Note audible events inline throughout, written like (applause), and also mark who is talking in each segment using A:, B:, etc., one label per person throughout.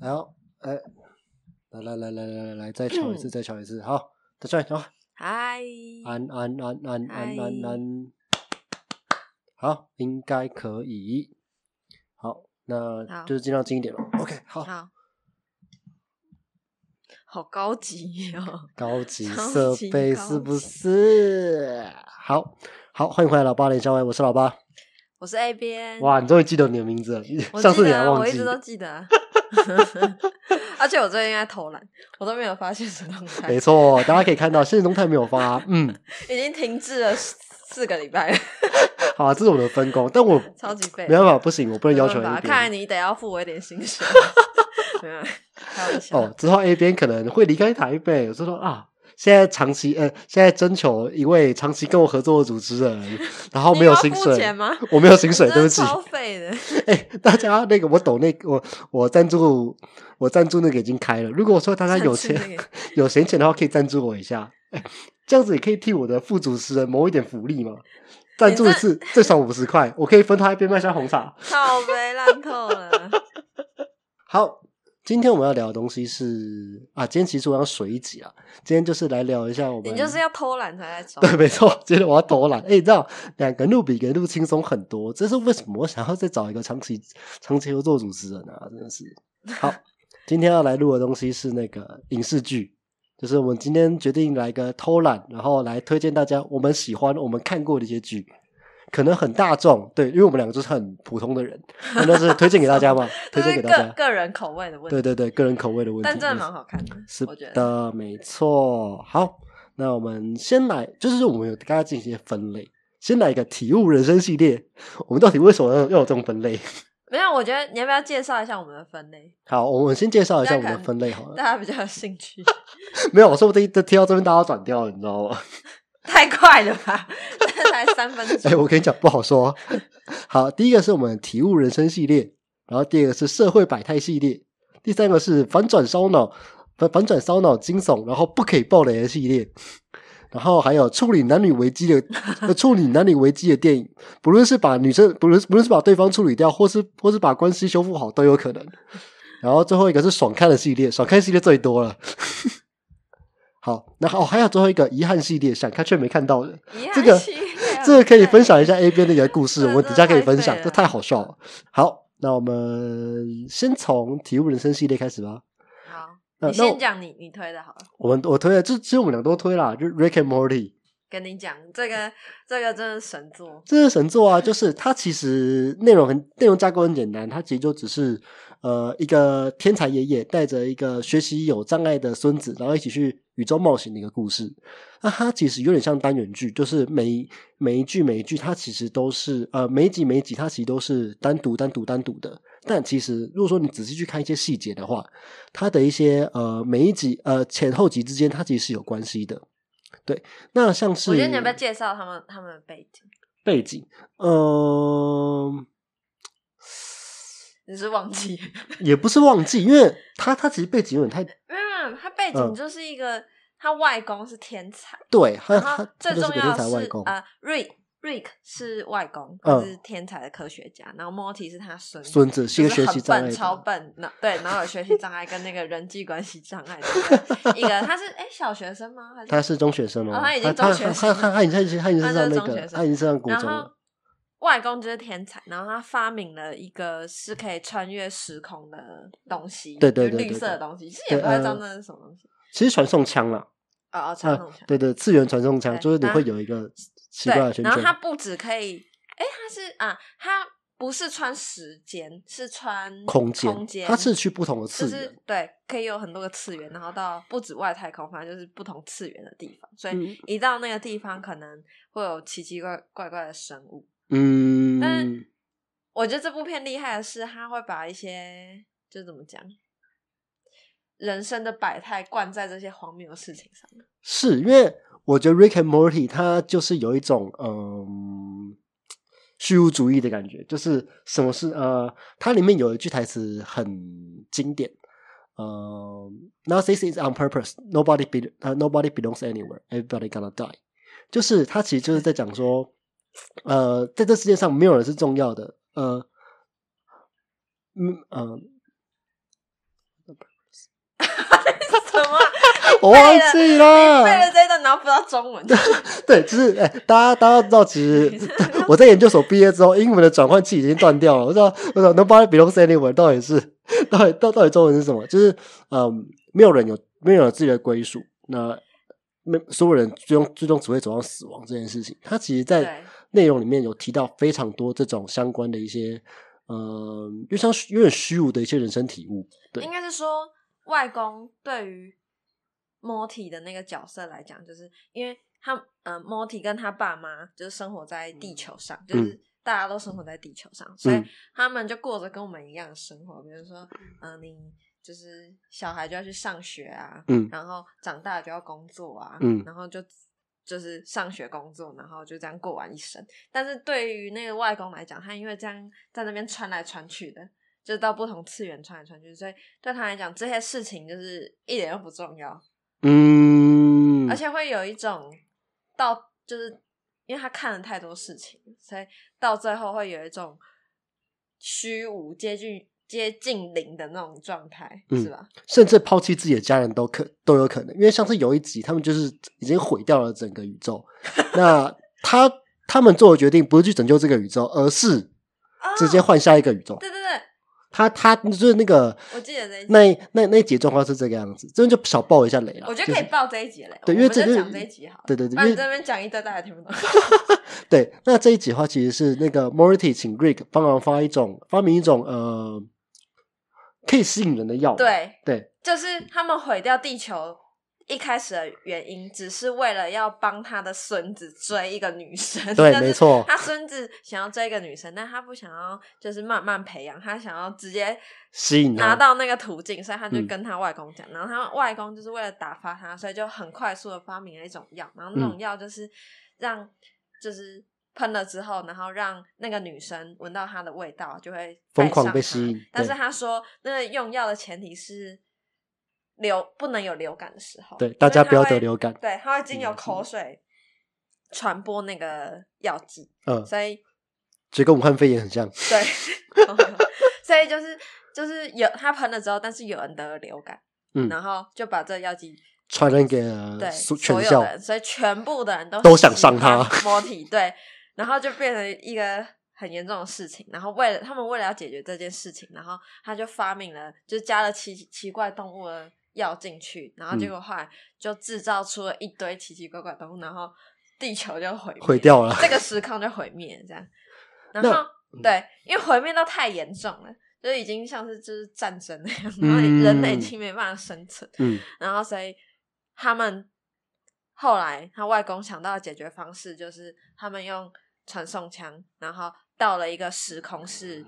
A: 然后，哎，来来来来来来来，再敲一
B: 嗯
A: 次，再敲一次，好，再敲一敲，
B: 嗨，
A: 安安安安安安
B: 嗨
A: 安，好，应该可以，好，那
B: 好
A: 就是尽量近一点了，OK，好，
B: 好，好高级哦，
A: 高级
B: 超
A: 设
B: 级
A: 备
B: 高
A: 是不
B: 级
A: 是？好好，欢迎回来，老八连宵外，我是老八。
B: 我是 A 边，
A: 哇，你终于记得你的名字了，
B: 嗯我
A: 上
B: 记
A: 次你
B: 得
A: 还
B: 啊，
A: 忘
B: 我一
A: 记
B: 直。都记得啊， (laughs) 而且我最近在偷懒，我都没有发现实动态，
A: 没错，哦大家可以看到现实动态没有发，嗯，
B: 已经停滞了四四个礼拜了，
A: 好、啊，这是我们的分工，但
B: (laughs)
A: 我
B: 超级废
A: 没。办法，不行，我不能要求
B: 没办法
A: A
B: 看来
A: 边。
B: 你得要付我一点薪水。没有，开玩笑。
A: 哦，之后 A 边可能会离开台北，我就说啊，现在长期呃，现在征求一位长期跟我合作的主持人，然后
B: 你
A: 没有
B: 要
A: 薪
B: 付
A: 水，
B: 钱吗
A: 我没有薪水，
B: 真
A: 对不
B: 的
A: 起。
B: 超废的。
A: 哎、大家那个我抖那个我我赞助我赞助那个已经开了，如果说大家有
B: 赞助
A: 钱
B: 那个
A: 有闲钱的话，可以赞助我一下，哎这样子也可以替我的副主持人谋一点福利嘛。赞助一次最少五十块，我可以分他一杯麦香红茶。
B: 靠背烂透了。
A: 好，今天我们要聊的东西是啊，今天其实我要水一集啊，今天就是来聊一下我们
B: 你就是要偷懒才来找。
A: (laughs) 对，没错，今天我要偷懒。哎、你知道两个录比一个录轻松很多，这是为什么我想要再找一个长期长期合作主持人啊？真的是好，今天要来录的东西是那个影视剧，就是我们今天决定来个偷懒，然后来推荐大家我们喜欢、我们看过的一些剧。可能很大众，对，因为我们两个就是很普通的人，那就是推荐给大家
B: (laughs)
A: 嘛，推
B: 这
A: 荐
B: 是
A: 给大
B: 个
A: 家。
B: 个人口味的问
A: 对
B: 题，
A: 对对，个人口味的问题。
B: 但真的
A: 没错
B: 蛮好看的，
A: 是
B: 我觉得。
A: 的，没错。好，那我们先来，就是我们有刚刚进行一些分类，先来一个体悟人生系列。我们到底为什么要要有这种分类？
B: 没有，我觉得你要不要介绍一下我们的分类，
A: 好，我们先介绍一下我们
B: 那
A: 的
B: 可能
A: 分类好了
B: 大。家比较有兴趣？
A: 没有，我说不定这听到这边大家转掉了，你知道吗？
B: 太快了吧， (laughs) 这才三分 (laughs)
A: 哎、
B: 钟。
A: 我跟你讲不好说。哦好，第一个是我们体悟人生系列，然后第二个是社会百态系列，第三个是反转烧脑、反反转烧脑惊悚，然后不可以爆雷的系列，然后还有处理男女危机的、 (laughs) 呃处理男女危机的电影，不论是把女生，不论不论是把对方处理掉，或是或是把关系修复好，都有可能。然后最后一个是爽看的系列，爽看系列最多了。 (laughs) 好，然后哦，还有最后一个遗憾系列，想看却没看到的，
B: 遗憾
A: 这个 (laughs)
B: 系列
A: 这个可以分享一下 A 边的一个故
B: (laughs)
A: 事，
B: 真
A: 我
B: 的
A: 们底下可以分享
B: 太，废
A: 这
B: 了
A: 太好笑了。好，那我们先从体悟人生系列开始吧。
B: 好，
A: 呃
B: 你
A: 那我
B: 先讲你你推的好了。
A: 我们我推了，就其实我们俩都推啦，就是 Rick and Morty
B: 跟你讲，这个这个真的是神作，
A: 这是神作啊，就是它其实内容很内容架构很简单，它其实就只是呃一个天才爷爷带着一个学习有障碍的孙子，然后一起去宇宙冒险的一个故事。那它其实有点像单元剧，就是每一每一句每一句，它其实都是呃每一集每一集，它其实都是单独单独单独的。但其实如果说你仔细去看一些细节的话，它的一些呃每一集呃前后集之间，它其实是有关系的。对，那像是
B: 我觉得你要不要介绍他们他们的背景？
A: 背景，嗯、呃
B: 你是忘记？
A: 也不是忘记，因为他他其实背景有点太
B: (laughs) 没有，他背
A: 嗯
B: 景就是一个、他外公是天才，
A: 对，他
B: 然
A: 他 (laughs)
B: 后
A: 他
B: 啊最
A: 就是
B: 重
A: 个
B: 要
A: 天
B: 的
A: 才
B: 是
A: 外公，
B: 呃，Rick Rick 是外公，
A: 嗯
B: 他是天才的科学家，然后 Morty 是他孙子
A: 孙子是一
B: 就
A: 个学
B: 是
A: 习
B: 很
A: 障碍
B: 笨，
A: 者，
B: 超笨，那对，然后有学习障碍跟那个人际关系障碍的
A: (laughs)
B: 一个，他是哎小学生吗？还是
A: 他是中学生哦
B: 哦，他已
A: 他
B: 经
A: 他
B: 中学
A: 他
B: 生
A: 他他已经他已经
B: 他
A: 上
B: 就是
A: 那
B: 中
A: 个
B: 学
A: 他已经上国
B: 然
A: 中
B: 后
A: 了，
B: 外公就是天才，然后他发明了一个是可以穿越时空的东西，
A: 对对
B: 就
A: 对
B: 绿
A: 对
B: 色的
A: 对
B: 东西，其实
A: 对
B: 也不太
A: 呃
B: 知道那是什么东西。
A: 其实传送枪啦，
B: 哦哦，传
A: 啊
B: 统枪。
A: 对对，次元传送枪
B: 对
A: 就是你
B: 那
A: 会有一个奇
B: 对，
A: 怪的圈
B: 然后
A: 圈
B: 它，不只可以，哎，它是啊，它不是穿时间，是穿
A: 空间
B: 空间，
A: 它是去不同的
B: 就
A: 次
B: 是
A: 元，
B: 对，可以有很多个次元，然后到不止外太空，反正就是不同次元的地方。所
A: 嗯
B: 以一到那个地方，可能会有奇奇怪怪怪的生物。但
A: 嗯
B: 是，我觉得这部片厉害的是，它会把一些就怎么讲。人生的百态灌在这些荒谬的事情上，
A: (laughs) 是因为我觉得 Rick and Morty 它就是有一种嗯虚无主义的感觉，就是什么是呃，它里面有一句台词很经典，呃，Narcissism is on purpose, nobody be 呃 nobody belongs anywhere, everybody gonna die，就是它其实就是在讲说，呃，在这世界上没有人是重要的，呃，嗯呃。
B: 什么啊？
A: (laughs) 我忘记了。
B: 背了这一段，然后不知道
A: (laughs)
B: 中文，
A: 对，就是哎、大家大家都知道，其实
B: (laughs)
A: 我在研究所毕业之后，英文的转换器已经断掉了。我知道，我说 nobody belongs anywhere 到底是到底到到底中文是什么？就是嗯，没有人有没有人有自己的归属，那没所有人最终最终只会走向死亡这件事情。它其实，在
B: 对
A: 内容里面有提到非常多这种相关的一些。呃，又像有点虚无的一些人生体悟，对
B: 应该是说外公对于 Morty 的那个角色来讲，就是因为他呃 Morty 跟他爸妈就是生活在地球上，就是大家都生活在地球上，所以
A: 嗯
B: 他们就过着跟我们一样的生活，比如说嗯、呃你。就是小孩就要去上学啊，
A: 嗯
B: 然后长大就要工作啊，
A: 嗯
B: 然后就就是上学工作，然后就这样过完一生。但是对于那个外公来讲，他因为这样在那边穿来穿去的，就是到不同次元穿来穿去，所以对他来讲，这些事情就是一点都不重要，
A: 嗯，
B: 而且会有一种到就是因为他看了太多事情，所以到最后会有一种虚无接近接近零的那种状态，
A: 嗯
B: 是吧？
A: 甚至抛弃自己的家人都可都有可能，因为上次有一集他们就是已经毁掉了整个宇
B: (laughs)
A: 宙，那他他们做的决定不是去拯救这个宇宙，而是
B: 啊
A: 直接换下一个宇宙。
B: 对对对，
A: 他他就是那个
B: 我记得这一集，
A: 那那那一集的状况是这个样子，这边就小爆一下雷了。
B: 我觉得可
A: 就
B: 以
A: 是
B: 报这一集嘞，
A: 对因
B: 我
A: 为
B: 们
A: 这
B: 就
A: 就
B: 讲这一集好了，
A: 对对对
B: 不然
A: 因为
B: 哦你这边讲一堆大家听不懂。 (laughs)
A: 对，那这一集的话，其实是那个 Morty 请 Rick 帮忙发一种发明一种呃可以吸引人的药。
B: 对，
A: 对，
B: 就是他们毁掉地球一开始的原因，只是为了要帮他的孙子追一个女生。
A: 对
B: 但是
A: 没错
B: 他孙子想要追一个女生，但他不想要，就是慢慢培养，他想要直接
A: 吸引
B: 拿
A: 他。
B: 到那个途径，所以他就
A: 嗯
B: 跟他外公讲，然后他外公就是为了打发他，所以就很快速的发明了一种药，然后那嗯种药就是让、就是喷了之后，然后让那个女生闻到它的味道就会
A: 疯
B: 爱
A: 狂
B: 上
A: 被
B: 它
A: 吸引
B: 但是
A: 对
B: 他说，那个用药的前提是流不能有流感的时候，
A: 对
B: 因为
A: 大家
B: 它
A: 不要得
B: 会
A: 流感
B: 对，他会经由口水传播那个药剂，
A: 嗯，
B: 所以
A: 这跟武汉肺炎很像。
B: 对， (laughs) 所以就是就是有他喷了之后，但是有人得了流感，
A: 嗯
B: 然后就把这个药剂
A: 传染给呃
B: 对
A: 所
B: 所
A: 全
B: 有
A: 校
B: 的，人，所以全部的人都
A: 都想上他
B: 他摸体，对，然后就变成一个很严重的事情。然后为了他们为了要解决这件事情，然后他就发明了，就加了奇奇怪动物的药进去，然后
A: 嗯
B: 结果后来就制造出了一堆奇奇怪怪的动物，然后地球就毁灭
A: 毁掉 (laughs) 了。
B: 这个时空就毁灭这样。然
A: 那嗯
B: 后对，因为毁灭到太严重了，就是已经像是就是战争那样，然后
A: 嗯
B: 人类已经没办法生存，
A: 嗯
B: 然后所以他们后来他外公想到的解决方式就是他们用传送枪，然后到了一个时空是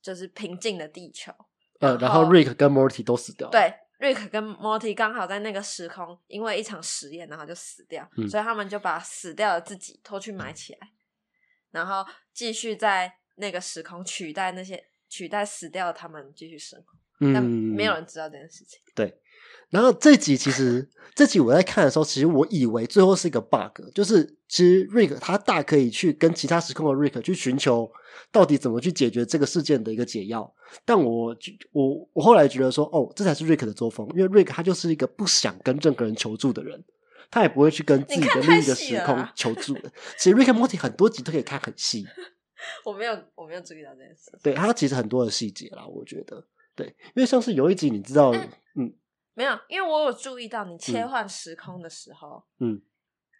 B: 就是平静的地球，
A: 呃，然后 Rick 跟 Morty 都死掉了。，
B: 对。瑞克跟 Morty 刚好在那个时空，因为一场实验，然后就死掉，
A: 嗯
B: 所以他们就把死掉的自己拖去埋起来，然后继续在那个时空取代那些取代死掉的他们继续生活，
A: 嗯，
B: 但没有人知道这件事情。 (laughs)
A: 对。然后这集其实这集我在看的时候，其实我以为最后是一个 bug，就是其实 Rick 他大可以去跟其他时空的 Rick 去寻求到底怎么去解决这个事件的一个解药。但我就我我后来觉得说，哦，这才是 Rick 的作风，因为 Rick 他就是一个不想跟任何人求助的人。他也不会去跟自己的
B: 你看
A: 另
B: 太
A: 一个
B: 细
A: 时
B: 了啊
A: 空
B: 啦
A: 求助的。其实 Rick and Morty 很多集都可以看很细，
B: 我没有，我没有注意到这件事。
A: 对，它其实很多的细节啦，我觉得，对，因为像是有一集你知道，
B: 嗯
A: 嗯
B: 没有，因为我有注意到你切换时空的时候，
A: 嗯，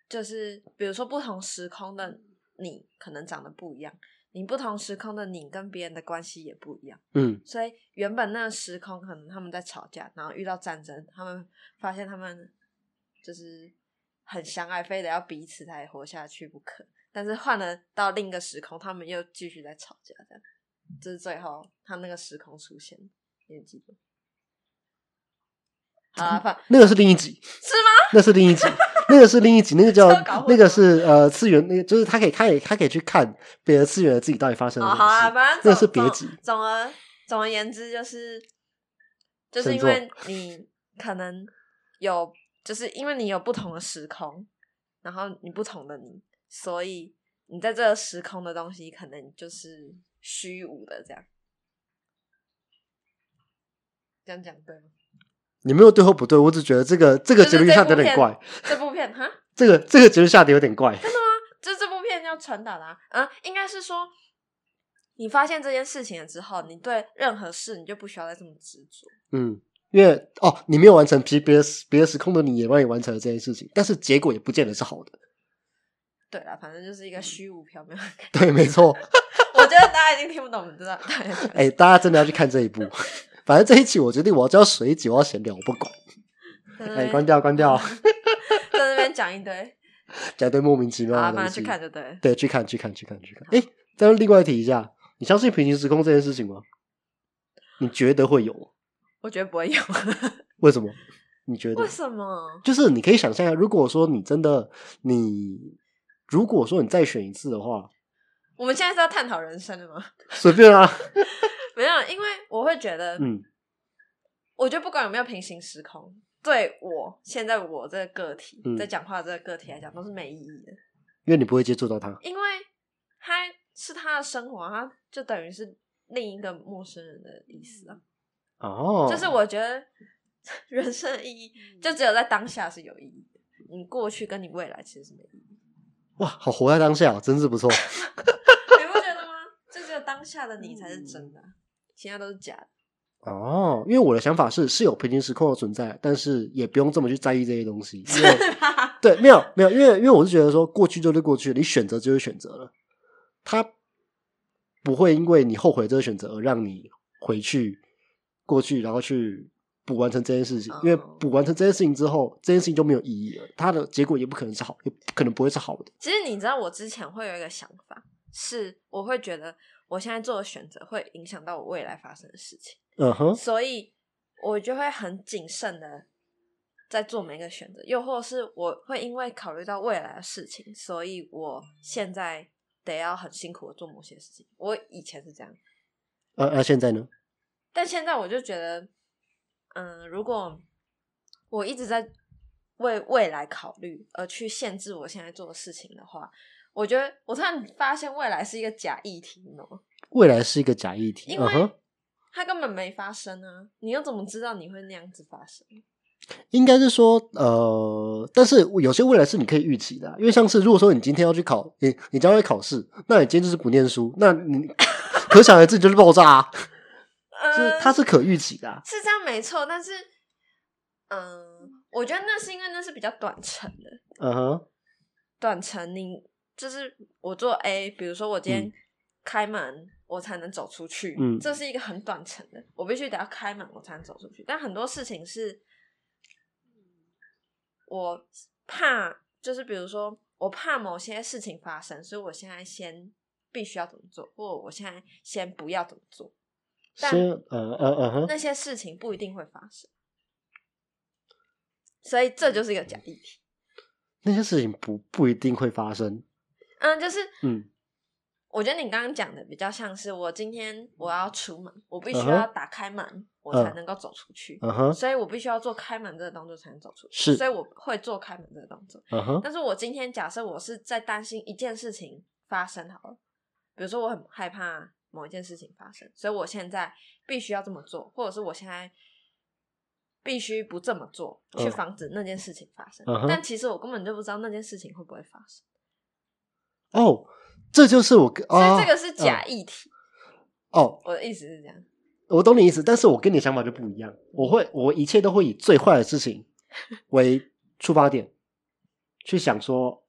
B: 就是比如说不同时空的你可能长得不一样，你不同时空的你跟别人的关系也不一样。
A: 嗯，
B: 所以原本那个时空可能他们在吵架，然后遇到战争，他们发现他们就是很相爱，非得要彼此才活下去不可。但是换了到另一个时空，他们又继续在吵架，这样，这是最后他那个时空出现，你有记得？好啦，反
A: 那个是另一集，
B: 是吗？
A: 那是另
B: (laughs)
A: 一集，那个是另一集，那个叫
B: 这搞混
A: 那个
B: 了
A: 是呃次元，那个就是他可以，他也他可以去看别的次元的自己到底发生了
B: 哦，
A: 什
B: 好
A: 么事，
B: 啦，反正
A: 那
B: 总
A: 个是别
B: 总
A: 集，
B: 总而总而言之，就是就是
A: 神
B: 因
A: 作
B: 为你可能有，就是因为你有不同的时空，然后你不同的你，所以你在这个时空的东西可能就是虚无的这样。这样讲对吗？
A: 你没有对或不对，我只觉得这个这个结
B: 就是
A: 论
B: 这
A: 下
B: 部
A: 得有点
B: 片
A: 怪，
B: 这部片哈，
A: 这个这个结论下得有点怪。
B: 这这部片要传达的啊，啊应该是说，你发现这件事情了之后，你对任何事你就不需要再这么执着。
A: 嗯，因为哦，你没有完成，其实别的时别的时空的你也帮你完成了这件事情，但是结果也不见得是好的。
B: 对啦，反正就是
A: 嗯
B: 一个虚无缥缈的感觉。 (laughs)
A: 对，没错。
B: 我觉得大家已经听不懂，知道？
A: 哎、大家真的要去看这一部。反正这一期我决定我要叫水酒，我要闲聊，我不管。哎、关掉，关掉，
B: 嗯在那边讲一堆，
A: (laughs) 讲一堆莫名其
B: 好
A: 妙
B: 啊，
A: 的东
B: 马上
A: 西。
B: 去看就对了。
A: 对，去看，去看，去看，去看。哎、但是另外提一下，你相信平行时空这件事情吗？你觉得会有吗？
B: 我觉得不会有，
A: 为什么？你觉得
B: 为？什么？
A: 就是你可以想象一下，如果说你真的你，如果说你再选一次的话，
B: 我们现在是要探讨人生的吗？ (laughs)
A: 随便啊，
B: 没有，因为我会觉得，
A: 嗯，
B: 我觉得不管有没有平行时空，对我现在我这个个体、
A: 嗯
B: 在讲话这个个体来讲都是没意义的，
A: 因为你不会接触到他。
B: 因为他是他的生活，他就等于是另一个陌生人的意思啊。
A: 哦，
B: 就是我觉得 (laughs) 人生的意义就只有在当下是有意义的，你过去跟你未来其实是没意义
A: 哇，好活在当下、哦，真是不错。
B: 的，你不觉得吗？就只有当下的你才是真的啊，其他都是假的。
A: 哦，因为我的想法是是有平行时空的存在，但是也不用这么去在意这些东西。因为 (laughs) 对，没有没有，因为因为我是觉得说过去就是过去，你选择就是选择了，他不会因为你后悔这个选择而让你回去过去，然后去补完成这件事情。因为
B: 哦
A: 补完成这件事情之后，这件事情就没有意义了，它的结果也不可能是好，也可能不会是好的。
B: 其实你知道，我之前会有一个想法，是我会觉得我现在做的选择会影响到我未来发生的事情，
A: 嗯哼，
B: 所以我就会很谨慎的在做每一个选择，又或是我会因为考虑到未来的事情，所以我现在得要很辛苦的做某些事情。我以前是这样，
A: 呃呃，现在呢？
B: 但现在我就觉得，嗯，如果我一直在为未来考虑而去限制我现在做的事情的话，我觉得我突然发现未来是一个假议题，你懂吗？
A: 未来是一个假议题。
B: 因
A: 嗯哼
B: 为。它根本没发生啊！你又怎么知道你会那样子发生？
A: 应该是说，呃，但是有些未来是你可以预期的啊、因为像是如果说你今天要去考，你你将要去考试，那你今天就是不念书，那
B: (laughs)
A: 你可想而知你就是爆炸、啊，就是
B: 嗯
A: 它是可预期的啊、
B: 是这样没错，但是，嗯，我觉得那是因为那是比较短程的，
A: 嗯哼，
B: 短程你就是我做 A，比如说我今天
A: 嗯
B: 开门、我才能走出去，
A: 嗯
B: 这是一个很短程的，我必须得要开门我才能走出去。但很多事情是，我怕就是比如说我怕某些事情发生，所以我现在先必须要怎么做，或我现在先不要怎么做，但
A: 先呃呃嗯哼，
B: 那些事情不一定会发生，所以这就是一个假议题。
A: 那些事情不不一定会发生，
B: 嗯，就是
A: 嗯
B: 我觉得你刚刚讲的比较像是我今天我要出门，我必
A: 嗯
B: 须
A: 哼
B: 要打开门，我才能够走出去，
A: 嗯哼
B: 所以我必须要做开门这个动作才能走出去。
A: 是
B: 所以我会做开门这个动作。
A: 嗯哼，
B: 但是我今天假设我是在担心一件事情发生好了，比如说我很害怕某一件事情发生，所以我现在必须要这么做，或者是我现在必须不这么做，去
A: 嗯
B: 防止那件事情发生。
A: 嗯哼
B: 但其实我根本就不知道那件事情会不会发生，
A: 哦，这就是我跟
B: 呃所
A: 哦
B: 以这个是假议题。
A: 哦，
B: 我的意思是这样，
A: 我懂你意思，但是我跟你想法就不一样。我会，
B: 嗯
A: 我一切都会以最坏的事
B: (laughs)
A: 情为出发点，去想说，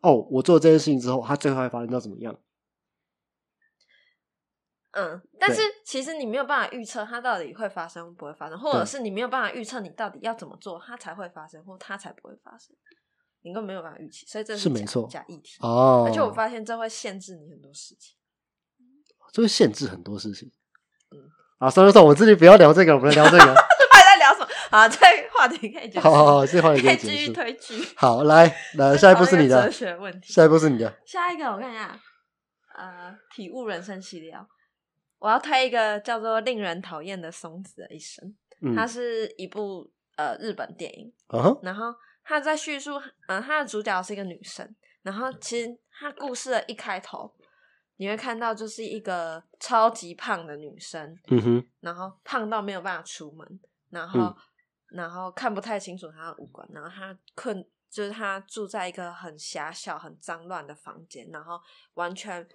A: 哦，我做这件事情之后，它最后会发生到怎么样？
B: 嗯，但
A: 对
B: 是其实你没有办法预测它到底会发生不会发生，或者
A: 对
B: 是你没有办法预测你到底要怎么做它才会发生，或它才不会发生，你根本没有办法预期，所以这
A: 是没
B: 假
A: 错
B: 假议题。
A: 哦，
B: 而且我发现这会限制你很多事情。 (laughs)
A: 这会限制很多事情
B: 嗯。
A: 啊，算了算了，我们自己不要聊这个，我们来聊
B: (laughs)
A: 这个。
B: 还在聊什么？好，这个话题可以结束，
A: 好好好，这话题
B: 可
A: 可以
B: 以
A: 结
B: 继续
A: 束。
B: 推剧。
A: 好，来
B: (laughs)
A: 来，下一步是你
B: 讨
A: 的
B: 论哲，学问题。
A: 下一步是你的。
B: 下一个我看一下，呃，体悟人生系列哦，我要推一个叫做《令人讨厌的松子的一生》，
A: 嗯，
B: 它是一部呃日本电影，
A: 嗯哼，
B: 然后他在叙述，嗯、他的主角是一个女生，然后其实他故事的一开头，你会看到就是一个超级胖的女生，
A: 嗯哼，
B: 然后胖到没有办法出门，然
A: 嗯
B: 后然后看不太清楚他的五官，然后他困，就是他住在一个很狭小、很脏乱的房间，然后完全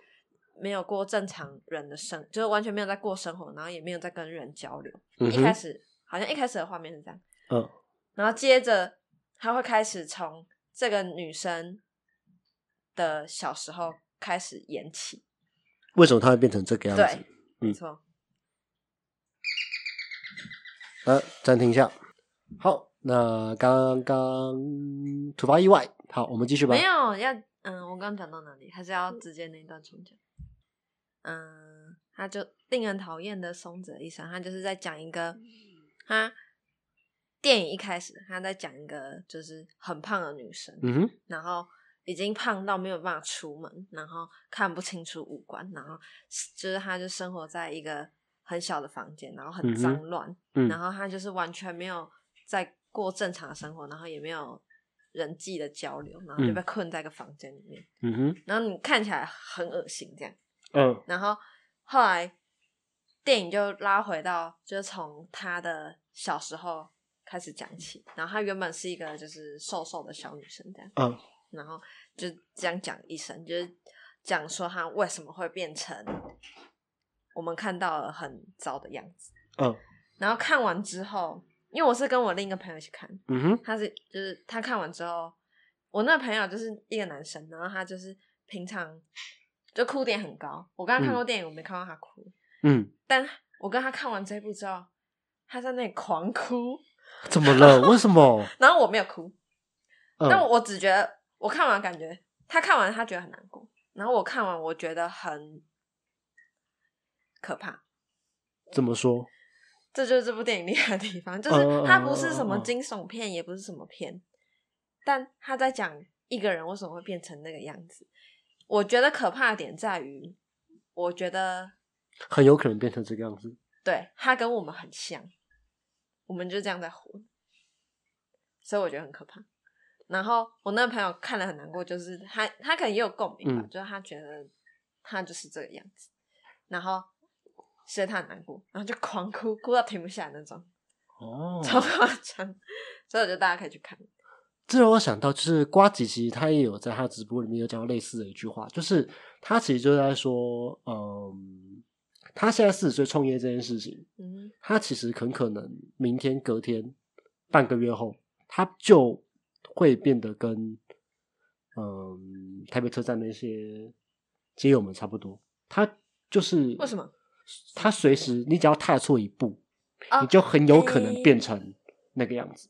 B: 没有过正常人的生，就是完全没有在过生活，然后也没有在跟人交流。
A: 嗯
B: 一开
A: 哼，
B: 始好像一开始的画面是这样，
A: 嗯
B: 然后接着他会开始从这个女生的小时候开始演起，
A: 为什么他会变成这个样子嗯
B: 对？，没错。
A: 呃，暂停一下。好，那刚刚突发意外，好，我们继续吧
B: 没。有要，嗯，我刚刚讲到哪里？还是要直接那一段重讲？嗯，他就令人讨厌的松子医生，他就是在讲一个他电影一开始他在讲一个就是很胖的女生，
A: 嗯哼，
B: 然后已经胖到没有办法出门，然后看不清楚五官，然后就是他就生活在一个很小的房间，然后很
A: 嗯哼
B: 脏乱，然
A: 嗯
B: 后他就是完全没有在过正常的生活，然后也没有人际的交流，然后就
A: 嗯
B: 被困在一个房间里面，
A: 嗯哼，
B: 然后你看起来很恶心这样。
A: 嗯
B: 然后后来电影就拉回到，就是从他的小时候开始讲起，然后她原本是一个就是瘦瘦的小女生这样，
A: 嗯
B: 然后就这样讲一生，就是讲说她为什么会变成我们看到了很糟的样子。
A: 嗯
B: 然后看完之后，因为我是跟我另一个朋友一起看，
A: 嗯哼，
B: 他是就是他看完之后，我那个朋友就是一个男生，然后他就是平常就哭点很高。我刚刚看过电影，我没看到他哭，
A: 嗯，
B: 但我跟他看完这部之后，他在那里狂哭，
A: 怎么了？为什 (laughs) 么？
B: 然后我没有哭，但
A: 嗯
B: 我只觉得我看完感觉他看完他觉得很难过，然后我看完我觉得很可怕。
A: 嗯怎么说？
B: 这就是这部电影厉害的地方，就是它不是什么惊悚片，也不是什么片，但他在讲一个人为什么会变成那个样子。我觉得可怕的点在于，我觉得
A: 很有可能变成这个样子。
B: 对他跟我们很像，我们就这样在活，所以我觉得很可怕。然后我那个朋友看了很难过，就是他他可能也有共鸣吧，
A: 嗯
B: 就是他觉得他就是这个样子，然后所以他很难过，然后就狂哭，哭到停不下来那种。
A: 哦
B: 超夸张，所以我觉得大家可以去看。
A: 这让我想到，就是瓜吉其实他也有在他直播里面有讲到类似的一句话，就是他其实就在说，嗯，他现在四十岁创业这件事情，
B: 嗯
A: 他其实很可能明天、隔天、半个月后，他就会变得跟嗯台北车站那些街友们差不多。他就是
B: 为什么？
A: 他随时你只要踏错一步，
B: 啊
A: 你就很有可能
B: 诶
A: 变成那个样子。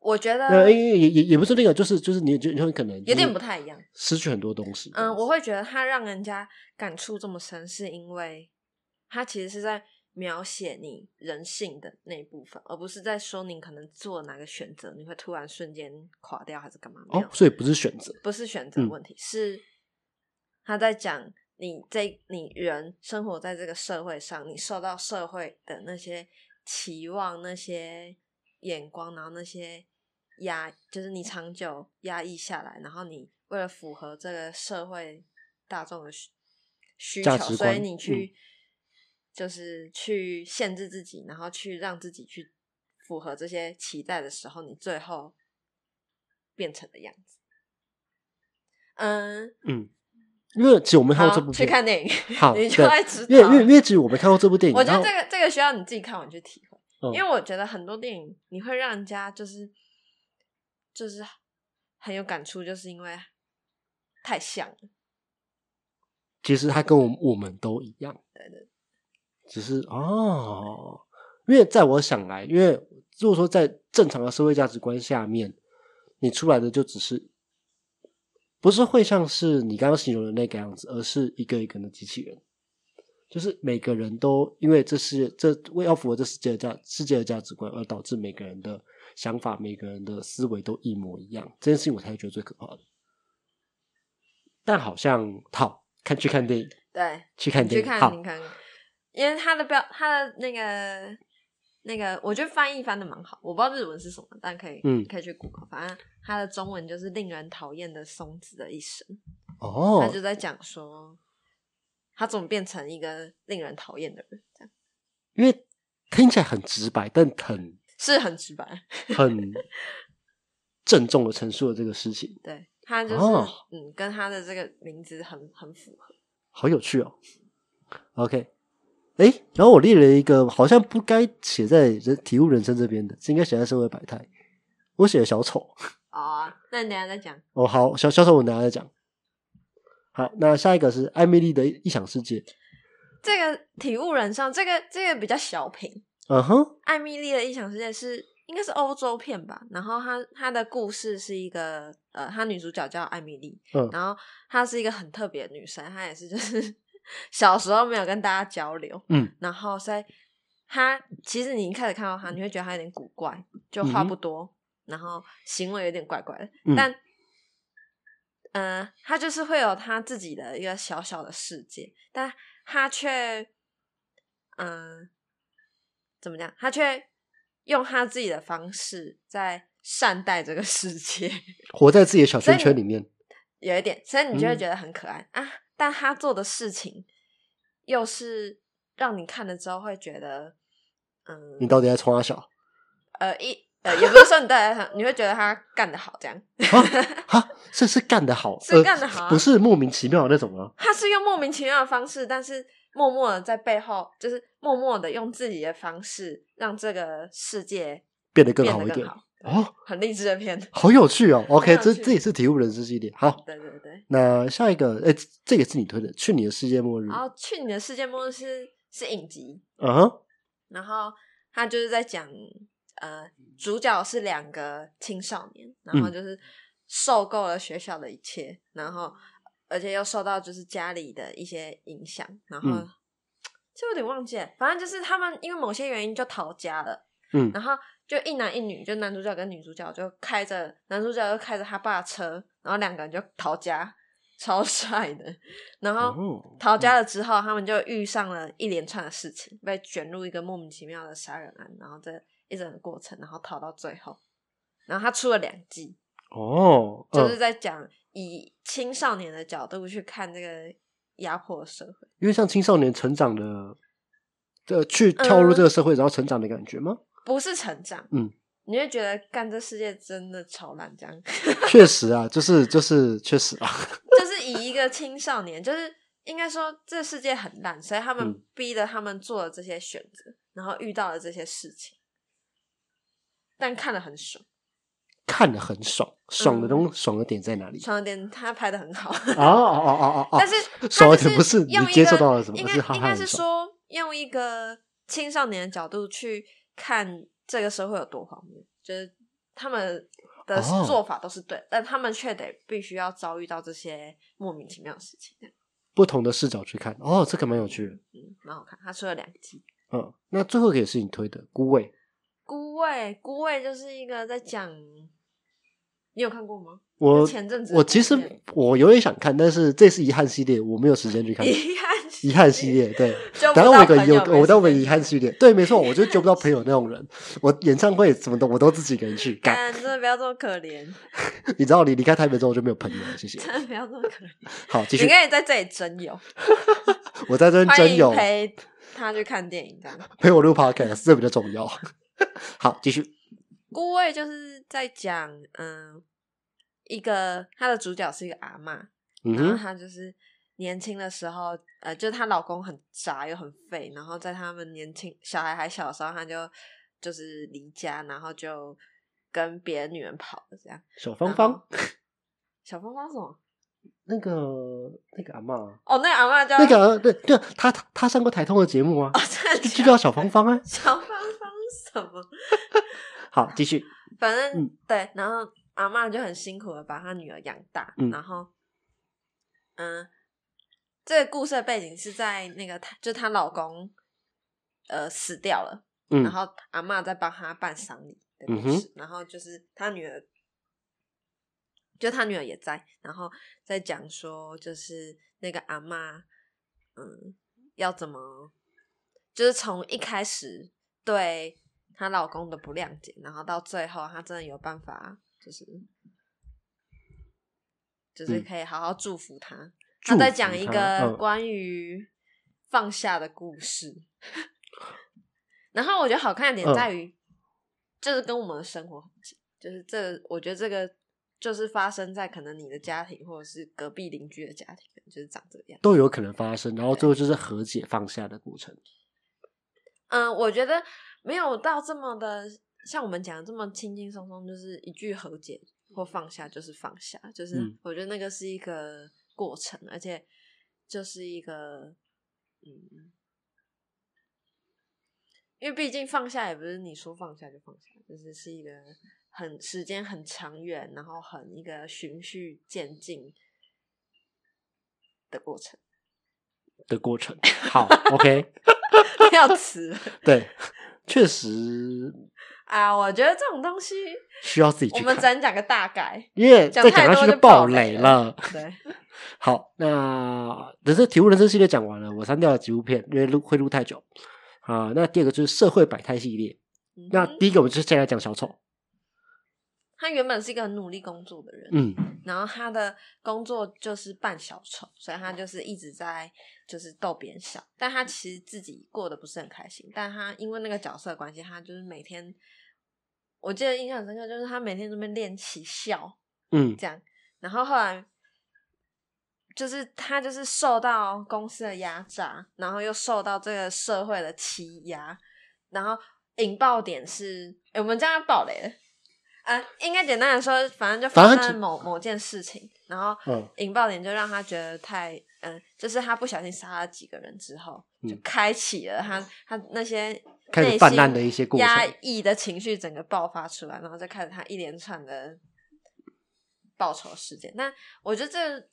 B: 我觉得
A: 那也也也也不是那个，就是就是你就你很可能
B: 呃有点不太一样。
A: 失去很多东西。
B: 嗯，我会觉得他让人家感触这么深，是因为他其实是在描写你人性的那一部分，而不是在说你可能做哪个选择，你会突然瞬间垮掉还是干嘛？没
A: 哦
B: 有，，
A: 所以不是选择，
B: 不是选择
A: 嗯
B: 问题，是他在讲你这你人生活在这个社会上，你受到社会的那些期望、那些眼光，然后那些压，就是你长久压抑下来，然后你为了符合这个社会大众的需需
A: 价
B: 求，
A: 值
B: 所以
A: 观嗯
B: 你去、就是去限制自己，然后去让自己去符合这些期待的时候，你最后变成的样子。嗯，
A: 嗯，因为其实我们看过
B: 好
A: 这部，
B: 去
A: 片，
B: 看电影，
A: (laughs) 好，
B: (laughs) 你就
A: 对
B: 会知
A: 因为
B: 道
A: 因为因。为其实我们看过这部电影，
B: 我觉
A: 然
B: 得
A: 后
B: 这个这个需要你自己看完去体会，
A: 嗯
B: 因为我觉得很多电影你会让人家就是就是很有感触，就是因为太像了。
A: 其实他跟我们我们都一样，
B: 对对，
A: 只是哦，因为在我想来，因为如果说在正常的社会价值观下面，你出来的就只是不是会像是你刚刚形容的那个样子，而是一个一个的机器人，就是每个人都因为这是这为要符合这世界的价世界的价值观，而导致每个人的想法、每个人的思维都一模一样，这件事情我才会觉得最可怕的。但好像好看去看电影，
B: 对，
A: 去看
B: 你去
A: 电影，
B: 看
A: 好，
B: 你看，因为他的标他的那个那个，我觉得翻译翻的蛮好，我不知道日文是什么，但可以
A: 嗯
B: 可以去 Google，反正他的中文就是令人讨厌的松子的一生。
A: 哦，
B: 他就在讲说，他怎么变成一个令人讨厌的人，这样
A: 因为听起来很直白，但很
B: 是很直白。 (laughs)
A: 很郑重的陈述了这个事情，
B: 对他就是、
A: 哦
B: 嗯，跟他的这个名字很很符合。
A: 好有趣哦。OK，哎，然后我列了一个好像不该写在人体悟人生这边的，是应该写在社会百态。我写了小丑，
B: 哦，那你等一下再讲。
A: 哦，好，小小丑我等一下再讲。好，那下一个是艾米丽的异想世界。
B: 这个体悟人上，这个这个比较小品。
A: 嗯哼，
B: 艾米丽的异想世界是应该是欧洲片吧，然后她她的故事是一个呃，她女主角叫艾米丽，
A: 嗯
B: 然后她是一个很特别的女生，她也是就是 (laughs) 小时候没有跟大家交流，
A: 嗯，
B: 然后所以她其实你一开始看到她，你会觉得她有点古怪，就话不多，然后行为有点怪怪的，
A: 嗯
B: 但。嗯，她就是会有她自己的一个小小的世界，但她却，嗯，怎么讲？她却用她自己的方式在善待这个世界。 (laughs)
A: 活在自己的小圈圈里面。
B: 有一点，所以你就会
A: 嗯
B: 觉得很可爱、啊。但他做的事情又是让你看了之后会觉得，嗯，
A: 你到底在冲他小？
B: 呃一呃，也不是说你带来他，你会觉得他干得好，这样。 (laughs)
A: 啊哈，这是干得好，
B: 是干得好啊
A: 呃，不是莫名其妙的那种啊。
B: 他是用莫名其妙的方式，但是默默的在背后，就是默默的用自己的方式让这个世界
A: 变得更
B: 变
A: 好
B: 得
A: 一
B: 更
A: 点
B: 好。
A: 哦，
B: 很励志的片， (laughs)
A: 好有趣哦。OK，
B: 很有
A: 这
B: 趣
A: 这也是体悟人生系列。好，
B: 对对对。
A: 那下一个，哎，这这也是你推的《去你的世界末日
B: 然》。后去你的世界末日是是影集，
A: 嗯哼，
B: 然后他就是在讲，呃，主角是两个青少年，然后
A: 嗯
B: 就是受够了学校的一切，然后而且又受到就是家里的一些影响，然后、
A: 嗯
B: 这有点忘记了，反正就是他们因为某些原因就逃家了，
A: 嗯
B: 然后就一男一女，就男主角跟女主角就开着男主角就开着他爸的车，然后两个人就逃家，超 (laughs) 帅的，然后。
A: 哦，
B: 逃家了之后，他们就遇上了一连串的事情，被卷入一个莫名其妙的杀人案，然后这一整个过程，然后逃到最后。然后他出了两季，
A: 哦，
B: 就是
A: 嗯，
B: 在讲以青少年的角度去看这个压迫的社会。
A: 因为像青少年成长的，呃，去跳入
B: 嗯
A: 这个社会然后成长的感觉吗？
B: 不是成长，
A: 嗯，
B: 你会觉得干这世界真的超烂，这样 (laughs)
A: 确实啊，就是就是确实啊， (laughs)
B: 就是以一个青少年，就是应该说这世界很烂，所以他们
A: 嗯
B: 逼得他们做了这些选择，然后遇到了这些事情，但看了很爽。
A: 看得很爽，爽的
B: 嗯
A: 东爽的点在哪里？
B: 床垫他拍的很好，
A: 哦哦哦哦哦，
B: 但是他
A: 爽的
B: 就是
A: 点不是你
B: 用一
A: 接受
B: 个
A: 到了什么，
B: 应
A: 而
B: 该
A: 是哈
B: 应该
A: 哈
B: 是
A: 很爽。
B: 说用一个青少年的角度去看这个社会有多荒谬，就是他们的
A: 哦
B: 做法都是对，但他们却得必须要遭遇到这些莫名其妙的事情，
A: 不同的视角去看，哦，这个蛮有趣的。
B: 嗯，蛮好看。他出了两集，
A: 嗯，那最后一个也是你推的《孤味》，
B: 《孤味》，《孤味》就是一个在讲，你有看过吗？
A: 我
B: 就前阵子的
A: 我其
B: 故事
A: 实我有点想看，但是这是遗憾系列，我没有时间去
B: (laughs)
A: 看。
B: 遗憾
A: 遗憾系
B: (laughs)
A: 列，对，
B: 交不
A: 然后我
B: 到
A: 有个
B: 朋
A: 有
B: 友没
A: 我当
B: 时
A: 我
B: 间
A: 遗憾系列，对，没错，我就交不到朋友那种人。 (laughs) 我演唱会什么的我都自己一个人去，干，
B: (laughs) 干，真的不要这么可怜，
A: 你知道，你离开台北之后我就没有朋友了，谢
B: (laughs)
A: 谢。
B: 真的不要这么可怜。
A: 好，继
B: 你
A: 续，
B: 可以在这里真有。
A: 我在这边
B: 欢
A: 真
B: 迎
A: 有
B: 陪他去看电影这样。
A: 陪我录 podcast，这比较重要。 (laughs) 好，继续，
B: 孤味就是在讲，嗯，一个她的主角是一个阿嬷，
A: 嗯
B: 然后
A: 哼，
B: 她就是年轻的时候，呃，就是她老公很渣又很废，然后在他们年轻小孩还小的时候，她就就是离家，然后就跟别的女人跑了这样。
A: 小芳芳，
B: 然后。小芳芳是什么？
A: 那个那个阿嬷，
B: 哦，那个阿嬷叫
A: 那个对对，她她她上过台通的节目啊
B: 哦，， (laughs) 真的
A: 就
B: 假的
A: 叫小芳芳啊。
B: 小芳芳是什么？
A: 好，继续，
B: 反正、
A: 嗯
B: 对，然后阿嬷就很辛苦的把她女儿养大，
A: 嗯
B: 然后，嗯、这个故事的背景是在那个她，就她老公，呃，死掉了，
A: 嗯
B: 然，后阿嬷在帮她办丧礼的
A: 嗯
B: 故
A: 哼
B: 事，然后就是她女儿，就她女儿也在，然后在讲说，就是那个阿嬷，嗯，要怎么，就是从一开始对她老公的不谅解，然后到最后她真的有办法，就是就是
A: 嗯
B: 可以好好祝福她。
A: 祝
B: 她在
A: 福
B: 讲一
A: 她
B: 个
A: 嗯
B: 关于放 (laughs)
A: 嗯
B: 下的故事。然后我觉得好看的点在于，就是跟我们的生活，就是这，我觉得这个就是发生在可能你的家庭或者是隔壁邻居的家庭，就是长这个样子。
A: 都有可能发生，然后最后就是和解放下的过程。
B: 嗯，我觉得没有到这么的，像我们讲的这么轻轻松松，就是一句和解或放下就是放下，就是
A: 嗯
B: 我觉得那个是一个过程，而且就是一个嗯，因为毕竟放下也不是你说放下就放下，就是是一个很时间很长远，然后很一个循序渐进的过程， (laughs)
A: 的过程。好，OK，
B: 要词
A: 对，确实
B: 啊，我觉得这种东西。
A: 需要自己
B: 我
A: 去
B: 们
A: 看，
B: 只能讲个
A: (laughs)
B: 大概，
A: 因为
B: 讲
A: 再
B: 太
A: 讲下
B: 多
A: 去
B: 就
A: 爆
B: 爆
A: 雷
B: 雷
A: 了。
B: 对，
A: 好，那人生体悟人生系列讲完了，我删掉了几部片，因为录会录太久啊、那第二个就是社会百态系列，
B: 嗯
A: 那
B: 哼
A: 第一个我们就先来讲小丑。
B: 他原本是一个很努力工作的人，
A: 嗯，
B: 然后他的工作就是扮小丑，所以他就是一直在就是逗别人笑，但他其实自己过得不是很开心，但他因为那个角色的关系，他就是每天，我记得印象很深刻，就是他每天都在那边练习笑，
A: 嗯
B: 这样。然后后来就是他就是受到公司的压榨，然后又受到这个社会的欺压，然后引爆点是，诶我们这样要爆雷了。啊，应该简单来说，反正就
A: 反
B: 发
A: 正
B: 生
A: 就
B: 某某件事情，然后
A: 嗯
B: 引爆点就让他觉得太，嗯，就是他不小心杀了几个人之后，就
A: 嗯
B: 开启了他他那些
A: 开始
B: 内
A: 泛
B: 心
A: 滥的一些过程
B: 压抑的情绪整个爆发出来，然后再开始他一连串的报仇事件。那我觉得这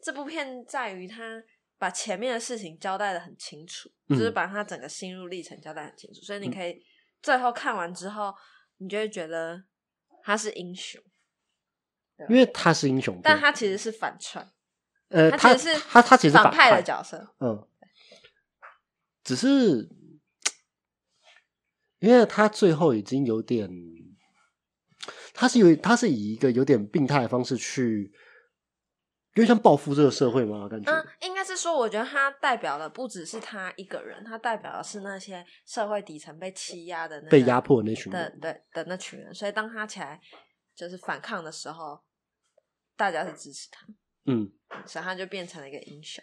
B: 这部片在于他把前面的事情交代的很清楚，
A: 嗯
B: 就是把他整个心路历程交代得很清楚，所以你可以最后看完之后，你就会觉得他是英雄，
A: 因为他是英雄片，
B: 但他其实是反串，
A: 呃，
B: 他
A: 他
B: 其实是
A: 他他其实
B: 反
A: 派
B: 派的角色。
A: 嗯，只是因为他最后已经有点，他是有他是以一个有点病态的方式去，有点像报复这个社会嘛，感觉、
B: 嗯，应该是说，我觉得他代表的不只是他一个人，他代表的是那些社会底层被欺压的、那个、
A: 被压迫的那群
B: 的
A: 人。
B: 的的那群人。所以当他起来就是反抗的时候，大家是支持他，
A: 嗯
B: 所以他就变成了一个英雄。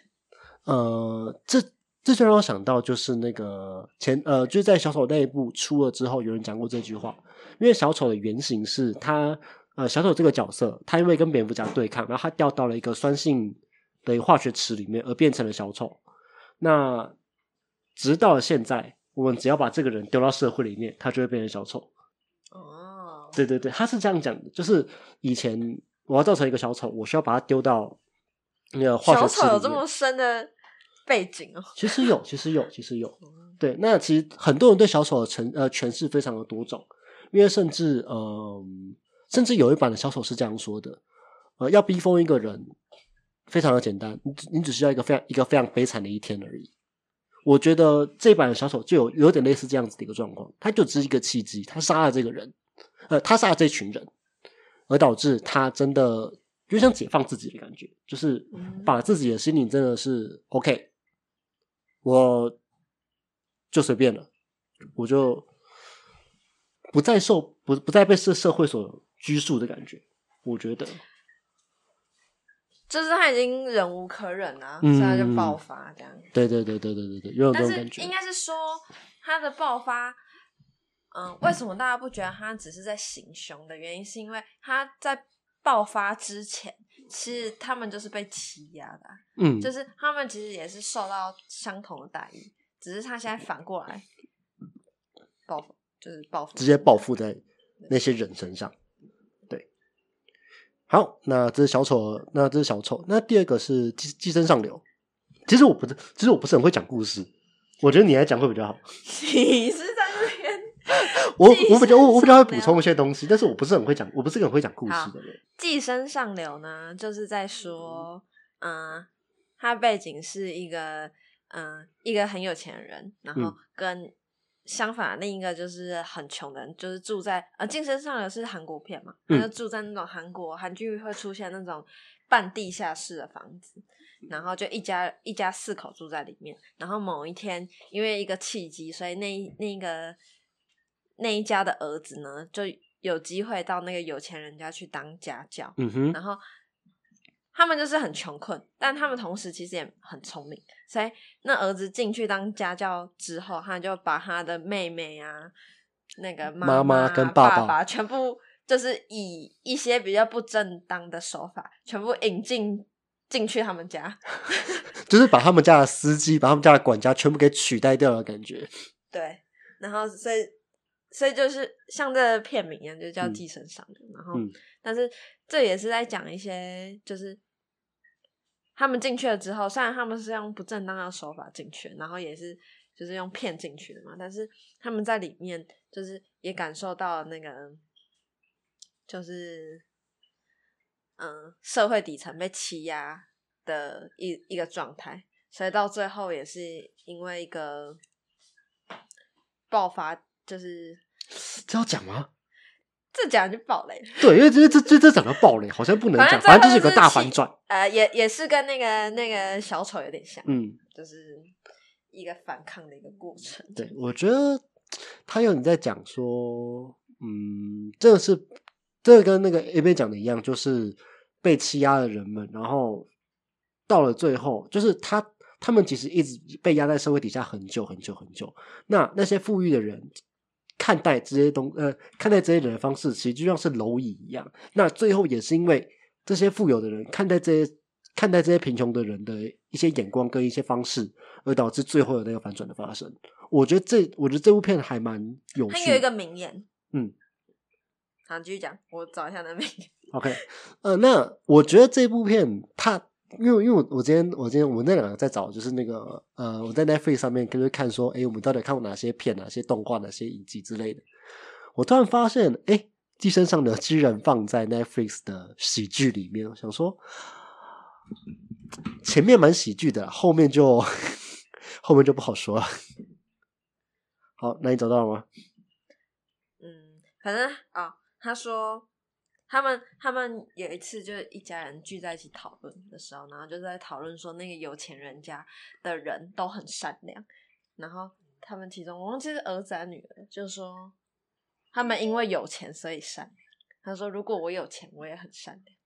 A: 呃，这这就让我想到，就是那个前呃，就是在小丑那一部出了之后，有人讲过这句话，因为小丑的原型是他呃，小丑这个角色，他因为跟蝙蝠侠对抗，然后他掉到了一个酸性的一个化学池里面，而变成了小丑。那直到了现在，我们只要把这个人丢到社会里面，他就会变成小丑。
B: 哦，
A: 对对对，他是这样讲的，就是以前我要造成一个小丑，我需要把他丢到那个化
B: 小
A: 学池
B: 丑
A: 里面。
B: 有这么深的背景哦。
A: 其实有，其实有，其实有。对，那其实很多人对小丑的诠呃诠释非常的多种，因为甚至嗯、甚至有一版的小丑是这样说的，呃，要逼疯一个人非常的简单，你只你只需要一个非常一个非常悲惨的一天而已。我觉得这版的小丑就有有点类似这样子的一个状况，他就只是一个契机，他杀了这个人，呃，他杀了这群人，而导致他真的就像解放自己的感觉，就是
B: 嗯
A: 把自己的心灵真的是 OK，我就随便了，我就不再受不不再被社社会所拘束的感觉，我觉得，
B: 就是他已经忍无可忍了、
A: 嗯
B: 所以他就爆发这样。
A: 对对对对对对对，有种
B: 但
A: 这种
B: 是
A: 感觉
B: 应，该是说他的爆发，嗯、为什么大家不觉得他只是在行凶的原因，是因为他在爆发之前，其实他们就是被欺压的啊、
A: 嗯，
B: 就是他们其实也是受到相同的待遇，只是他现在反过来报复，就是报复，
A: 直接报复在那些人身上，对。好，那这是小丑，那这是小丑，那第二个是寄寄生上流。其实我不是，其实我不是很会讲故事，我觉得你来讲会比较好。
B: (laughs) 你是在这边
A: 我
B: 寄
A: 我比较我我比较会
B: 生上
A: 补
B: 流
A: 充一些东西，但是我不是很会讲，我不是很会讲故
B: 好
A: 事的人。
B: 寄生上流呢，就是在说，嗯、他背景是一个，嗯、一个很有钱的人，然后
A: 嗯
B: 跟相反另一个就是很穷的人，就是住在呃，寄生上流是韩国片嘛，他
A: 嗯
B: 就住在那种韩国韩剧会出现那种半地下室的房子，然后就一家一家四口住在里面，然后某一天因为一个契机，所以那一那一个。那一家的儿子呢，就有机会到那个有钱人家去当家教，
A: 嗯哼，
B: 然后他们就是很穷困，但他们同时其实也很聪明，所以那儿子进去当家教之后，他就把他的妹妹啊、那个
A: 妈妈
B: 妈
A: 跟爸
B: 爸
A: 爸
B: 全部就是以一些比较不正当的手法，全部引进进去他们家。
A: 就是把他们家的司机、把他们家的管家全部给取代掉的感觉。
B: 对，然后所以所以就是像这个片名一样，就叫
A: 嗯
B: 《寄生上流》然后，
A: 嗯
B: 但是这也是在讲一些就是他们进去了之后，虽然他们是用不正当的手法进去，然后也是就是用骗进去的嘛，但是他们在里面就是也感受到那个就是嗯社会底层被欺压的一一个状态，所以到最后也是因为一个爆发，就是
A: 这要讲吗？
B: 这讲就爆雷了，
A: 对，因为这这这这讲到爆雷，好像不能
B: 反
A: 讲，
B: 正
A: 反正就是有
B: 最后
A: 个大
B: 是
A: 反
B: 气
A: 转。
B: (laughs) 呃，也也是跟那个那个小丑有点像，
A: 嗯，
B: 就是一个反抗的一个过程。
A: 对，我觉得他有你在讲说，嗯，这个是这个跟那个 A 妹讲的一样，就是被欺压的人们，然后到了最后，就是他他们其实一直被压在社会底下很久很久很久。那那些富裕的人看待这些东呃看待这些人的方式，其实就像是蝼蚁一样。那最后也是因为这些富有的人看待这些看待这些贫穷的人的一些眼光跟一些方式，而导致最后有那个反转的发生。我觉得这我觉得这部片还蛮有趣
B: 他
A: 的。
B: 有一个名言，
A: 嗯，
B: 好，你继续讲，我找一下那名言。
A: OK，呃，那我觉得这部片它，因为因为我我今天我今天我们那两个在找，就是那个呃，我在 Netflix 上面跟着看说，诶，我们到底看过哪些片、哪些动画、哪些影集之类的。我突然发现，诶，寄生上流》居然放在 Netflix 的喜剧里面，我想说前面蛮喜剧的，后面就 (laughs) 后面就不好说了。 (laughs) 好，那你找到了吗？
B: 嗯，反正啊、他说他们他们有一次就是一家人聚在一起讨论的时候，然后就在讨论说那个有钱人家的人都很善良，然后他们其中我忘记是儿子还是女儿，就说他们因为有钱所以善良。他说如果我有钱，我也很善良。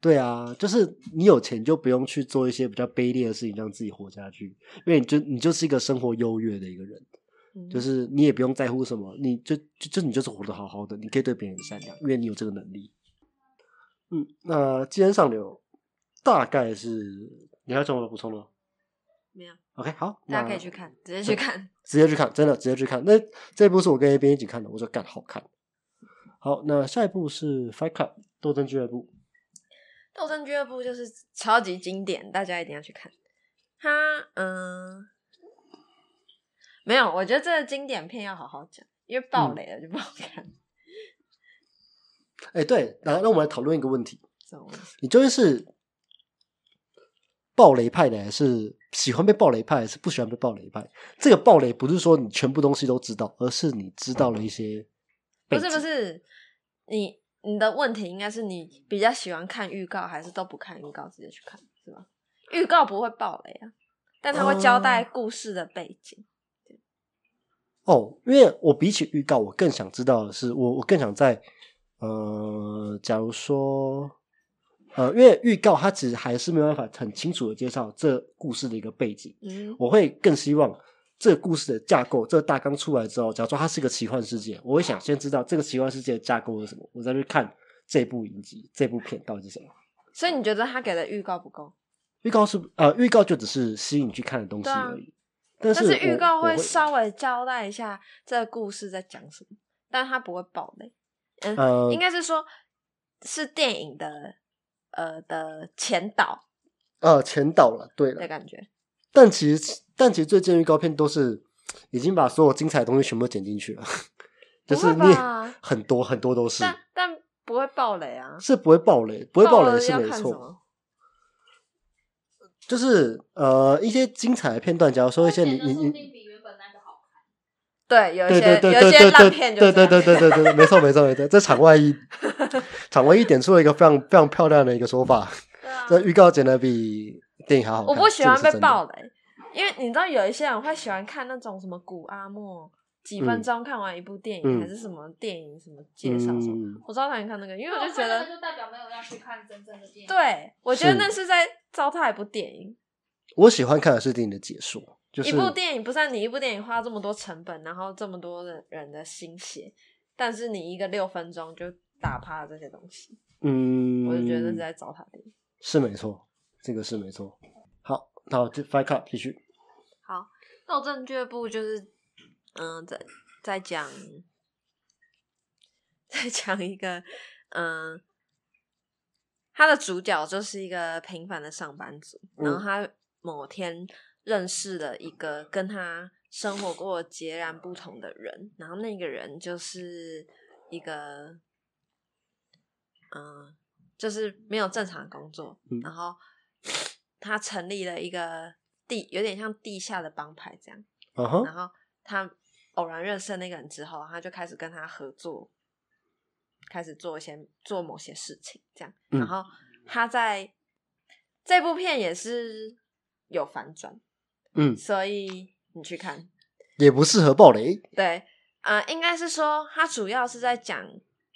A: 对啊，就是你有钱就不用去做一些比较卑劣的事情，让自己活下去，因为你就你就是一个生活优越的一个人，
B: 嗯
A: 就是你也不用在乎什么，你就就就你就是活得好好的，你可以对别人善良，因为你有这个能力。嗯，那既然上流大概是你还有什么补充的吗
B: 没有，
A: ？OK，好，
B: 大家可
A: 那
B: 以去看，直接去看。
A: 直接去看，真的直接去看。那这部是我跟 A 边一起看的，我说干好看。好，那下一部是《Fight Club》斗争俱乐部。
B: 斗争俱乐部就是超级经典，大家一定要去看。它嗯，没有，我觉得这个经典片要好好讲，因为
A: 嗯
B: 爆雷了就不好看。
A: 哎，对，那那我们来讨论一个问题。
B: 这种
A: 你究竟是暴雷派的，还是喜欢被暴雷派，还是不喜欢被暴雷派？这个暴雷不是说你全部东西都知道，而是你知道了一些背
B: 不
A: 景。
B: 是不是，你你的问题应该是你比较喜欢看预告，还是都不看预告直接去看，是吧？预告不会爆雷啊，但它会交代故事的背景。
A: 哦，因为我比起预告，我更想知道的是，我我更想在呃，假如说呃，因为预告它其实还是没有办法很清楚的介绍这故事的一个背景。
B: 嗯，
A: 我会更希望这个故事的架构，这个大纲出来之后，假如说它是个奇幻世界，我会想先知道这个奇幻世界的架构是什么，我再去看这部影集、这部片到底是什么。
B: 所以你觉得他给的预告不够？
A: 预告是呃，预告就只是吸引你去看的东西
B: 对啊
A: 而已。但
B: 但
A: 是
B: 是预
A: 我
B: 告
A: 我会
B: 会稍微交代一下这个故事在讲什么，但它不会爆雷。嗯，
A: 呃
B: 应该是说，是电影的呃的前导
A: 呃前导了，对
B: 的
A: 了。
B: 感觉。
A: 但其实但其实最近的预告片都是已经把所有精彩的东西全部剪进去了， (laughs) 就
B: 不
A: 是
B: 会
A: 你也
B: 吧
A: 很多很多都是
B: 但但不会爆雷啊，
A: 是不会爆雷，不会爆
B: 了
A: 雷是
B: 要
A: 没
B: 看
A: 错
B: 什。么
A: 就是呃一些精彩的片段，假如说一些你
B: 哦
A: 你
C: 说不
A: 你。
C: 定比原本那个好看。
B: 对，有一
A: 对对
B: 些
A: 对
B: 有
A: 对
B: 一
A: 对对
B: 些烂片就
A: 对
B: 是这
A: 对
B: 样
A: 对对对对，对没错没错没错，这场外
B: (laughs)
A: 一场外一点出了一个非常非常漂亮的一个说法，
C: 对啊
A: 这预告剪的比电影还好看。
B: 嗯我不喜欢
A: 这个
B: 被
A: 是真的
B: 爆雷，因为你知道有一些人会喜欢看那种什么古阿莫，几分钟看完一部电影，
A: 嗯
B: 还是什么电影什么介绍什么，
A: 嗯
B: 我超讨厌看那个，因为我就觉
C: 看那
B: 得
C: 个，就代表没有要去看真正的电影。，
B: 对我觉得
A: 是
B: 那是在糟蹋一部电影。
A: 我喜欢看的是电影的解说，就是
B: 一部电影不是你一部电影花这么多成本，然后这么多的人的心血，但是你一个六分钟就打趴这些东西，
A: 嗯，
B: 我就觉得那是在糟蹋电影。
A: 是没错，这个是没错。好，那我就 fight club 继续。
B: 斗争俱乐部就是，嗯、在在讲， (laughs) 在讲一个，嗯、他的主角就是一个平凡的上班族，
A: 嗯
B: 然后他某天认识了一个跟他生活过截然不同的人，然后那个人就是一个，嗯、就是没有正常的工作，
A: 嗯
B: 然后他成立了一个地，有点像地下的帮派这样，
A: 嗯哼，
B: 然后他偶然认识那个人之后，他就开始跟他合作，开始做一些做某些事情，这样。
A: 嗯
B: 然后他在这部片也是有反转，
A: 嗯，
B: 所以你去看，
A: 也不适合暴雷。
B: 对，呃，应该是说他主要是在讲，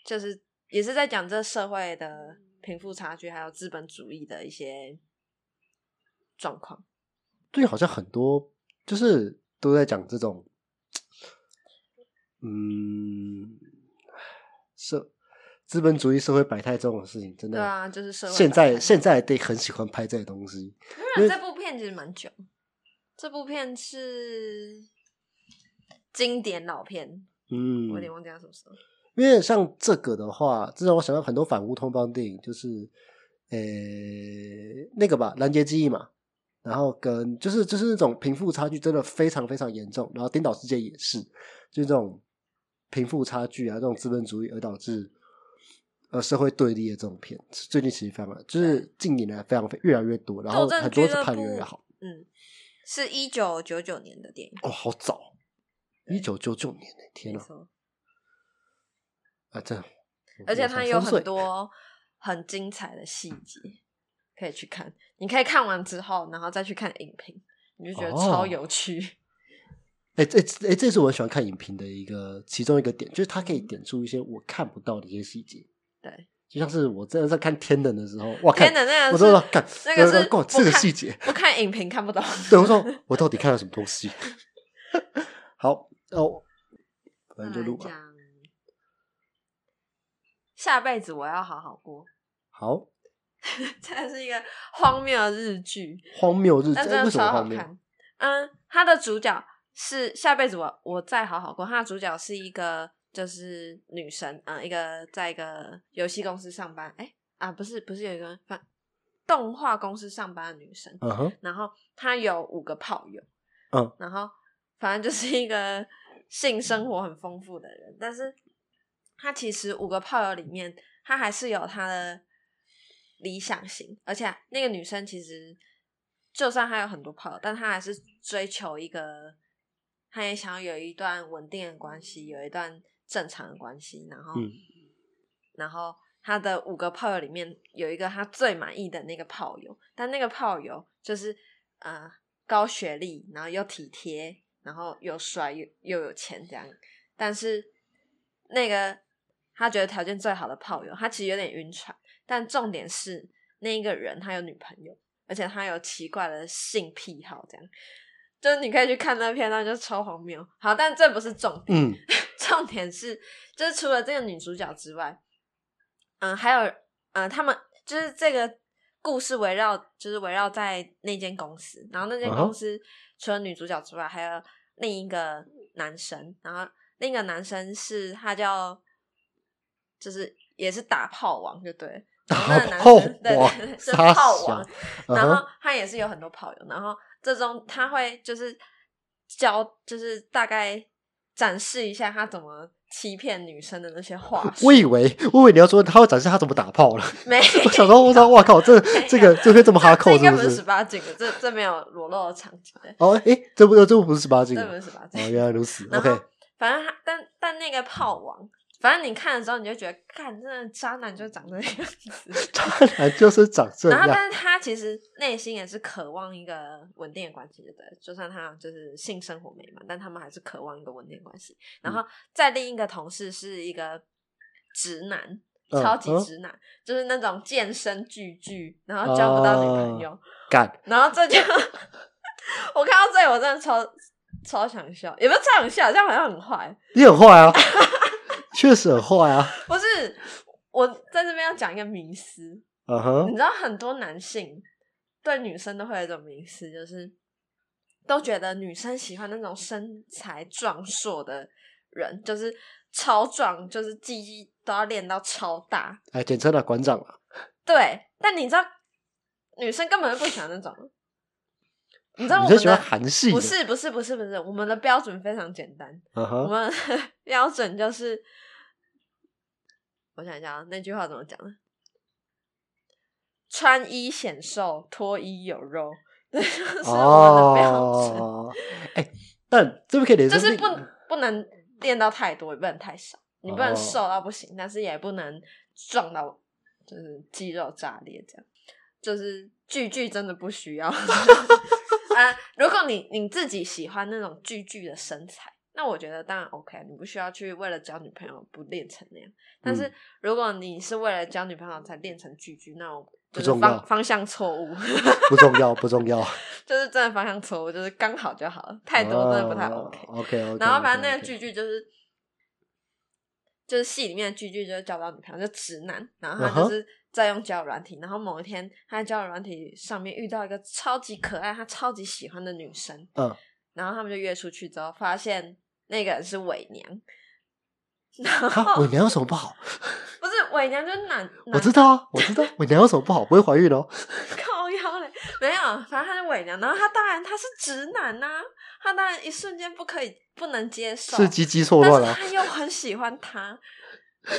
B: 就是也是在讲这社会的贫富差距，还有资本主义的一些状况。
A: 最近好像很多就是都在讲这种，嗯，社资本主义社会百态这种事情，真的
B: 对啊，就是社会
A: 现
B: 百
A: 在
B: 态
A: 现在得很喜欢拍这些东西。
B: 没有，这部片其实蛮久。这部片是经典老片，
A: 嗯，
B: 我有点忘记它什么时候。
A: 因为像这个的话，这让我想到很多反乌托邦电影，就是呃那个吧，《拦截记忆》嘛，然后跟就是就是那种贫富差距真的非常非常严重，然后《颠倒世界》也是，就是这种贫富差距啊，这种资本主义而导致呃社会对立的这种片，最近其实非常就是近年来非常越来越多，然后
B: 斗
A: 很
B: 争
A: 多
B: 俱
A: 是
B: 乐
A: 拍
B: 部
A: 的越来越好。，
B: 嗯，是一九九九年的电影，
A: 哦，好早，一九九九年呢，天
B: 没
A: 哪
B: 错。
A: 啊，这样，
B: 而且
A: 我
B: 它
A: 才
B: 有
A: 三岁
B: 很多很精彩的细节可以去看，你可以看完之后，然后再去看影评，你就觉得超
A: 哦
B: 有趣。
A: 哎、这哎、这是我很喜欢看影评的一个其中一个点，就是它可以点出一些我看不到的一些细节。
B: 对，
A: 就像是我真的在看《天能》的时候，哇，看
B: 天哪，那
A: 我
B: 个
A: 知道
B: 是
A: 看
B: 那个是
A: 哇，
B: 不
A: 这个
B: 看
A: 细节，
B: 不看影评看不懂。
A: (laughs) 对我说我到底看了什么东西？ (laughs) 好哦，反正就录
B: 再来
A: 吧。
B: 讲下辈子我要好好过， (laughs)
A: 好，
B: 这是一个荒谬的日剧，
A: 荒谬日记、
B: 但
A: 哎
B: 真
A: 为
B: 的
A: 什
B: 超
A: 么
B: 好
A: 荒谬？
B: 看。嗯，它的主角是下辈子我我再好好过，它的主角是一个就是女神，嗯、一个在一个游戏公司上班，哎、啊不是不是有一个反动画公司上班的女生，
A: 嗯哼，
B: 然后她有五个炮友，
A: 嗯，
B: 然后反正就是一个性生活很丰富的人，但是他其实五个炮友里面，他还是有他的理想型，而且那个女生其实就算她有很多炮友，但她还是追求一个，她也想要有一段稳定的关系，有一段正常的关系，然后，
A: 嗯
B: 然后。她的五个炮友里面有一个她最满意的那个炮友，但那个炮友就是呃高学历，然后又体贴，然后又帅又又有钱这样。但是那个他觉得条件最好的炮友，他其实有点晕船。但重点是那一个人他有女朋友，而且他有奇怪的性癖好，这样。就是你可以去看那片段，就是超荒谬。好，但这不是重点，
A: 嗯，
B: (laughs) 重点是，就是除了这个女主角之外，嗯，还有嗯，他们就是这个故事围绕，就是围绕在那间公司，然后那间
A: 嗯哼
B: 公司、除了女主角之外，还有另一个男生，然后另一个男生是他叫，就是也是打炮王，就对了。然后那个
A: (laughs)
B: 男
A: 炮
B: 生对
A: 王
B: 对对是
A: 傻
B: 炮
A: 小
B: 王，
A: 嗯
B: 然
A: 哼
B: 后，他也是有很多炮友，然后这中他会就是教，就是大概展示一下他怎么欺骗女生的那些话术
A: (laughs) 我。以为我以为你要说他会展示他怎么打炮了， (laughs)
B: 没，
A: 我
B: (laughs)
A: 想说，我操，哇靠，这这个这会这么哈
B: 这
A: 扣
B: 应
A: 是
B: 该
A: 不
B: 不是十
A: 是？
B: 八禁的，这这没有裸露的场景，对
A: 哦，哎、这不这不是十八禁
B: 这
A: 吗
B: 不是十八禁
A: 哦，。原来如此。
B: 然
A: OK，
B: 后反正他但但那个炮王，反正你看的时候，你就觉得，看，真的渣男就长这个样子。
A: (laughs) 渣男就是长这
B: 然后，
A: 样，
B: 但是他其实内心也是渴望一个稳定的关系，对不对？就算他就是性生活美满，但他们还是渴望一个稳定的关系。然
A: 嗯
B: 后，再另一个同事是一个直男，
A: 嗯
B: 超级直男，就是那种健身巨巨，然后交不到女朋
A: 哦
B: 友，
A: 干
B: 然后这就 (laughs) 我看到这里，我真的超超想笑，也不是超想笑，这样好像很坏，
A: 你很坏啊， (laughs) 确实很坏啊，
B: 不是。我在这边要讲一个迷思，
A: 嗯哼
B: 你，知道很多男性对女生都会有一种迷思，就是都觉得女生喜欢那种身材壮硕的人，就是超壮，就是鸡鸡都要练到超大。
A: 哎，简称了馆长了，
B: 对，但你知道，女生根本就不喜欢那种。你知道我
A: 女生
B: 们
A: 喜欢
B: 的
A: 韩系
B: 不
A: 的，
B: 是不是不是不是，我们的标准非常简单，
A: 嗯
B: 我
A: 哼，
B: 们 (laughs) 的标准就是，我想一下啊那句话怎么讲呢？穿衣显瘦，脱衣有肉， (laughs) 这就是我们的标准。
A: 哦，哎，但这边可以连
B: 就
A: 上
B: 是
A: 另，
B: 不不能练到太多，也不能太少，你不能
A: 哦
B: 瘦到不行，但是也不能壮到就是肌肉炸裂这样。就是巨巨真的不需要。 (laughs) 啊，如果你你自己喜欢那种巨巨的身材，那我觉得当然 OK，你不需要去为了交女朋友不练成那样。但
A: 嗯
B: 是如果你是为了交女朋友才练成巨巨，那我
A: 不
B: 就是
A: 重要
B: 方方向错误。 (laughs)
A: 不重要，不重要，
B: 就是真的方向错误，就是刚好就好了， (laughs) 太多真的不太
A: 哦
B: OK。
A: OK OK，
B: 然后反正那个句句就是，就是戏里面的句句就是交不到女朋友，就直男。然后他
A: 嗯
B: 就
A: 哼
B: 是在用交友软体，然后某一天他在交友软体上面遇到一个超级可爱、他超级喜欢的女生，
A: 嗯，
B: 然后他们就约出去之后，发现那个人是伪娘。
A: 啊，伪娘有什么不好？
B: 不是伪娘，就是男，
A: 我
B: 男
A: 知道啊，我知道，伪娘有什么不好？不会怀孕哦。
B: (laughs) 靠腰嘞，没有，反正他是伪娘，然后他当然他是直男呐、他当然一瞬间不可以不能接受，
A: 是鸡鸡错
B: 但
A: 乱
B: 是
A: 啊，
B: 他又很喜欢他，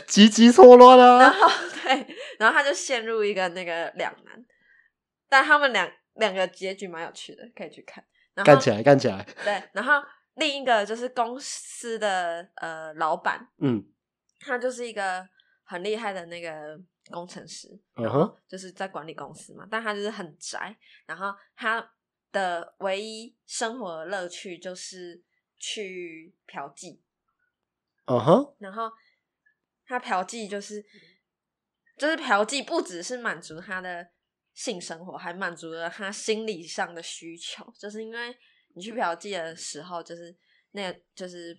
A: 鸡鸡错乱
B: 然
A: 啊，
B: 后对，然后他就陷入一个那个两难，但他们两两个结局蛮有趣的，可以去看。然
A: 干
B: 后
A: 起来，干起来，
B: 对，然后另一个就是公司的呃老板，
A: 嗯
B: 他就是一个很厉害的那个工程师，
A: 嗯哼，
B: 就是在管理公司嘛，但他就是很宅，然后他的唯一生活的乐趣就是去嫖妓，
A: 嗯哼，
B: 然后他嫖妓就是就是嫖妓，不只是满足他的性生活，还满足了他心理上的需求。就是因为你去嫖妓的时候，就是那个就是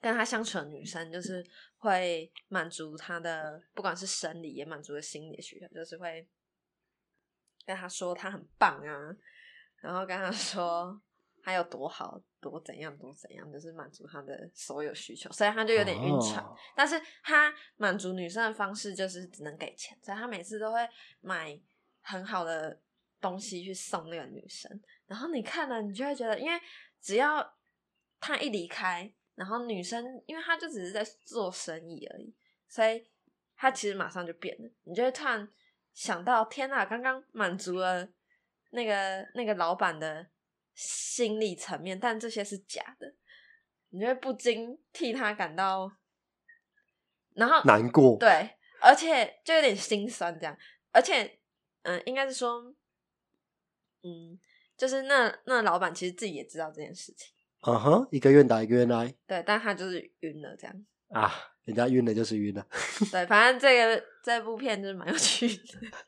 B: 跟他相处的女生，就是会满足他的不管是生理，也满足了心理的需求，就是会跟他说他很棒啊，然后跟他说他有多好。多怎样多怎样，就是满足他的所有需求，所以他就有点晕船。
A: 哦
B: 但是他满足女生的方式就是只能给钱，所以他每次都会买很好的东西去送那个女生。然后你看了，你就会觉得，因为只要他一离开，然后女生，因为他就只是在做生意而已，所以他其实马上就变了。你就会突然想到，天呐，刚刚满足了那个那个老板的心理层面，但这些是假的，你就会不禁替他感到，然后
A: 难过，
B: 对，而且就有点心酸这样，而且嗯，应该是说，嗯，就是那那老板其实自己也知道这件事情，
A: 嗯哼，一个愿打一个愿挨
B: 对，但他就是晕了这样。
A: 啊，人家晕了就是晕了。
B: 对，反正这个这部片就是蛮有趣的，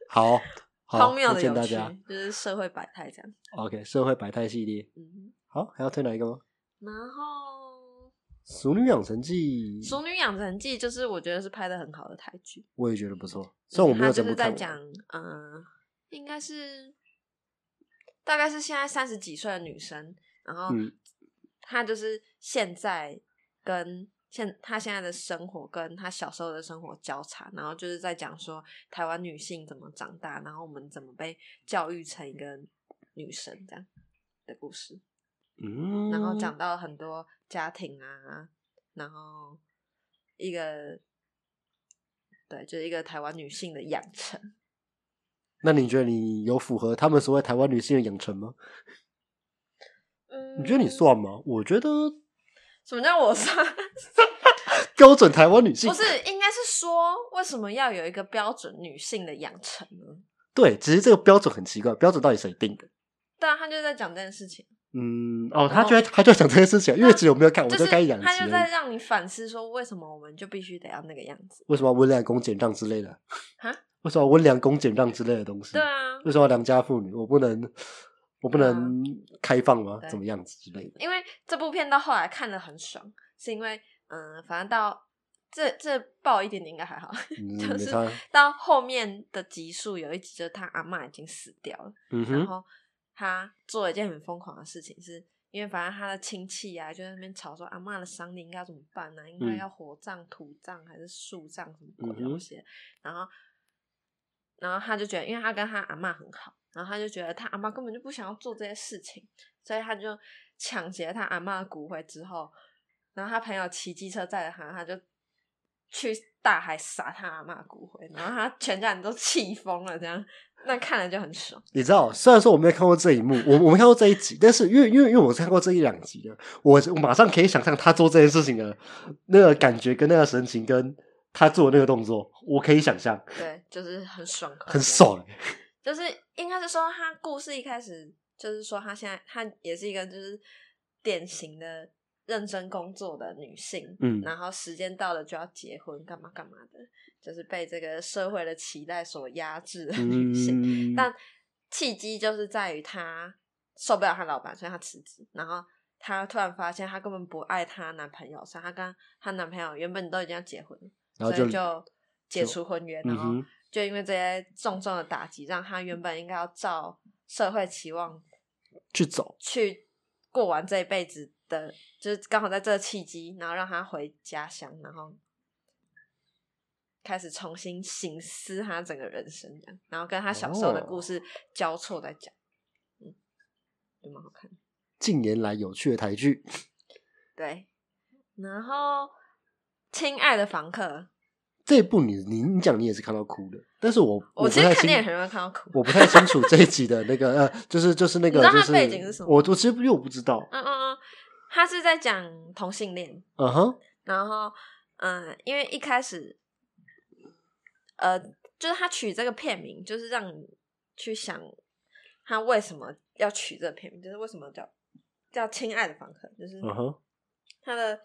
A: 好，好
B: 荒，谬
A: 推
B: 的
A: 荐
B: 有
A: 大
B: 趣
A: 家。，
B: 就是社会百态这样。
A: OK，社会百态系列，
B: 嗯，
A: 好，还要推哪一个吗？
B: 然后
A: 《熟女养成记》
B: 《熟女养成记》就是我觉得是拍的很好的台剧，
A: 我也觉得不错，虽然我没
B: 它
A: 有
B: 就
A: 怎么
B: 是在
A: 看
B: 讲
A: 完。，
B: 嗯、应该是大概是现在三十几岁的女生，然后
A: 嗯
B: 她就是现在跟现她现在的生活跟她小时候的生活交叉，然后就是在讲说台湾女性怎么长大，然后我们怎么被教育成一个女生这样的故事，
A: 嗯，
B: 然后讲到很多家庭啊，然后一个。对，就是一个台湾女性的养成，
A: 那你觉得你有符合他们所谓台湾女性的养成吗？
B: 嗯
A: 嗯你觉得你算吗？我觉得
B: 什么叫我算？
A: 标准台湾女性
B: 不。是，应该是说为什么要有一个标准女性的养成呢？
A: 对，只是这个标准很奇怪，标准到底谁定的？
B: 对啊，他就在讲这件事情，
A: 嗯，哦，他
B: 然后
A: 就在他就在讲这件事情，啊因为只有没有看，我
B: 就是
A: 该养鸡
B: 他就在
A: 而已。
B: 让你反思说，为什么我们就必须得要那个样子？
A: 为什么要温良恭俭让之类的？
B: 哈？
A: (laughs) 为什么要温良恭俭让之类的东西？
B: 对啊，
A: 为什么要良家妇女？我不能，我不
B: 对啊
A: 能开放吗？
B: 对
A: 怎么样子之
B: (laughs)
A: 类的？
B: 因为这部片到后来看的很爽，是因为嗯、呃反正到这这爆一点点应该还好， (laughs)
A: 嗯，
B: 就
A: 没
B: 是 (laughs)
A: 差。
B: 到后面的集数有一集就是他阿嬷已经死掉了，
A: 嗯哼，
B: 然后他做了一件很疯狂的事情是，因为反正他的亲戚啊就在那边吵说阿嬷的丧礼应该要怎么办呢、应该
A: 嗯
B: 要火葬、土葬还是树葬什么
A: 嗯
B: 鬼
A: 哼
B: 东西的？然后，然后他就觉得，因为他跟他阿嬷很好，然后他就觉得他阿嬷根本就不想要做这些事情，所以他就抢劫他阿嬷的骨灰之后，然后他朋友骑机车载着他，他就去大海撒他阿嬷的骨灰，然后他全家人都气疯了，这样那看了就很爽。
A: 你知道，虽然说我没有看过这一幕，我我没看过这一集，但是因为因为因为我是看过这一两集的，我我马上可以想象他做这件事情的那个感觉跟那个神情，跟他做的那个动作，我可以想象，
B: 对，就是很爽快，
A: 很。爽。欸
B: 就是应该是说，他故事一开始就是说，她现在她也是一个就是典型的认真工作的女性，
A: 嗯
B: (laughs) 然后时间到了就要结婚，干嘛干嘛的，就是被这个社会的期待所压制的女性。
A: 嗯，
B: 但契机就是在于她受不了她老板，所以她辞职，然后。她突然发现，她根本不爱她男朋友，所以她跟她男朋友原本都已经要结婚了，
A: 然后
B: 所
A: 就
B: 以就解
A: 就
B: 除婚约，然
A: 嗯
B: 后
A: 哼，
B: 就因为这些重重的打击，让他原本应该要照社会期望
A: 去走，
B: 去过完这一辈子的，就是刚好在这个契机，然后让他回家乡，然后开始重新醒思他整个人生，这样，然后跟他小时候的故事交错在讲，嗯，也蛮好看的。
A: 近年来有趣的台剧，
B: 对，然后《亲爱的房客》，
A: 这一部你你你讲你也是看到哭的，但是我
B: 我
A: 不
B: 其实
A: 太
B: 看
A: 清
B: 电影很容易看到哭
A: 我不太清楚这一集的那个呃，就是就是那个
B: 你知道
A: 就
B: 它
A: 是
B: 背景是什么
A: 我我其实因为我不知道，
B: 嗯嗯嗯，他是在讲同性恋。
A: 嗯哼，
B: 然后，嗯，因为一开始，呃，就是他取这个片名，就是让你去想他为什么要取这个片名，就是为什么叫叫《亲爱的房客》，就是
A: 嗯哼，
B: 他的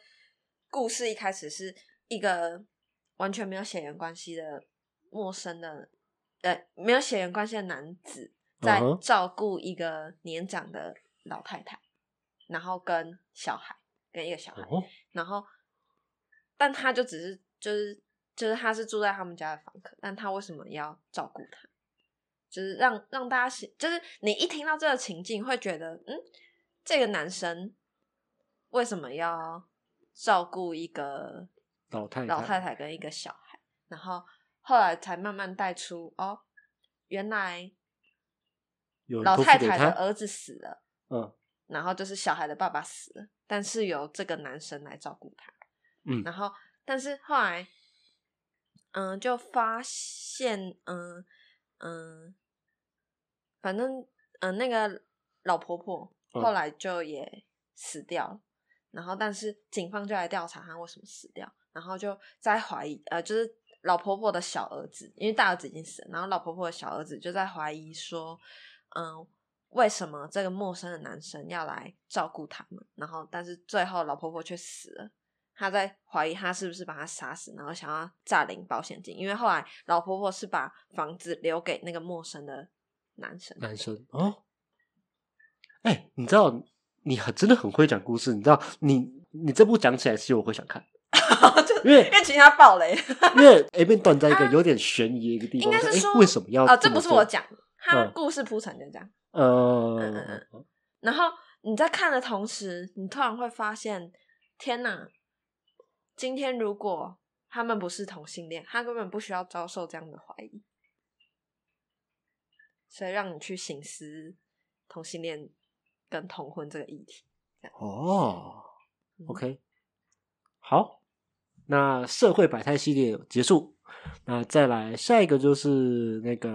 B: 故事一开始是一个完全没有血缘关系的陌生的，呃，没有血缘关系的男子在
A: 嗯哼
B: 照顾一个年长的老太太，然后跟小孩，跟一个小孩。
A: 哦，
B: 然后，但他就只是就是就是他是住在他们家的房客，但他为什么要照顾他？就是让让大家想，就是你一听到这个情境，会觉得嗯，这个男生为什么要照顾一个
A: 老太
B: 老太
A: 太，
B: 太跟一个小孩？然后后来才慢慢带出哦，原来
A: 有
B: 老
A: 托付
B: 太
A: 给
B: 太
A: 她
B: 的儿子死了。
A: 嗯
B: 然后就是小孩的爸爸死了，但是由这个男生来照顾他。
A: 嗯
B: 然后但是后来，嗯、就发现，嗯、嗯、反正嗯、呃那个老婆婆
A: 嗯
B: 后来就也死掉了。然后但是警方就来调查她为什么死掉，然后就在怀疑，呃，就是老婆婆的小儿子，因为大儿子已经死了，然后老婆婆的小儿子就在怀疑说，嗯，为什么这个陌生的男生要来照顾他们？然后，但是最后老婆婆却死了。她在怀疑他是不是把他杀死，然后想要诈领保险金，因为后来老婆婆是把房子留给那个陌生的男生。
A: 男生哦，哎、你知道你很真的很会讲故事，你知道你你这部讲起来，其实我会想
B: (laughs)
A: 看，因为
B: 因为其实他爆雷
A: 因为 A 面断在一个有点悬疑的一个地
B: 啊
A: 方，
B: 应该
A: 说
B: 是
A: 哎、
B: 说
A: 为什么要
B: 啊、这
A: 么
B: 不是
A: 做
B: 我，讲，他
A: 嗯
B: 故事铺陈就这样。嗯嗯
A: 呃，
B: 然后你在看的同时，你突然会发现，天哪！今天如果他们不是同性恋，他根本不需要遭受这样的怀疑，所以让你去醒思同性恋跟同婚这个议题。
A: 哦
B: 嗯
A: ，OK，好，那社会百态系列结束，那再来下一个就是那个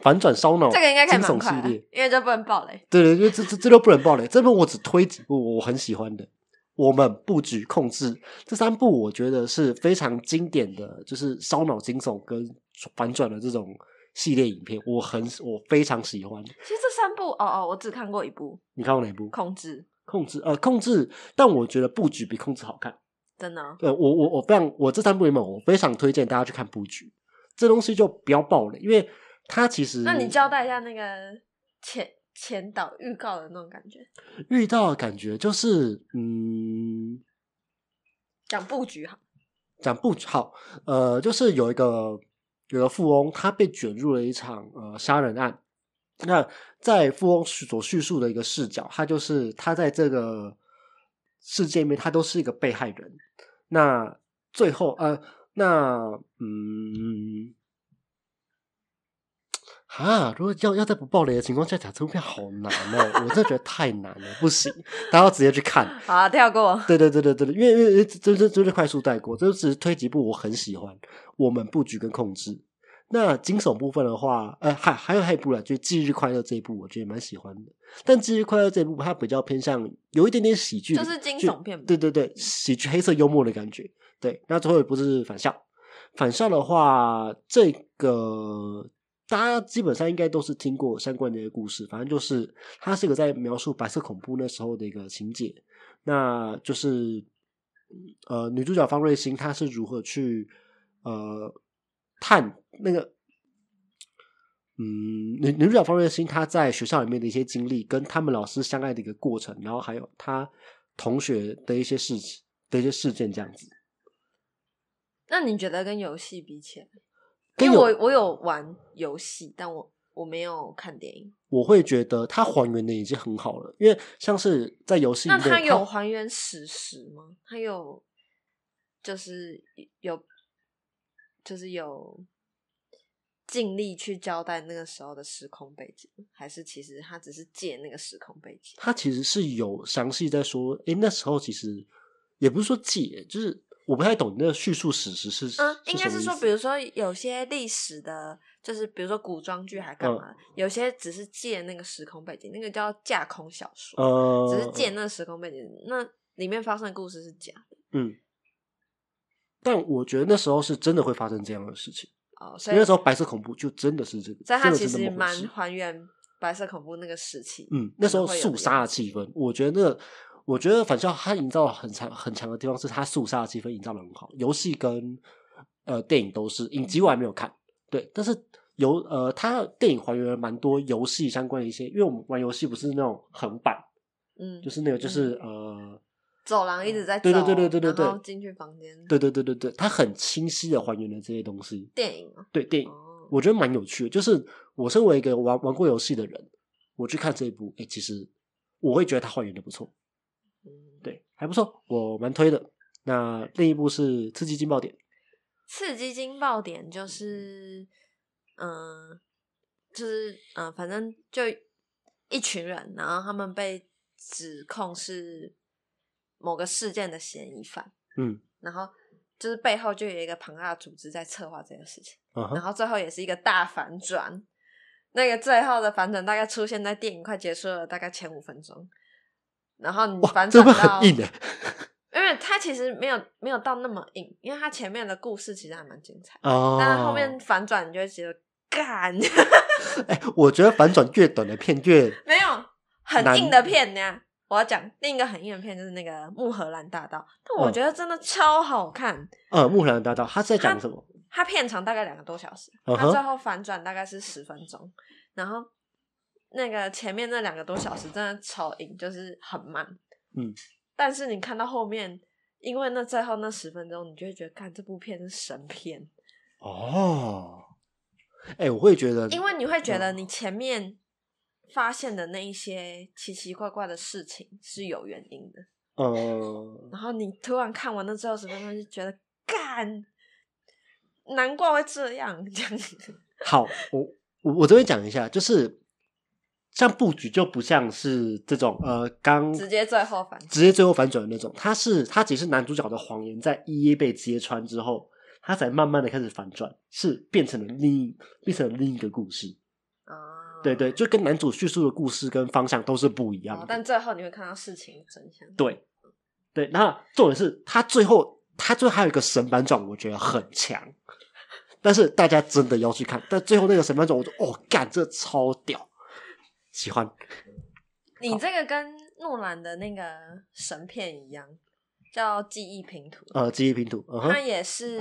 A: 反转烧脑，
B: 这个应该可以
A: 哦惊
B: 蛮
A: 悚
B: 快
A: 系
B: 的
A: 列，，
B: 因为这不能爆雷。
A: 对对，因为这这这都不能爆雷，这部我只推几部我很喜欢的，我们布局控制这三部，我觉得是非常经典的，就是烧脑惊悚跟反转的这种系列影片，我很我非常喜欢。
B: 其实这三部，哦哦，我只看过一部
A: 你看过哪一部？
B: 《控制
A: 控制呃控制，但我觉得布局比控制好看。》，
B: 真的哦、
A: 对呃我我我非常我这三部里面，我非常推荐大家去看布局，这东西就不要爆了，因为它其实
B: 那你交代一下那个前前导预告的那种感觉，
A: 遇到的感觉就是嗯，
B: 讲布局好，
A: 讲不好，呃，就是有一个有个富翁，他被卷入了一场呃杀人案。那在富翁叙所叙述的一个视角，他就是他在这个世界里面，他都是一个被害人。那最后，呃，那嗯，啊，如果要要在不爆雷的情况下讲这部片，好难哦！我真的觉得太难了，不行，大家要直接去看。
B: 好啊，跳过。
A: 对对对对对，因为因为这这这是快速带过，这只是推几部我很喜欢，我们布局跟控制。那惊悚部分的话，呃，还还有还有一部啦，就是《忌日快乐》这一部，我觉得也蛮喜欢的。但《忌日快乐》这一部它比较偏向有一点点喜剧，
B: 就是惊悚片吧
A: 对对对，喜剧黑色幽默的感觉。对，那最后一部是《返校》，《返校》的话，这个大家基本上应该都是听过相关的一个故事，反正就是它是一个在描述白色恐怖那时候的一个情节。那就是呃，女主角方瑞欣她是如何去呃探那个嗯，女女主角方瑞欣她在学校里面的一些经历，跟他们老师相爱的一个过程，然后还有她同学的一些事情的一些事件这样子。
B: 那你觉得跟游戏比起来，
A: 跟
B: 因为
A: 有
B: 我我有玩游戏，但我我没有看电影。
A: 我会觉得它还原的已经很好了，因为像是在游戏里
B: 那
A: 面，
B: 它有还原史实吗？它有，就是有，就是有尽力去交代那个时候的时空背景，还是其实它只是借那个时空背景？
A: 他其实是有详细在说，诶，那时候其实也不是说解，就是我不太懂你那个叙述史实是，
B: 嗯，应该
A: 什
B: 是
A: 么意
B: 说，
A: 思
B: 比如说有些历史的，就是比如说古装剧还干
A: 嗯
B: 嘛，有些只是借那个时空背景，那个叫架空小说，
A: 呃，
B: 只是借那个时空背景，那里面发生的故事是假的
A: 嗯。但我觉得那时候是真的会发生这样的事情，
B: 哦，所
A: 因
B: 以
A: 为那时候白色恐怖就真的是这个，
B: 所以它
A: 真的
B: 其
A: 是
B: 实
A: 那么回事
B: 蛮还原白色恐怖那个时期。
A: 嗯，那时候肃杀的
B: 啊，
A: 气氛，我觉得那个，我觉得反校它营造了很强很强的地方是它肃杀的气氛营造的很好，游戏跟呃电影都是，影集我还没有看，对，但是游呃它电影还原了蛮多游戏相关的一些，因为我们玩游戏不是那种横版，
B: 嗯，
A: 就是那个就是、呃。
B: 走廊一直在走，
A: 对对对对对对对
B: 然后进去房间，
A: 对对对对对，它很清晰的还原了这些东西。
B: 电影啊，
A: 对电影，
B: 哦，
A: 我觉得蛮有趣的。就是我身为一个玩玩过游戏的人，我去看这一部，哎、其实我会觉得它还原的不错，
B: 嗯
A: 对，还不错，我蛮推的。那另一部是《刺激劲爆点》，
B: 刺激惊爆点就是，嗯、就是嗯、呃反正就一群人，然后他们被指控是某个事件的嫌疑犯，
A: 嗯，
B: 然后就是背后就有一个庞大的组织在策划这件事情。
A: 啊
B: 然
A: 哈，
B: 后最后也是一个大反转。那个最后的反转大概出现在电影快结束了，大概前五分钟。然后你
A: 哇，
B: 反
A: 这
B: 转
A: 部
B: 到，
A: 很硬哎、
B: 因为它其实没有没有到那么硬，因为它前面的故事其实还蛮精彩，
A: 哦，
B: 但是后面反转你就会觉得干 (laughs)
A: 哎、我觉得反转越短的片越
B: 没有很
A: 难
B: 硬的片呢。我要讲另一个很硬的片就是那个《穆荷兰大道》，但我
A: 嗯
B: 觉得真的超好看。
A: 呃，木兰大道，他是在讲
B: 它
A: 什么？
B: 它片长大概两个多小时，
A: 嗯
B: 它
A: 哼
B: 最后反转大概是十分钟，然后那个前面那两个多小时真的超硬，就是很慢，
A: 嗯，
B: 但是你看到后面，因为那最后那十分钟，你就会觉得，看这部片是神片，
A: 哦，哎、我会觉得，
B: 因为你会觉得
A: 嗯
B: 你前面发现的那一些奇奇怪怪的事情是有原因的，
A: 呃，
B: 然后你突然看完那最后十分钟，就觉得干，难怪会这样这样子。
A: 好，我我我这边讲一下，就是像布局就不像是这种呃刚
B: 直接最后反转
A: 直接最后反转的那种，它是它只是男主角的谎言在一一被揭穿之后，他才慢慢的开始反转，是变成了另一变成了另一个故事。
B: 啊，
A: 对对，就跟男主叙述的故事跟方向都是不一样
B: 哦
A: 的。
B: 但最后你会看到事情的真相。
A: 对对，那重点是他最后他最后还有一个神板转，我觉得很强，但是大家真的要去看，但最后那个神板转，我就哦干，这超屌，喜欢。
B: 你这个跟诺兰的那个神片一样，叫《记忆拼图》，
A: 呃，记忆拼图，嗯
B: 它
A: 哼，
B: 也是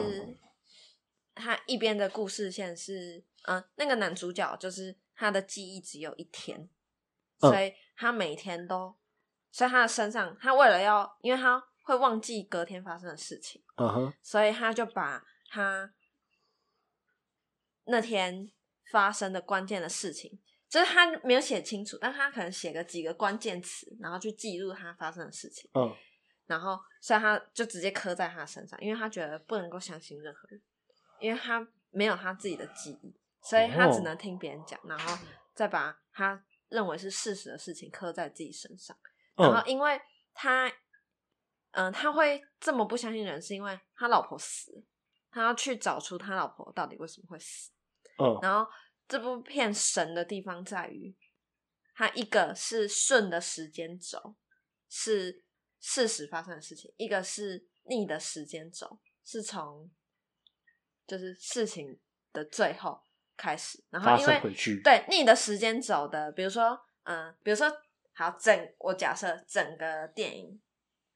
B: 它一边的故事线是，嗯、那个男主角就是他的记忆只有一天，
A: 嗯
B: 所以他每天都，所以他的身上，他为了要，因为他会忘记隔天发生的事情。
A: 嗯哼，
B: 所以他就把他那天发生的关键的事情，就是他没有写清楚，但他可能写个几个关键词，然后去记录他发生的事情，
A: 嗯，
B: 然后所以他就直接刻在他身上，因为他觉得不能够相信任何人，因为他没有他自己的记忆，所以他只能听别人讲，然后再把他认为是事实的事情刻在自己身上。然后
A: 嗯，
B: 因为他，嗯、他会这么不相信人，是因为他老婆死了，他要去找出他老婆到底为什么会死。
A: 嗯，
B: 然后这部片神的地方在于，它一个是顺的时间轴，是事实发生的事情；一个是逆的时间轴，是从就是事情的最后开始。然后
A: 发
B: 因
A: 生
B: 为
A: 回去，
B: 对逆的时间走的，比如说，嗯、比如说，好，整我假设整个电影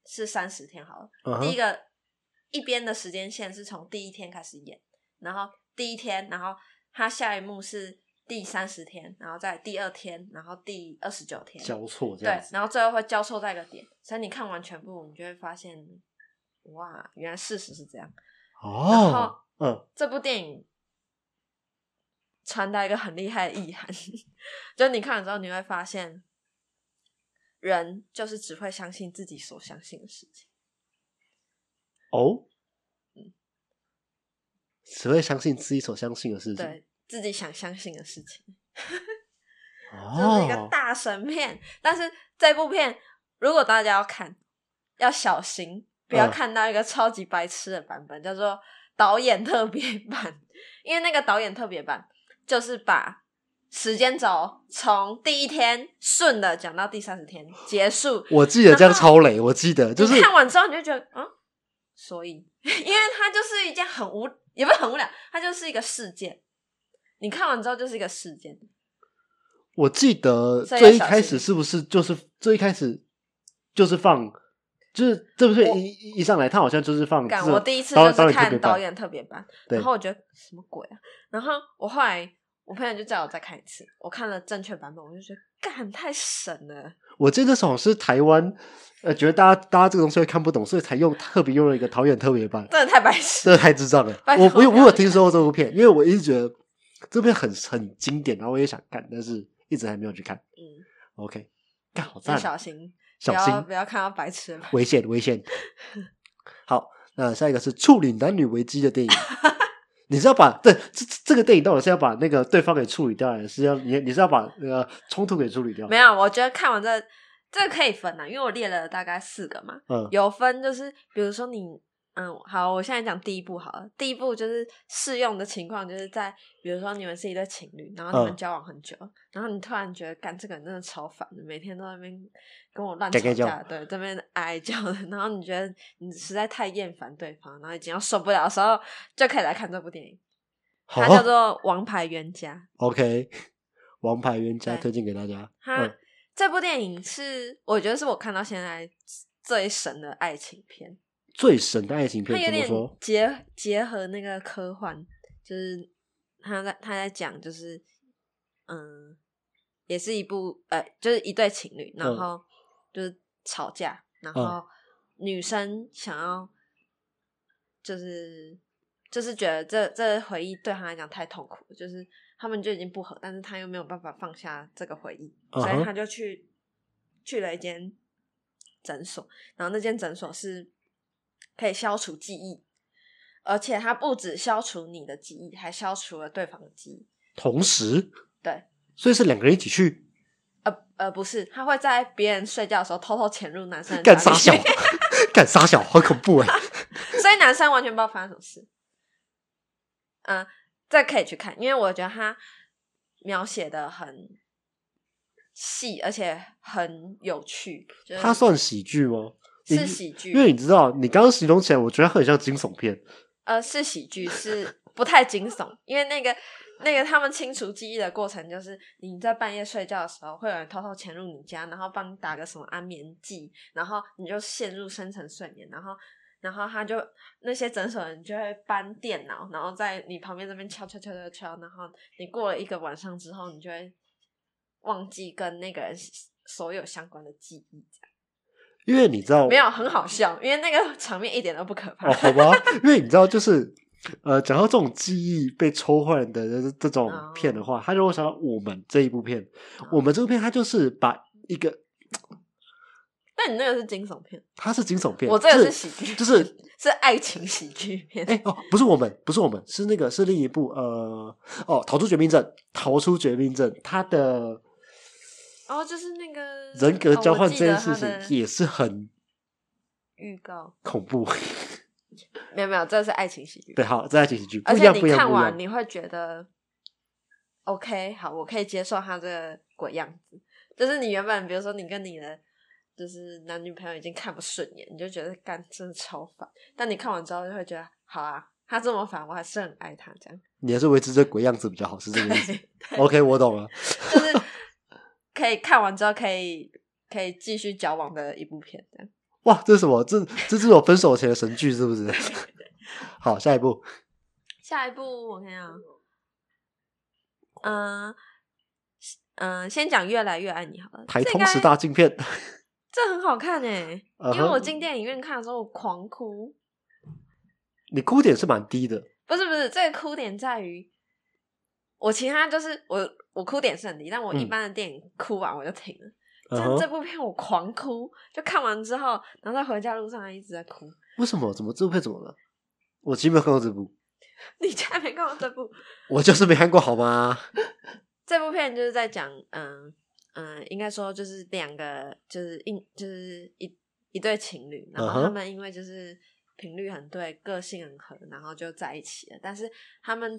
B: 是三十天好了，
A: 嗯
B: 第一
A: 哼，
B: 个一边的时间线是从第一天开始演，然后第一天，然后它下一幕是第三十天，然后在第二天，然后第二十九天，
A: 交错这样
B: 对
A: 子，，
B: 然后最后会交错在一个点，所以你看完全部，你就会发现，哇，原来事实是这样。然
A: 哦
B: 后，
A: 嗯，
B: 这部电影传达一个很厉害的意涵， (laughs) 就你看了之后，你会发现，人就是只会相信自己所相信的事情。
A: 哦，只会相信自己所相信的事情，
B: 对自己想相信的事情，这是一个
A: 哦，
B: 大神片。但是这部片，如果大家要看，要小心，不要
A: 嗯
B: 看到一个超级白痴的版本，叫做导演特别版， (laughs) 因为那个导演特别版就是把时间轴从第一天顺的讲到第三十天结束，
A: 我记得这样超雷，我记得就是
B: 你看完之后你就觉得，嗯，所以， (laughs) 因为它就是一件很无，也不是很无聊，它就是一个事件。你看完之后就是一个事件，
A: 嗯我记得
B: 所以
A: 最
B: 要
A: 一
B: 小
A: 开
B: 心
A: 始是不是就是最一开始就是放，就是这不是
B: 我
A: 一一一上来他好像就是放这
B: 干
A: 种导，
B: 我第一次就是
A: 特别
B: 看导
A: 版
B: 演特别版，
A: 对
B: 然后我觉得什么鬼啊？然后我后来我朋友就叫我再看一次，我看了正确版本，我就觉得干太神了。
A: 我记得那时候好像是台湾，呃，觉得大家大家这个东西会看不懂，所以才用特别用了一个导演特别版，
B: 真的太白痴
A: 这太智障了。
B: 拜
A: 我
B: 托
A: 我有
B: 哎不
A: 我
B: 要
A: 有
B: 去
A: 听说过这部片，因为我一直觉得这部片很很经典，然后我也想看，但是一直还没有去看。
B: 嗯，
A: OK，干好
B: 要
A: 赞，啊
B: 小心，不
A: 小
B: 要
A: 心
B: 不要看到白痴的版
A: 危险危险。 (laughs) 好，那下一个是处理男女危机的电
B: (laughs)
A: 影。你是要把对这这这个电影到底是要把那个对方给处理掉，还是要你你是要把那个冲突给处理掉？
B: 本。没有，我觉得看完这这个可以分啊，因为我列了大概四个嘛，
A: 嗯
B: 有分就是，比如说你，嗯，好，我现在讲第一步好了。第一步就是适用的情况，就是在比如说你们是一对情侣，然后你
A: 嗯
B: 们交往很久，然后你突然觉得，干这个人真的超烦的，每天都在那边跟我乱
A: 该
B: 吵
A: 该
B: 架，对，这边哀叫的，然后你觉得你实在太厌烦对方，然后已经要受不了的时候，就可以来看这部电影，
A: 好
B: 它叫做《王牌冤家》。
A: OK，《王牌冤家》
B: 对
A: 推荐给大家。
B: 它、
A: 嗯，
B: 这部电影是我觉得是我看到现在最神的爱情片。
A: 最神的爱情
B: 它
A: 片
B: 有
A: 怎么
B: 点
A: 说？
B: 结结合那个科幻，就是他在他在讲，就是嗯，也是一部呃，就是一对情侣，然
A: 嗯
B: 后就是吵架，然后女生想要就是就是觉得这这回忆对她来讲太痛苦了，就是他们就已经不和，但是她又没有办法放下这个回忆，所
A: 嗯
B: 以
A: 哼
B: 她就去去了一间诊所，然后那间诊所是可以消除记忆，而且它不止消除你的记忆，还消除了对方的记忆。
A: 同时，
B: 对，
A: 所以是两个人一起去
B: 呃呃，不是，他会在别人睡觉的时候偷偷潜入男生的
A: 干
B: 家
A: 傻
B: 里，
A: 小
B: (laughs)
A: 干傻小，好恐怖哎！
B: 所以男生完全不知道发生什么事。嗯、这可以去看，因为我觉得他描写的很细，而且很有趣。就是、
A: 它算喜剧吗？你
B: 是喜剧
A: 因，为你知道，你刚刚形容起来，我觉得它很像惊悚片。
B: 呃，是喜剧，是不太惊悚，因为那个那个他们清除记忆的过程，就是你在半夜睡觉的时候，会有人偷偷潜入你家，然后帮你打个什么安眠剂，然后你就陷入深层睡眠，然后。然后他就那些诊所人就会搬电脑，然后在你旁边这边敲敲敲敲敲，然后你过了一个晚上之后，你就会忘记跟那个人所有相关的记忆，这样
A: 因为你知道，
B: 没有很好笑，因为那个场面一点都不可怕。 (laughs)
A: 哦，好吧，因为你知道，就是呃，讲到这种记忆被抽换的这这种
B: 哦
A: 片的话，它就会想到我们这一部片，我们这部片它就是把一个
B: 但你那个是惊悚片，
A: 它是惊悚片，
B: 我这个
A: 就是
B: 喜剧，
A: 就是
B: (laughs) 是爱情喜剧片。
A: 哎、哦，不是我们，不是我们，是那个是另一部呃哦，逃出绝命镇，逃出绝命镇，它的
B: 哦，就是那个
A: 人格交换这件事
B: 嗯哦哦我记
A: 情
B: 得他的
A: 也是很
B: 预告，
A: 恐怖。 (laughs)
B: 没有没有，这是爱情喜剧，
A: 对，好，这爱情喜剧不
B: 而
A: 一
B: 且
A: 样，不一
B: 你
A: 样，
B: 看
A: 不一
B: 完
A: 样。
B: 你会觉得 OK，好，我可以接受他这个鬼样子。就是你原本比如说你跟你的就是男女朋友已经看不顺眼，你就觉得干真的超烦，但你看完之后就会觉得好啊，他这么烦，我还是很爱他这样。
A: 你还是维持这鬼样子比较好，是这个意思
B: 对。
A: OK，我懂了。
B: 就是可以看完之后可以可以继续交往的一部片，这样
A: 哇，这是什么？这这是我分手前的神剧，是不是？ (laughs) 好，下一步
B: 下一部我看啊，嗯、嗯、先讲《越来越爱你》好了，
A: 台
B: 这
A: 通
B: 应
A: 十
B: 该
A: 大镜片，
B: 这很好看哎、
A: 嗯
B: 因为我
A: 哼
B: 进电影院看的时候我狂哭，
A: 你哭点是蛮低的。
B: 不是不是，这个哭点在于我其他就是我我哭点是很低，但我一
A: 嗯
B: 般的电影哭完我就停了。
A: 嗯
B: 像这
A: 哼，
B: 部片我狂哭，就看完之后，然后在回家路上还一直在哭。 (laughs)
A: 为什么？怎么这部片怎么了？我其实没有看过这部，
B: 你竟然没看过这部？
A: 我就是没看过，好吗？
B: 这部片就是在讲，嗯嗯，应该说就是两个就是一就是一一对情侣，然
A: 嗯
B: 后
A: 哼
B: 他们因为就是频率很对，个性很合，然后就在一起了。但是他们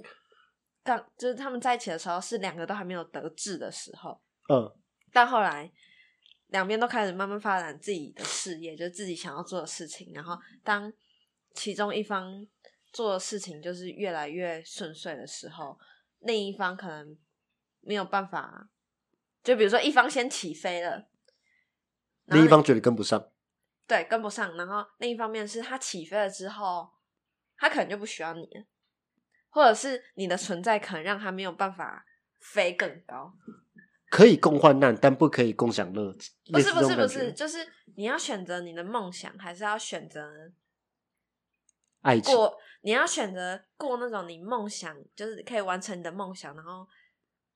B: 刚就是他们在一起的时候是两个都还没有得志的时候，
A: 嗯，
B: 但后来两边都开始慢慢发展自己的事业，就是自己想要做的事情。然后当其中一方做的事情就是越来越顺遂的时候，另一方可能没有办法。就比如说，一方先起飞了，然后
A: 另一方觉得跟不上，
B: 对跟不上，然后另一方面是他起飞了之后，他可能就不需要你了，或者是你的存在可能让他没有办法飞更高。
A: 可以共患难，但不可以共享乐。
B: 不
A: 类
B: 是
A: 似
B: 不
A: 这种
B: 是不
A: 感
B: 是，
A: 觉，
B: 就是你要选择你的梦想，还是要选择
A: 爱情
B: 过？你要选择过那种你梦想，就是可以完成你的梦想，然后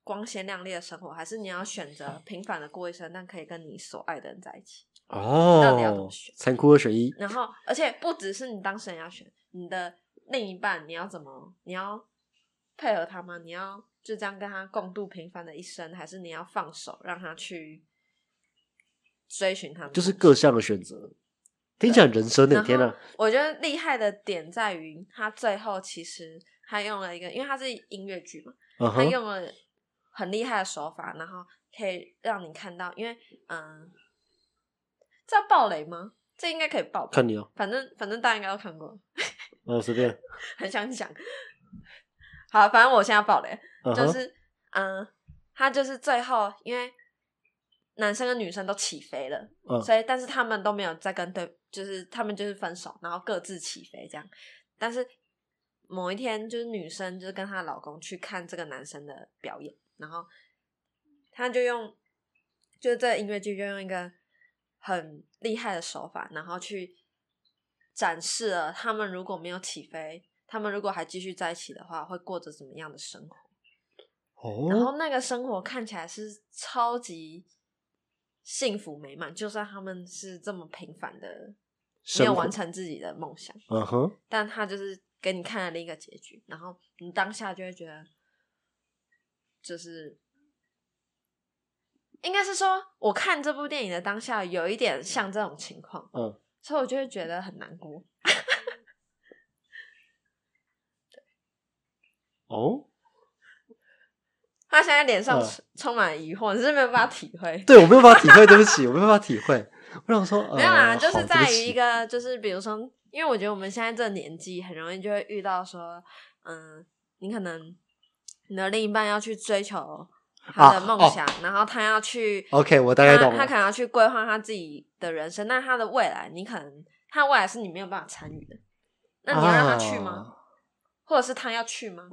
B: 光鲜亮丽的生活，还是你要选择平凡的过一生，但可以跟你所爱的人在一起？到底要怎
A: 哦
B: 么选，
A: 残酷二选一。
B: 然后，而且不只是你当事人要选，你的另一半你要怎么？你要配合他吗？你要就这样跟他共度平凡的一生，还是你要放手让他去追寻他的梦想？
A: 就是各项的选择，听起来很人生的
B: 然
A: 天
B: 后
A: 哪！
B: 我觉得厉害的点在于，他最后其实他用了一个，因为他是音乐剧嘛，
A: 嗯
B: 他
A: 哼，
B: 用了很厉害的手法，然后可以让你看到，因为嗯，这要暴雷吗？这应该可以爆吧，
A: 看你哦，
B: 反正反正大家应该都看过，
A: 哦随便，
B: 很想讲。好，反正我现在要爆雷，
A: 嗯
B: 就
A: 哼，
B: 是嗯，他就是最后因为男生跟女生都起飞了，
A: 嗯
B: 所以但是他们都没有再跟对，就是他们就是分手，然后各自起飞这样。但是某一天，就是女生就是跟她老公去看这个男生的表演，然后她就用，就是这个音乐剧就用一个很厉害的手法，然后去展示了他们如果没有起飞，他们如果还继续在一起的话，会过着怎么样的生活。然
A: 哦，
B: 后那个生活看起来是超级幸福美满，就算他们是这么平凡的，没
A: 生
B: 有
A: 活
B: 完成自己的梦想，
A: 嗯哼，
B: 但他就是给你看了另一个结局，然后你当下就会觉得，就是应该是说，我看这部电影的当下有一点像这种情况，
A: 嗯，
B: 所以我就会觉得很难过。
A: 哦，
B: 他现在脸上
A: 嗯
B: 充充满疑惑，你是没有办法体会。
A: 对我没有办法体会，对不起，我没有办法体会。我想说，呃、
B: 没有啦，就
A: 好对
B: 是
A: 不
B: 在于
A: 起
B: 一个，就是比如说，因为我觉得我们现在这个年纪很容易就会遇到说，嗯，你可能你的另一半要去追求他的
A: 啊
B: 梦
A: 哦
B: 想，然后他要去
A: OK，我大概
B: 他
A: 懂
B: 他
A: 了
B: 可能要去规划他自己的人生，那他的未来，你可能他的未来是你没有办法参与的，那你要让他去吗？
A: 啊
B: 或者是他要去吗？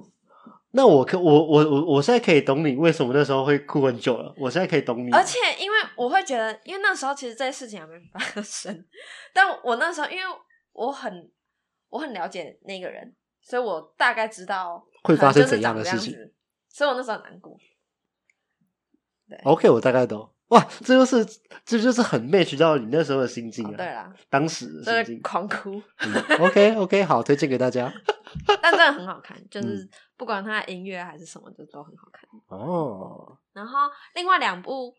A: 那我可我我我我现在可以懂你为什么那时候会哭很久了，我现在可以懂你。
B: 而且，因为我会觉得，因为那时候其实这些事情还没发生，但我那时候因为我很我很了解那个人，所以我大概知道
A: 会
B: 可能
A: 发生
B: 就是
A: 怎样的
B: 长这
A: 事情
B: 子，所以我那时候很难过。
A: OK，我大概懂。哇，这就是这就是很 match 到你那时候的心境
B: 哦
A: 啊，
B: 对啦，
A: 当时
B: 就
A: 的
B: 是
A: 心境。
B: 狂哭， (laughs)
A: OK OK，好，推荐给大家。
B: 但真的很好看，
A: 嗯
B: 就是不管他的音乐还是什么，就都很好看。
A: 哦，
B: 然后另外两部《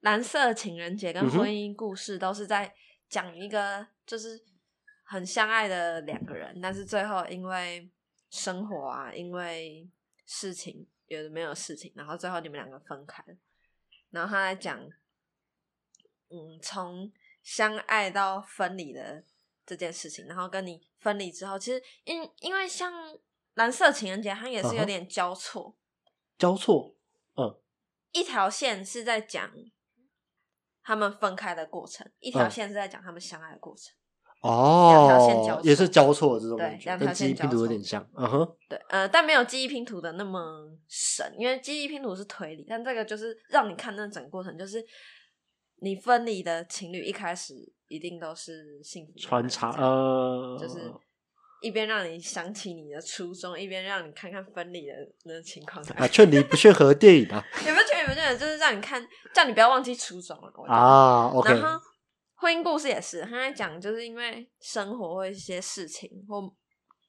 B: 蓝色情人节》跟
A: 嗯
B: 《
A: 哼
B: 婚姻故事》都是在讲一个就是很相爱的两个人，但是最后因为生活啊，因为事情有的没有事情，然后最后你们两个分开了。然后他在讲，嗯，从相爱到分离的这件事情，然后跟你分离之后，其实因因为像《蓝色情人节》，它也是
A: 嗯
B: 有
A: 哼
B: 点交错。
A: 交错
B: 一条线是在讲他们分开的过程，一条
A: 嗯
B: 线是在讲他们相爱的过程。条线交
A: 哦
B: 错，
A: 也是交错这种
B: 对
A: 感觉，
B: 两
A: 跟
B: 条
A: 记忆
B: 线
A: 拼
B: 交
A: 图有
B: 错
A: 点像。嗯哼，
B: 对，呃，但没有记忆拼图的那么神，因为记忆拼图是推理，但这个就是让你看那整个过程，就是你分离的情侣一开始一定都是幸福的
A: 穿插
B: 这样
A: 呃，
B: 就是。一边让你想起你的初衷，一边让你看看分离的那
A: (laughs)
B: 情况。
A: 啊，劝离不劝和电影
B: (laughs)
A: 啊
B: 有没有觉得？有没有觉得？就是让你看，叫你不要忘记初衷啊！我觉得
A: 啊，OK，
B: 然后婚姻故事也是，他在讲就是因为生活或一些事情或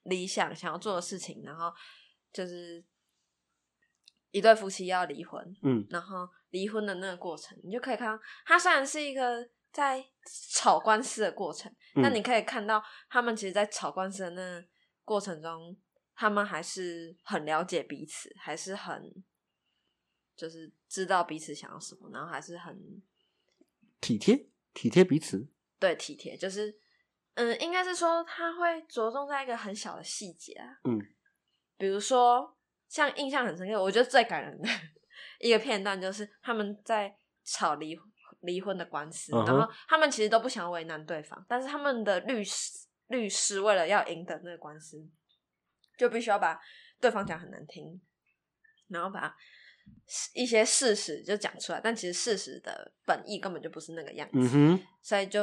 B: 理想想要做的事情，然后就是一对夫妻要离婚，
A: 嗯，
B: 然后离婚的那个过程，你就可以看到，它虽然是一个在吵官司的过程，
A: 嗯
B: 但你可以看到他们其实，在吵官司的那过程中，他们还是很了解彼此，还是很就是知道彼此想要什么，然后还是很
A: 体贴体贴彼此，
B: 对体贴，就是嗯，应该是说他会着重在一个很小的细节啊，
A: 嗯，
B: 比如说像印象很深刻，我觉得最感人的 (laughs) 一个片段就是他们在吵离离婚的官司，
A: 嗯哼
B: 然后他们其实都不想为难对方，但是他们的律师律师为了要赢得那个官司，就必须要把对方讲很难听，然后把。一些事实就讲出来，但其实事实的本意根本就不是那个样子。
A: 嗯哼，
B: 所以就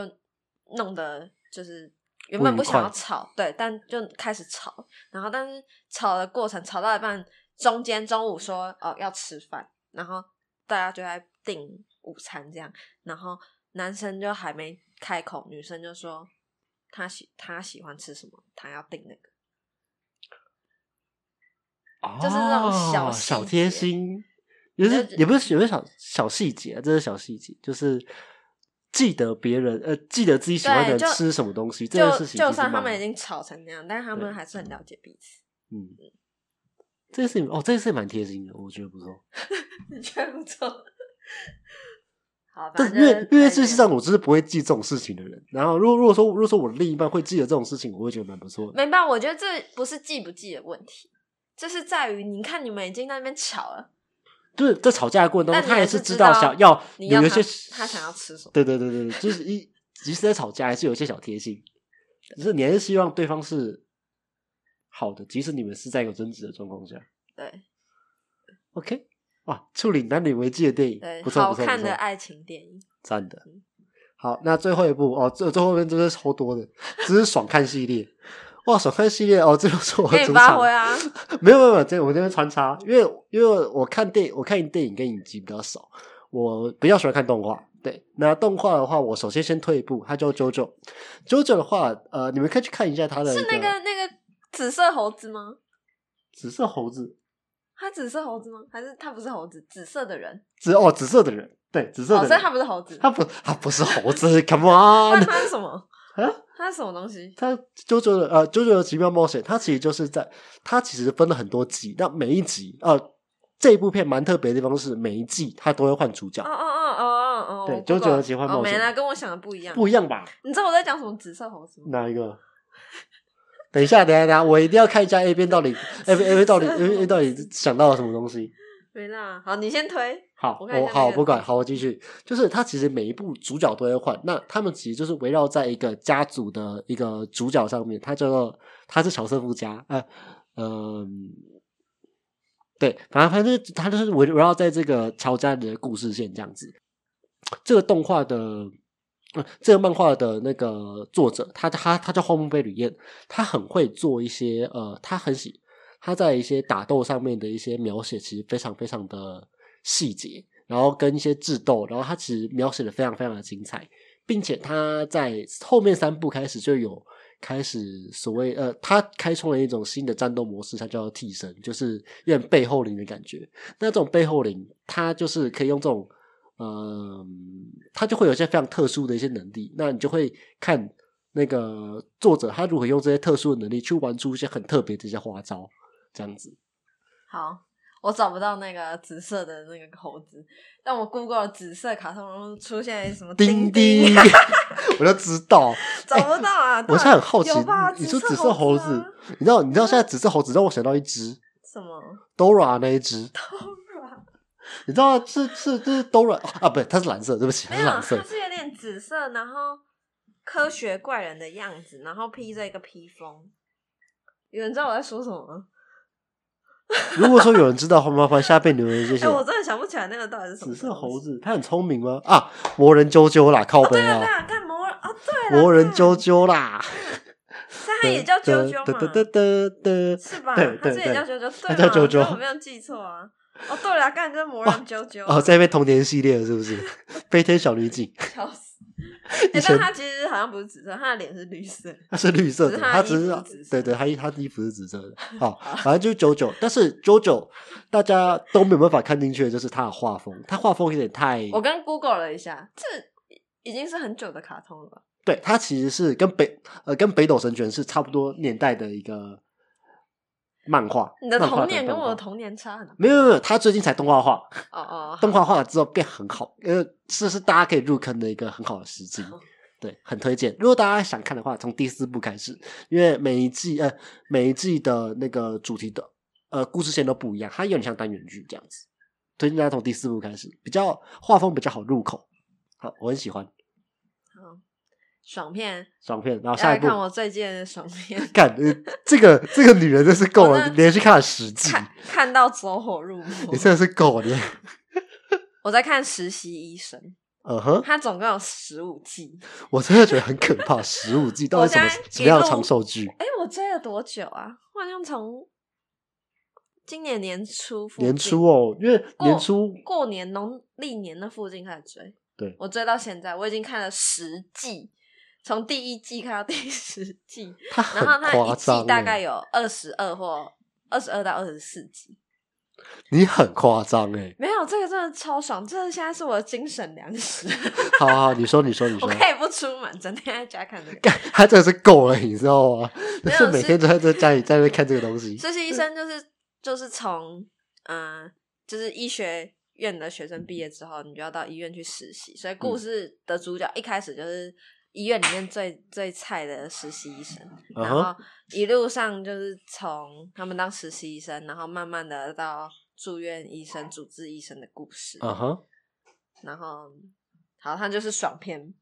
B: 弄得就是原
A: 不
B: 本
A: 愉
B: 不想
A: 快
B: 要吵，对，但就开始吵，然后但是吵的过程吵到一半，中间中午说哦要吃饭，然后大家就在订午餐这样，然后男生就还没开口，女生就说他喜他喜欢吃什么，他要订那个，就是那种小
A: 哦
B: 细
A: 啊小贴
B: 节
A: 心，也
B: 就是是
A: 也不是也不是小小细节啊，这是小细节，就是记得别人呃记得自己喜欢的
B: 对，就
A: 人吃什么东西，这件
B: 就
A: 事情
B: 就
A: 其实
B: 算他
A: 蛮
B: 们已经吵成那样，但是他
A: 对
B: 们还是很了解彼此， (laughs)
A: 嗯，这件事情哦，这件事情蛮贴心的，我觉得不错。
B: 你觉得不错。 (laughs) 好，
A: 但
B: 反
A: 是因
B: 正
A: 为
B: 就是
A: 因为
B: 推
A: 事
B: 荐
A: 实上我就是不会记这种事情的人。然后如果如果说如果说我的另一半会记得这种事情，我会觉得蛮不错的。
B: 没办法，我觉得这不是记不记的问题，这是在于你看你们已经在那边吵了，
A: 就是在吵架的过程当
B: 但
A: 中，
B: 你
A: 他
B: 还
A: 也
B: 是
A: 知
B: 知
A: 道
B: 道
A: 想要
B: 你
A: 有
B: 要
A: 一些
B: 他他想要吃什么
A: 对对对对，对就是一即使在吵架，还是有一些小贴心，就是你还是希望对方是好的，即使你们是在有争执的状况下。
B: 对
A: OK，哇，处理男女危机的电影
B: 对，，
A: 不错
B: 好
A: 不错不
B: 看的
A: 错，
B: 爱情电影，
A: 赞的。好，那最后一部哦，最最后面真的是超多的，这是爽看系列。哇，爽看系列哦，这就是我
B: 给
A: 的
B: 你
A: 主
B: 发
A: 场。(laughs)
B: 挥啊！
A: 没有没有没有，这我这边穿插，因为因为我看电我看电影跟影集比较少，我比较喜欢看动画。对，那动画的话，我首先先退一步，它叫 JoJo。JoJo 的话，呃，你们可以去看一下它的
B: 是
A: 一
B: 那个那个紫色猴子吗？
A: 紫色猴子，
B: 他紫色猴子吗？还是他不是猴子？紫色的人
A: 紫哦紫色的人，对紫色的
B: 哦，
A: 人，
B: 所以他不是猴子，
A: 他不他不是猴子 (laughs) ，Come
B: 不然
A: on，
B: 他是什么？
A: (laughs) 啊
B: 他是什么东西？
A: 它 JoJo 的呃 JoJo 的奇妙冒险，它其实就是在它其实分了很多集，那每一集呃这一部片蛮特别的地方是每一季它都会换主角
B: 哦哦，哦哦哦哦，
A: 对
B: 我
A: 九九
B: Google
A: 的奇幻
B: 哦
A: 冒
B: 没
A: 险
B: 啦，跟我想的不一样。
A: 不一样吧？
B: 你知道我在讲什么紫色猴子吗？
A: 哪一个？等一下，等一下，等一下，我一定要看一下 A 片到底 (laughs) A 片 A 片到底 A 片到底想到了什么东西。
B: 没啦，好，你先推。
A: 好，
B: 我看一
A: 我
B: 下
A: 好
B: 那
A: 我
B: 个
A: 不管，好我继续。就是他其实每一部主角都会换，那他们其实就是围绕在一个家族的一个主角上面。他叫做他是乔瑟夫家，呃，嗯，对，反正反正他就是围围绕在这个乔家人的故事线这样子。这个动画的，呃这个漫画的那个作者，他他他叫荒木飞吕彦，他很会做一些呃，他很喜他在一些打斗上面的一些描写，其实非常非常的细节，然后跟一些智斗，然后他其实描写的非常非常的精彩，并且他在后面三部开始就有开始所谓呃，他开创了一种新的战斗模式，它叫做替身，就是有点背后灵的感觉。那这种背后灵，它就是可以用这种。嗯，他就会有一些非常特殊的一些能力，那你就会看那个作者他如何用这些特殊的能力去玩出一些很特别的一些花招，这样子。
B: 好，我找不到那个紫色的那个猴子，但我 Google 了紫色卡通人物出现什么
A: 叮
B: 叮
A: 叮，，我就知道，
B: (laughs) 找不到啊！
A: 我
B: 到
A: 现
B: 底
A: 在很好奇
B: 有吧，
A: 你说
B: 紫
A: 紫色猴
B: 子啊
A: 子，你知道，你知道现在紫色猴子让我想到一只
B: 什么？
A: Dora 那一只， (laughs) 你知道是是是 Dora 啊，不，它是蓝色，对不起，它
B: 没
A: 是
B: 有，啊它
A: 蓝色，
B: 是有点紫色，然后科学怪人的样子，然后披着一个披风。有人知道我在说什么吗？
A: 如果说有人知道，欢迎麻烦下面留言，谢
B: 啊哎、
A: 谢。
B: 我真的想不起来那个到底是什么。
A: 紫色猴，子，它很聪明吗？啊，魔人啾啾啦，靠
B: 哦，
A: 背
B: 对了对
A: 啊，
B: 了，干魔人哦，对了，
A: 魔人
B: 干
A: 啾，啾啦，
B: 但他也叫啾啾
A: 得
B: 嘛，
A: 得得得得
B: 是吧？
A: 对
B: 他
A: 对
B: 自己
A: 对
B: 也叫啾啾，
A: 他
B: 对
A: 叫
B: 嘛
A: 啾啾
B: 那我没有记错啊。哦，对了，干这魔人啾啾，
A: 哦，在被童年系列了是不 (laughs) 是？飞天小女警，
B: 笑死！
A: (laughs) 以
B: 哎，
A: 前
B: 但他其实好像不是紫色，他的脸是绿色。
A: 它是绿色的，
B: 只是它
A: 它
B: 的
A: 只
B: 衣
A: 是
B: 服是紫色
A: 对对，它衣它的衣服是紫色
B: (laughs)
A: 的。好，反正就是九九，但是九九大家都没有办法看进去的就是它的画风，它画风有点太，
B: 我刚 Google 了一下，这已经是很久的卡通了吧？
A: 对，它其实是跟北呃跟北斗神拳是差不多年代的一个漫画。
B: 你的
A: 漫画
B: 童年跟
A: 动
B: 我
A: 画
B: 的童年差很多。
A: 没有没有没有，它最近才动画化，
B: 哦哦，
A: 动画化了之后变很好，呃，这是大家可以入坑的一个很好的时
B: (laughs)
A: 机
B: 好，
A: 对，很推荐。如果大家想看的话，从第四部开始，因为每一季呃每一季的那个主题的呃故事线都不一样，它有点像单元剧这样子。推荐大家从第四部开始，比较画风比较好入口，好，我很喜欢
B: 好，爽片，
A: 爽片。然后下一
B: 大家
A: 部，
B: 看我最近的爽片
A: 干、呃这个这个女人真是够
B: 我
A: 了，
B: 真的
A: 连续看了十季，
B: 看看到走火入魔
A: 你。真的是够了。
B: 我在看《实习医生》，
A: 嗯哼，
B: 它总共有十五季。
A: 我真的觉得很可怕，十五季到底什么
B: 我现在
A: 什么样的
B: 一路
A: 长寿剧？
B: 哎，我追了多久啊？我好像从今年年初附近
A: 年初哦，因为
B: 过
A: 年初
B: 过年农历年那附近开始追，
A: 对
B: 我追到现在，我已经看了十季，从第一季看到第十季，
A: 它
B: 然后
A: 很
B: 它
A: 夸
B: 一
A: 张
B: 季
A: 欸，
B: 大概有二十二或二十二到二十四集。
A: 你很夸张哎。
B: 没有，这个真的超爽，这个现在是我的精神粮食。
A: 好 (laughs) 好，好你说你说你
B: (laughs) 我
A: 说，
B: 可以不出门，整天在家看这个。
A: 干他真的是够了，你知道吗？就
B: 没有
A: 是每
B: 是
A: 天都在在家里在那边看这个东西，
B: 实习医生就是就是从嗯、呃就是医学院的学生毕业之后，你就要到医院去实习，所以
A: 嗯
B: 故事的主角一开始就是医院里面最最菜的实习医生，
A: 嗯
B: 然
A: 哼
B: 后一路上就是从他们当实习医生，然后慢慢的到住院医生、主治医生的故事。
A: 嗯哼，
B: 然后，好，它就是爽片，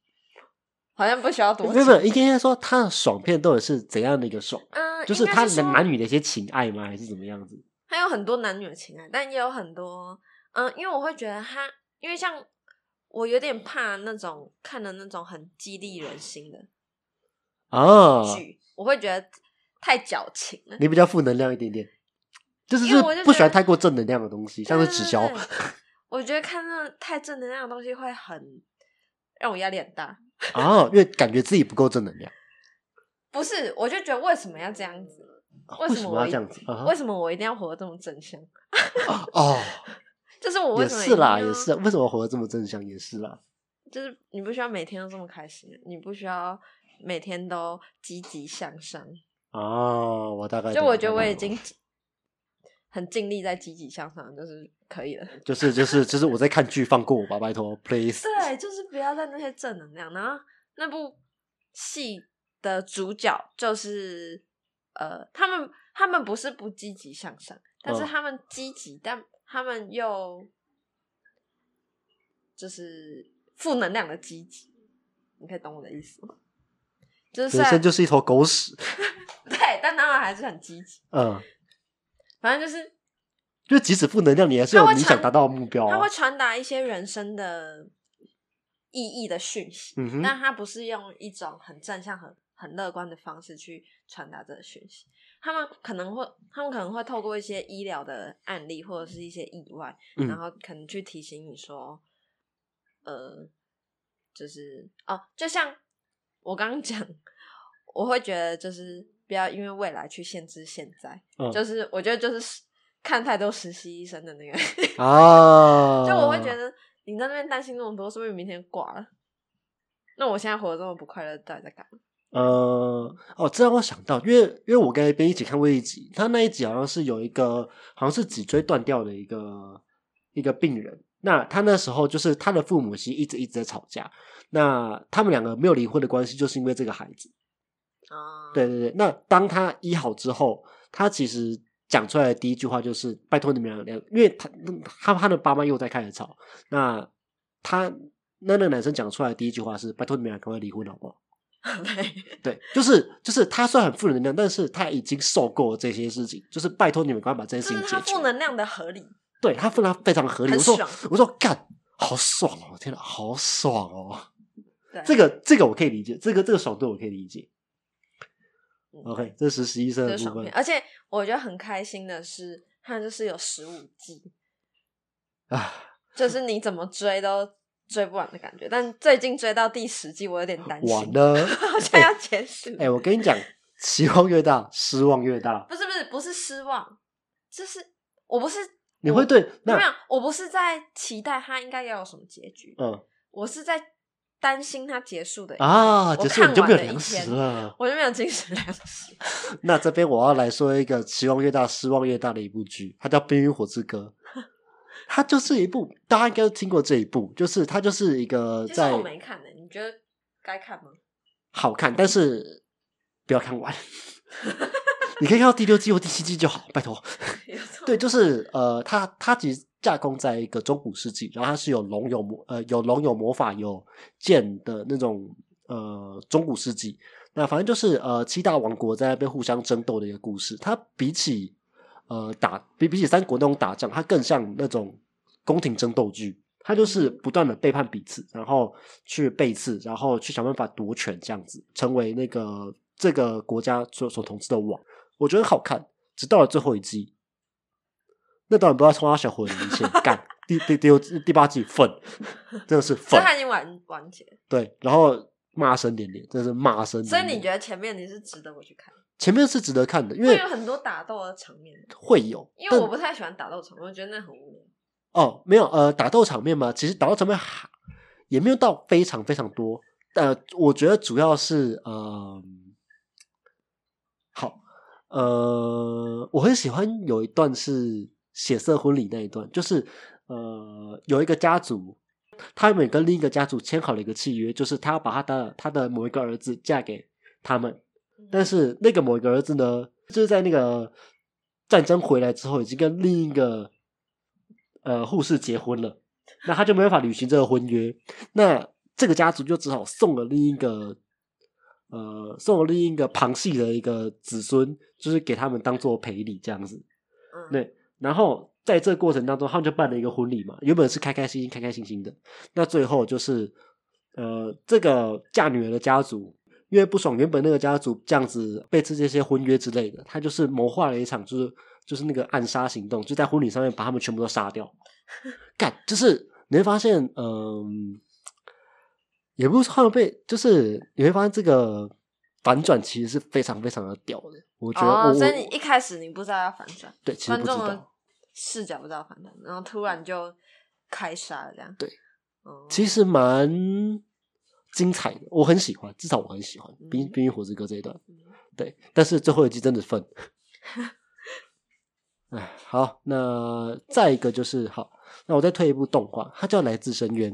B: 好像不需要多
A: 没有没
B: 讲。
A: 有，应该说他的爽片到底是怎样的一个爽？
B: 嗯，
A: 就是
B: 应该
A: 他
B: 是
A: 的
B: 说
A: 男女的一些情爱吗？还是怎么样子？
B: 它有很多男女的情爱，但也有很多，嗯，因为我会觉得它，因为像我有点怕那种看的那种很激励人心的
A: 啊，
B: 剧，我会觉得太矫情了。
A: 你比较负能量一点点，就是
B: 因为我
A: 是
B: 就
A: 不
B: 觉
A: 喜欢
B: 得
A: 太过正能量的东西，像是
B: 对
A: 纸
B: 对
A: 销
B: 对。我觉得看那太正能量的东西会很让我压力很大。
A: 啊，因为感觉自己不够正能量。
B: 不是，我就觉得为什么要这样子？
A: 啊
B: 为
A: 为
B: 什
A: 什
B: 么
A: 么
B: 我
A: 要
B: 一
A: 这样子？啊
B: 为
A: 哈
B: 什么我一定要活得这么正向？
A: 哦，
B: 就是我为
A: 也
B: 什么
A: 是啦，
B: 一定
A: 也
B: 要
A: 是啊，为什么活得这么正向？也是啦，
B: 就是你不需要每天都这么开心，啊你不需要每天都积极向上。
A: 哦，我大概
B: 就
A: 懂
B: 我
A: 了
B: 觉得
A: 大
B: 我
A: 概
B: 已
A: 懂了
B: 经很尽力在积极向上，就是可以了。 (laughs)
A: 就是就是就是我在看剧，放过我吧，拜托，please。
B: 对，就是不要在那些正能量。然后那部戏的主角就是呃，他们他们不是不积极向上，但是
A: 嗯
B: 他们积极，但他们又就是负能量的积极。你可以懂我的意思吗？就是啊虽
A: 人生
B: 然
A: 就是一坨狗屎，
B: 对，但他们还是很积极。
A: 嗯，
B: 反正就是
A: 就即使负能量，你还是有
B: 它会
A: 你
B: 传
A: 想达到的目标
B: 他
A: 啊
B: 会。传达一些人生的意义的讯息。
A: 嗯哼，
B: 但他不是用一种很正向、很很乐观的方式去传达这个讯息。他们可能会，他们可能会透过一些医疗的案例或者是一些意外，
A: 嗯
B: 然后可能去提醒你说，呃，就是哦，就像我刚刚讲，我会觉得就是不要因为未来去限制现在，
A: 嗯
B: 就是我觉得就是看太多实习医生的那个，
A: 啊，
B: 就我会觉得你在那边担心那么多，是不是明天挂了？那我现在活得这么不快乐，到底在干嘛？
A: 呃，哦，这让我想到，因为因为我跟 A 边一起看过一集，他那一集好像是有一个好像是脊椎断掉的一个一个病人。那他那时候就是他的父母亲一直一直在吵架，那他们两个没有离婚的关系，就是因为这个孩子。
B: 啊、
A: 对对对，那当他医好之后，他其实讲出来的第一句话就是拜托你们两个，因为他嗯他他的爸妈又在开始吵，那他那那个男生讲出来的第一句话是拜托你们俩赶快离婚好不好？
B: (laughs) 对，
A: 对，就是就是他虽然很负能量，但是他已经受够了这些事情，就是拜托你们赶快把这件
B: 就
A: 事情
B: 是他
A: 解决。
B: 负能量的合理。
A: 对他负能量非常合理。
B: 很
A: 我说
B: 爽
A: 我说干，好爽哦！天哪，好爽哦！
B: 对，
A: 这个这个我可以理解，这个这个爽度我可以理解。
B: 嗯
A: OK，这是实习生
B: 这
A: 的
B: 是
A: 部
B: 爽片
A: 分。
B: 而且我觉得很开心的是，它就是有十五季，
A: 啊。
B: 就是你怎么追都追不完的感觉。但最近追到第十季，我有点担
A: 完
B: 心，，
A: 了
B: (laughs) 好像
A: 哎
B: 要结束。
A: 哎、我跟你讲，期望越大，失望越大。
B: 不是不是不是失望，就是我不是
A: 你会对
B: 没有
A: 那，
B: 我不是在期待它应该要有什么结局，
A: 嗯
B: 我是在担心它结束的一天
A: 啊，结束你就没有粮。
B: 我看
A: 食
B: 完了一天
A: 了。
B: 我就没有精神粮
A: (laughs)
B: 食，
A: 那这边我要来说一个期望越大、失望越大的一部剧，它叫《冰与火之歌》。
B: (laughs)
A: 它就是一部，大家应该都听过这一部，就是它就是一个
B: 其实我
A: 在
B: 没看呢、你觉得该看吗？ (laughs)
A: 好看，但是不要看完。你可以看到第六季或第七季就好，拜托。
B: 有这种
A: 对，就是呃，它它其实架空在一个中古世纪，然后它是有龙有魔呃有龙有魔法有剑的那种呃中古世纪。那反正就是呃七大王国在那边互相争斗的一个故事。它比起呃打比比起三国那种打仗，它更像那种宫廷争斗剧。它就是不断的背叛彼此，然后去背刺，然后去想办法夺权，这样子成为那个这个国家所所统治的王。我觉得很好看，直到了最后一季，那当然不知道从他小火影线干第第第六第八季粉，真的是
B: (laughs) 所
A: 粉
B: 以它已经完完结了，
A: 对，然后骂声连连，真的是骂声连
B: 所以
A: 连。
B: 你觉得前面你是值得我去看，
A: 前面是值得看的，嗯因
B: 会
A: 为
B: 有很多打斗的场面，
A: 会有，
B: 因为
A: 但
B: 我不太喜欢打斗场，我觉得那很无聊。
A: 哦没有呃打斗场面嘛，其实打斗场面还也没有到非常非常多，呃，我觉得主要是呃好呃，我很喜欢有一段是血色婚礼那一段，就是呃有一个家族。他们跟另一个家族签好了一个契约，就是他要把他的他的某一个儿子嫁给他们，但是那个某一个儿子呢，就是在那个战争回来之后，已经跟另一个呃护士结婚了，那他就没办法履行这个婚约。那这个家族就只好送了另一个呃，送了另一个旁系的一个子孙，就是给他们当做赔礼这样子。
B: 嗯，
A: 对然后在这个过程当中，他们就办了一个婚礼嘛，原本是开开心心、开开心心的，那最后就是呃，这个嫁女儿的家族因为不爽原本那个家族这样子背刺这些婚约之类的，他就是谋划了一场就是就是那个暗杀行动，就在婚礼上面把他们全部都杀
B: (laughs)
A: 掉。干，就是你会发现，嗯、也不是说被，就是你会发现这个反转其实是非常非常的屌的。我觉得我、
B: 哦，
A: 我
B: 所以你一开始你不知道要反转，
A: 对其实
B: 观
A: 不知
B: 众
A: 道
B: 的。视角不知道反转，然后突然就开杀了这样。
A: 对
B: 哦，
A: 其实蛮精彩的，我很喜欢，至少我很喜欢
B: 嗯
A: 《冰冰与火之歌》这一段。
B: 嗯
A: 对，但是最后一季真的分。哎，好，那再一个就是好，那我再推一部动画，它叫《来自深渊》。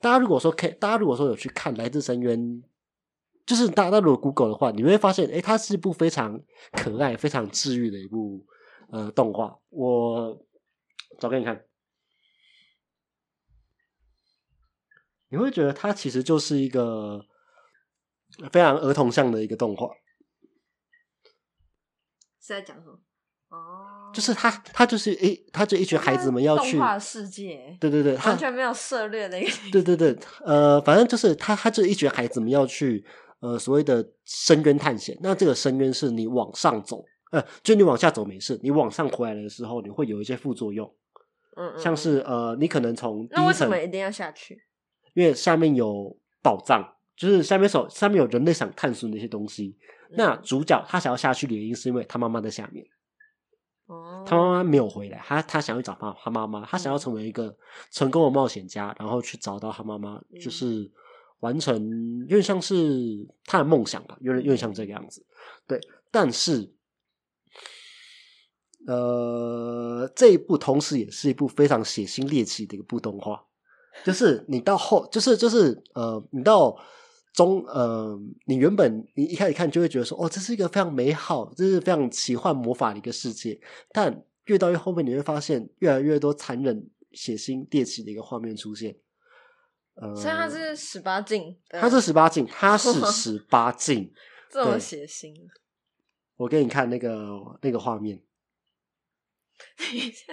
A: 大家如果说看，大家如果说有去看《来自深渊》，就是大家如果 Google 的话，你会发现，哎，它是一部非常可爱、非常治愈的一部呃动画。我找给你看，你会觉得它其实就是一个非常儿童向的一个动画。
B: 是在讲什么？哦，
A: 就是他，他就是一，他就一群孩子们要去
B: 动，画世界，
A: 对对对，他
B: 完全没有涉略的一个
A: 对对对，呃，反正就是他，他就是一群孩子们要去呃所谓的深渊探险。那这个深渊是你往上走，呃，就你往下走没事，你往上回来的时候，你会有一些副作用，
B: 嗯，嗯
A: 像
B: 嗯
A: 是呃，你可能从第
B: 那
A: 一
B: 为什
A: 层
B: 么，一定要下去？
A: 因为下面有宝藏，就是下面手上面有人类想探索的一些东西。
B: 嗯
A: 那主角他想要下去的原因是因为他妈妈在下面。
B: 哦，
A: 他妈妈没有回来，他他想要找他他妈妈，他想要成为一个成功的冒险家，然后去找到他妈妈，就是完成有点像是他的梦想吧，有点有点像这个样子。对，但是，呃，这一部同时也是一部非常血腥猎奇的一部动画，就是你到后，就是就是呃，你到。中呃，你原本你一开始看就会觉得说，哦，这是一个非常美好，这是非常奇幻魔法的一个世界。但越到越后面，你会发现越来越多残忍、血腥、猎奇的一个画面出现。呃，
B: 所以他是十八禁的，
A: 它是十八禁，它
B: (laughs)
A: 是十八禁。
B: 这么
A: 对
B: 血腥。 (laughs)
A: 我给你看那个那个画面，
B: 等一下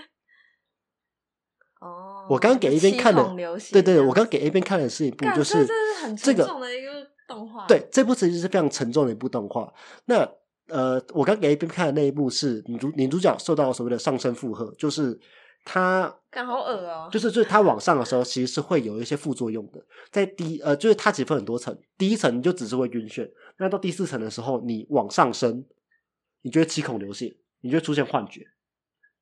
B: 哦，
A: 我刚给一边看
B: 七
A: 的
B: 孔流，血
A: 对
B: 这
A: 对，
B: 样
A: 我刚
B: 子
A: 给 A 边看的是一部
B: 干
A: 就
B: 这
A: 是
B: 这是很
A: 这
B: 沉
A: 个
B: 重的一个动画，
A: 对，这部其实是非常沉重的一部动画。那呃，我刚给 A 边看的那一部是女主女主角受到所谓的上身负荷，就是她
B: 干好恶哦，
A: 就是就是它往上的时候，其实是会有一些副作用的。在第呃，就是它其实分很多层，第一层你就只是会晕眩，那到第四层的时候，你往上升，你就会七孔流血，你就会出现幻觉，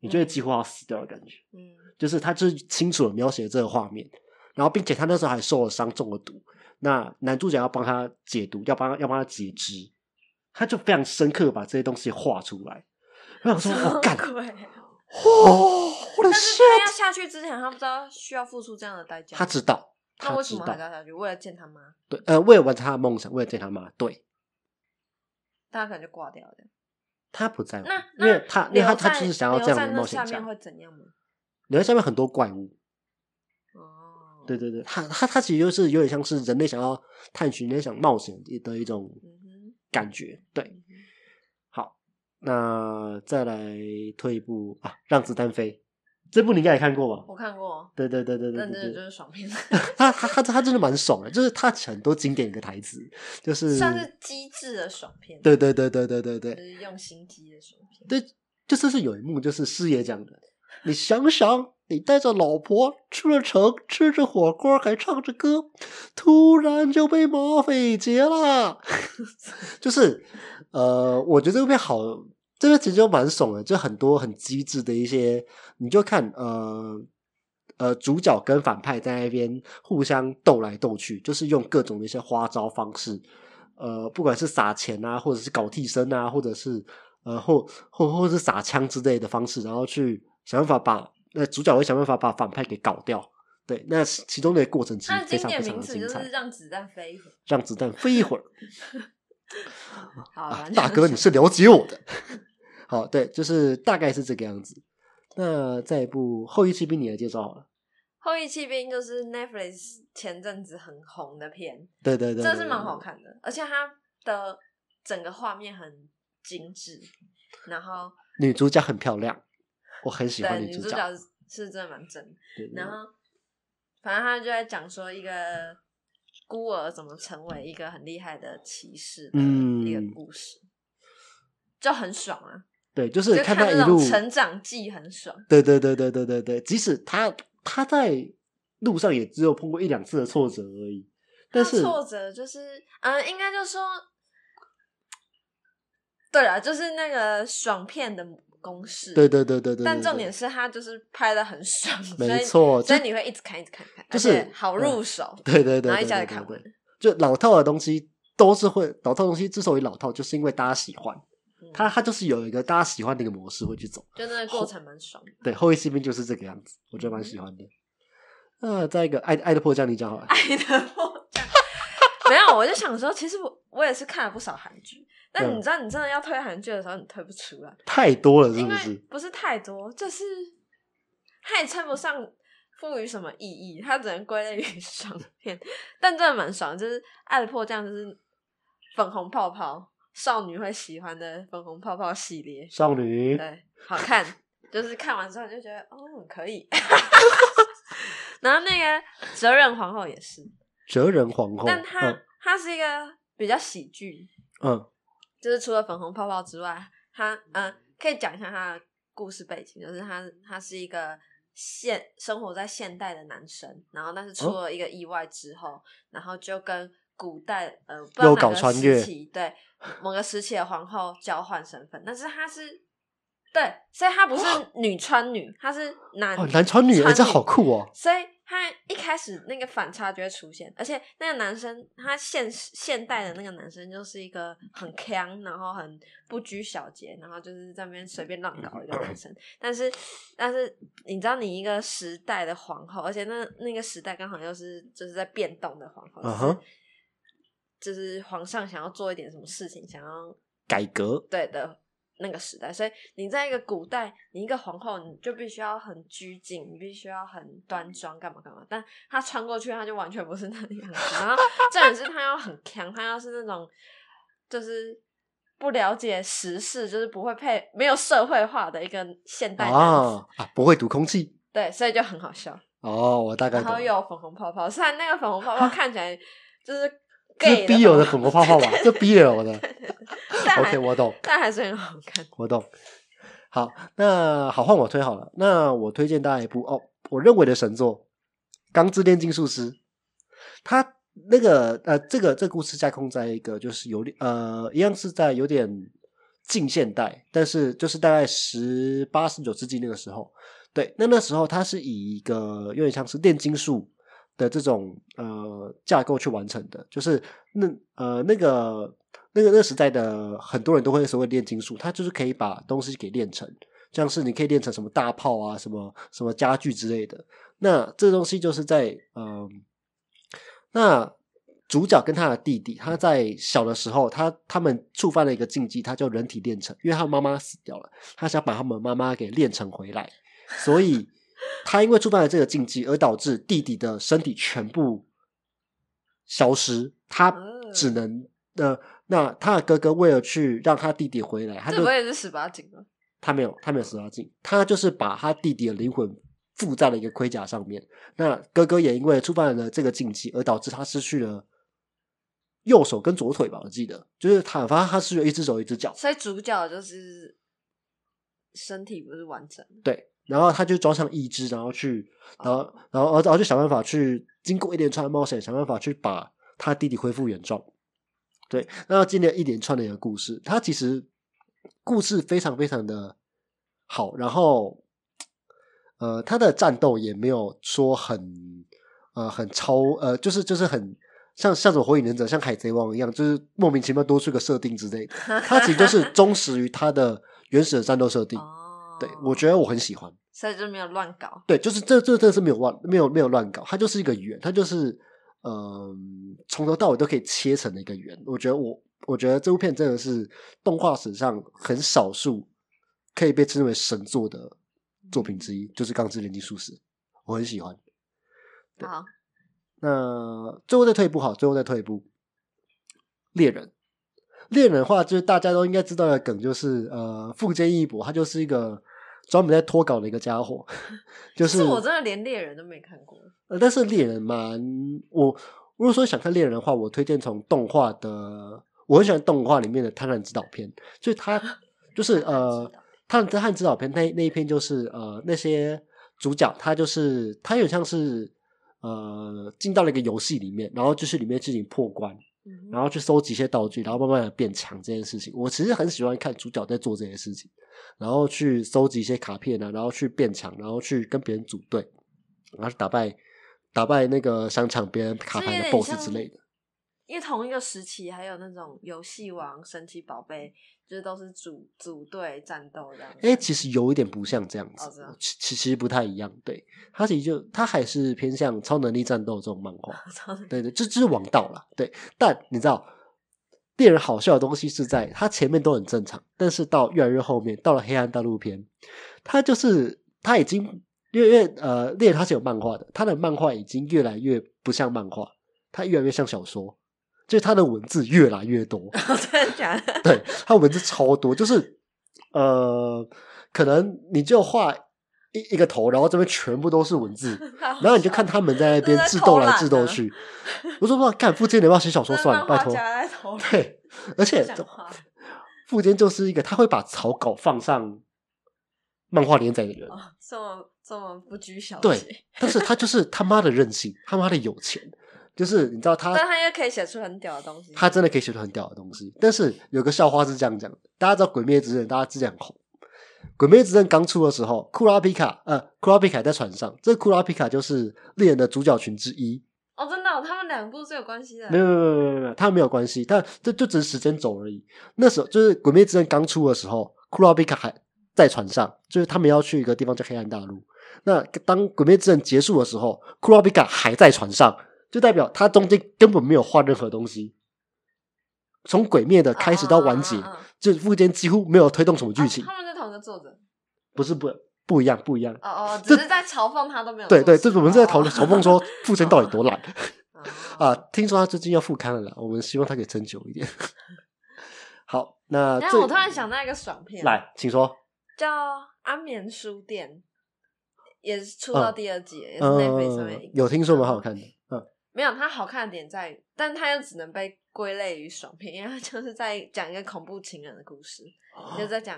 A: 你就会几乎要死掉的感觉。
B: 嗯
A: 就是他就是清楚的描写这个画面，然后并且他那时候还受了伤，中了毒。那男主角要帮他解毒，要帮他要帮他解肢，他就非常深刻地把这些东西画出来。我想
B: (laughs)
A: 说，我、
B: 好
A: 干，
B: 鬼啊。
A: 哦，我的
B: 但是
A: shit！
B: 他要下去之前，他不知道需要付出这样的代价。
A: 他知，道，
B: 那
A: 他
B: 为
A: 知
B: 什么
A: 道
B: 还，要下去？为了见他妈，
A: 对，呃，为了完成他的梦想，为了见他妈，对
B: 他可能就挂掉了。
A: 他不在乎
B: 那，
A: 因为他，因为他他就是想要这样的冒
B: 下
A: 险家
B: 面。会怎样吗？
A: 留在下面很多怪物，
B: 哦，
A: 对，对对，他他他其实就是有点像是人类想要探寻、人类想冒险的一种
B: 嗯
A: 感觉。对，
B: 哼，
A: 好，那再来推一部啊，《让子弹飞》这部你应该也看过吧？
B: 我看过，
A: 对对对对对
B: 但
A: 对
B: 真的就
A: 对，
B: 是爽片，
A: (laughs) 他他他他真的蛮爽的，就是他很多经典的台词，就是
B: (laughs) 算是机智的爽片，，
A: 对对对对对对对
B: 就，是用心机的爽片。
A: 对，就是是有一幕就是师爷讲的，你想想，你带着老婆出了城，吃着火锅还唱着歌，突然就被马匪劫了。就是，呃，我觉得这边好，这边其实就蛮爽的，就很多很机智的一些，你就看，呃。呃，主角跟反派在那边互相斗来斗去，就是用各种的一些花招方式，呃，不管是撒钱啊，或者是搞替身啊，或者是呃或或或是撒枪之类的方式，然后去想办法把那、主角会想办法把反派给搞掉。对，那其其中的过程其
B: 它
A: 实非
B: 的经
A: 常
B: 典
A: 非常
B: 名
A: 的
B: 词就
A: 精彩，
B: 是让子弹飞一会儿。
A: 让子弹飞一会儿。
B: 好
A: 啊
B: 啦，，
A: 大哥，你是了解我的。 (laughs) 好，对，就是大概是这个样子。那再一部《后裔骑兵》，你来介绍好了。
B: 后羿弃兵就是 Netflix 前阵子很红的片，
A: 对对对，
B: 这
A: 对
B: 是蛮好。看的，而且它的整个画面很精致，然后
A: 对女主角很漂亮，我很喜
B: 对
A: 欢
B: 女
A: 主
B: 主角是是真的蛮正的，
A: 对对
B: 然
A: 对
B: 后反正他就在讲说一个孤儿怎么成为一个很厉害的骑士的一
A: 嗯
B: 个故事，就很爽啊，
A: 对，就是
B: 就
A: 看她
B: 那
A: 一
B: 种
A: 路
B: 成长记很爽，
A: 对对对对对对对，即使他他在路上也只有碰过一两次的挫折而已，但
B: 他
A: 是
B: 挫折就是，嗯，应该就说，对啊，就是那个爽片的公式。
A: 对对对对对对，
B: 但
A: 对
B: 重点是他就是拍的很爽，所以
A: 没错，
B: 所以
A: 就
B: 你会一直看，一直看，一直看，
A: 就
B: 而
A: 是
B: 且好入
A: 嗯
B: 手。
A: 对对对，
B: 然后一
A: 对
B: 下
A: 对
B: 就看
A: 对
B: 完
A: 对就老套的东西都是会老套的东西之所以老套，就是因为大家喜欢，
B: 嗯
A: 它它就是有一个大家喜欢的一个模式会去走。
B: 就那个过程蛮爽的。
A: 对，后羿士兵就是这个样子，我觉得
B: 嗯
A: 蛮喜欢的。那再一个，爱爱的迫降，你讲好了。
B: 爱的迫降。没有，我就想说，其实我我也是看了不少韩剧，但
A: 嗯
B: 你知道，你真的要推韩剧的时候，你推不出来，
A: 太多了，是
B: 因
A: 不
B: 为
A: 是？
B: 不是太多，就是它也称不上赋予什么意义，它只能归类于爽片。但真的蛮爽，就是《爱的迫降》就是粉红泡泡少女会喜欢的粉红泡泡系列，
A: 少女，
B: 对，好看，就是看完之后你就觉得哦可以。 (laughs) 然后那个责任皇后也是，
A: 哲人皇后，
B: 但它它是一个比较喜剧，
A: 嗯嗯
B: 就是除了粉红泡泡之外，它嗯、呃可以讲一下它的故事背景，就是它它是一个现生活在现代的男生，然后但是
A: 哦
B: 出了一个意外之后，然后就跟古代呃不知道
A: 又
B: 哪
A: 搞
B: 个
A: 穿
B: 时
A: 越
B: 期对某个时期的皇后交换身份，但是他是。对，所以他不是女穿女，他是男
A: 哦，男穿女，哎，
B: 穿
A: 这好酷哦！
B: 所以他一开始那个反差就会出现，而且那个男生他现实现代的那个男生就是一个很强，然后很不拘小节，然后就是在那边随便乱搞一个男
A: (laughs)
B: 生。但是但是你知道，你一个时代的皇后，而且那那个时代刚好又是就是在变动的皇后，
A: 嗯哼
B: 就是就是皇上想要做一点什么事情，想要
A: 改革，
B: 对的那个时代，所以你在一个古代，你一个皇后，你就必须要很拘谨，你必须要很
A: 嗯
B: 端庄，干嘛干嘛。但她穿过去，她就完全不是那个样子。然后重点是她要很强，她要是那种就是不了解时事，就是不会配没有社会化的一个现代男子，
A: 啊啊，不会读空气
B: 对，所以就很好笑。
A: 哦，我大概
B: 然
A: 懂
B: 后
A: 了。
B: 又有粉红泡泡，虽然那个粉
A: (laughs)
B: 红泡泡看起来就是
A: 这
B: gay 的
A: B 有的
B: 粉
A: 粉
B: 红
A: 红泡泡吧，这 B 有的。
B: (laughs) 但还
A: OK，我懂，
B: 但还是很好看。
A: 我懂。好，那好，换我推好了。那我推荐大家一部哦，我认为的神作《钢之炼金术师》。他那个呃，这个这个故事架空在一个就是有点呃，一样是在有点近现代，但是就是大概十八十九世纪那个时候。对，那那时候它是以一个有点像是炼金术的这种呃架构去完成的，就是那呃那个那个那个时代的很多人都会所谓炼金术，它就是可以把东西给炼成，像是你可以炼成什么大炮啊，什么什么家具之类的。那这东西就是在嗯、那主角跟他的弟弟，他在小的时候，他他们触犯了一个禁忌，他叫人体炼成，因为他妈妈死掉了，他想把他们妈妈给炼成回来，所以他因为触犯了这个禁忌，而导致弟弟的身体全部消失，他
B: 嗯
A: 只能呃，那他的哥哥为了去让他弟弟回来，他
B: 这
A: 就
B: 不也是十八禁吗？
A: 他没有，他没有十八禁，他就是把他弟弟的灵魂附在了一个盔甲上面。那哥哥也因为触犯了这个禁忌，而导致他失去了右手跟左腿吧，我记得，就是他，反正他失去了一只手一只脚。
B: 所以主角就是身体不是完整的，
A: 对，然后他就装上义肢，然后去，然后，然后，然后就想办法去经过一连串的冒险，想办法去把他弟弟恢复原状。对，那今年一连串的一个故事，它其实故事非常非常的好，然后，呃，他的战斗也没有说很，呃，很超，呃，就是就是很。像像什么火影忍者、像海贼王一样，就是莫名其妙多出个设定之类的，它其实就是忠实于它的原始的战斗设定。
B: 哦，
A: 对，我觉得我很喜欢。
B: 所以就没有乱搞，
A: 对，就是这这真的是没有乱没有没有乱搞，它就是一个圆，它就是嗯、从头到尾都可以切成的一个圆。我觉得我我觉得这部片真的是动画史上很少数可以被称为神作的作品之一，就是《钢之炼金术师》，我很喜欢。对
B: 好，
A: 那最后再退一步好，最后再退一步，猎人。猎人的话，就是大家都应该知道的梗，就是呃，富坚义博，他就是一个专门在脱稿的一个家伙，就
B: 其
A: 是
B: 实我真的连猎人都没看过，
A: 呃，但是猎人蛮我如果说想看猎人的话，我推荐从动画的，我很喜欢动画里面的《贪婪指导篇》，就是他就是
B: (laughs)
A: 呃，《贪婪之汉》指导篇那那一篇就是呃那些主角他就是他有点像是呃进到了一个游戏里面，然后就是里面进行破关，
B: 嗯
A: 然后去收集一些道具，然后慢慢的变强这件事情，我其实很喜欢看主角在做这些事情，然后去收集一些卡片啊，然后去变强，然后去跟别人组队，然后去打败打败那个商场别人卡
B: 这有
A: 牌的
B: 点
A: BOSS
B: 像
A: 之类的。
B: 因为同一个时期还有那种游戏王、神奇宝贝，就是都是组组队战斗这样。 (laughs)
A: 哎、其实有一点不像这样
B: 哦
A: 子
B: 真的，
A: 其其其实不太一样。对，它其实就它还是偏向超能力战斗这种漫画。
B: 超
A: 对对，这这是王道啦。对，但你知道，令人好笑的东西是在它前面都很正常，但是到越来越后面，到了黑暗大陆篇，它就是它已经因为因为呃，猎人它是有漫画的，它的漫画已经越来越不像漫画，它越来越像小说，就是它的文字越来越多。
B: 真的假
A: (laughs)
B: 的？
A: 对，它文字超多，就是呃，可能你就画一一个头，然后这边全部都是文
B: (laughs)
A: 字，然后你就看他们在那边
B: 这是
A: 智
B: 在
A: 斗
B: 偷
A: 来
B: 懒
A: 智斗
B: 啊
A: 去。 (laughs) 我说哇，干，富坚你要不要写小说
B: 这
A: 算了，
B: 漫
A: 拜
B: 画
A: 托。
B: 家在头里
A: (laughs) 对，而且
B: 讲话
A: 富坚就是一个他会把草稿放上漫画连载的人，
B: 哦，这么这么不拘小
A: 对
B: 节，
A: 但是他就是他妈的任性，他妈的有钱，就是你知道他
B: 但他又可以写出很屌的东西。
A: 他真的可以写出很屌的东西。但是有个笑话是这样讲的，大家知道《鬼灭之刃》，大家之前很红。《鬼灭之刃》刚出的时候，库拉皮卡，呃，库拉皮卡在船上。这库拉皮卡就是猎人的主角群之一。
B: 哦，真的哦、他们两部是有关系的。
A: 没有，没有，没有，没有，他没有关系，但这就只是时间走而已。那时候就是《鬼灭之刃》刚出的时候，库拉比卡还在船上，就是他们要去一个地方叫黑暗大陆。那当《鬼灭之刃》结束的时候，库拉比卡还在船上，就代表他中间根本没有画任何东西。从《鬼灭》的开始到完结，
B: 啊啊啊啊
A: 就是附件几乎没有推动什么剧情
B: 哦，他们是同一个作者。
A: 不是不不一样，不一样。
B: 哦哦，
A: 这
B: 只是在嘲讽他都没有做
A: 对
B: 事。
A: 对，这我们是在讨论
B: 哦
A: 嘲讽说富坚到底多懒。
B: 哦
A: (laughs) 啊，听说他最近要复刊了啦，我们希望他可以撑久一点。 (laughs) 好，那
B: 等一
A: 最
B: 下我突然想到一个爽片，
A: 来，请说。
B: 叫《安眠书店》，也是出到
A: 嗯
B: 第二季，也是
A: 嗯
B: Netflix 上面、，
A: 有听说蛮好。看的。嗯，
B: 没有，它好看的点在于，但它又只能被归类于爽片，因为它就是在讲一个恐怖情人的故事，就是在讲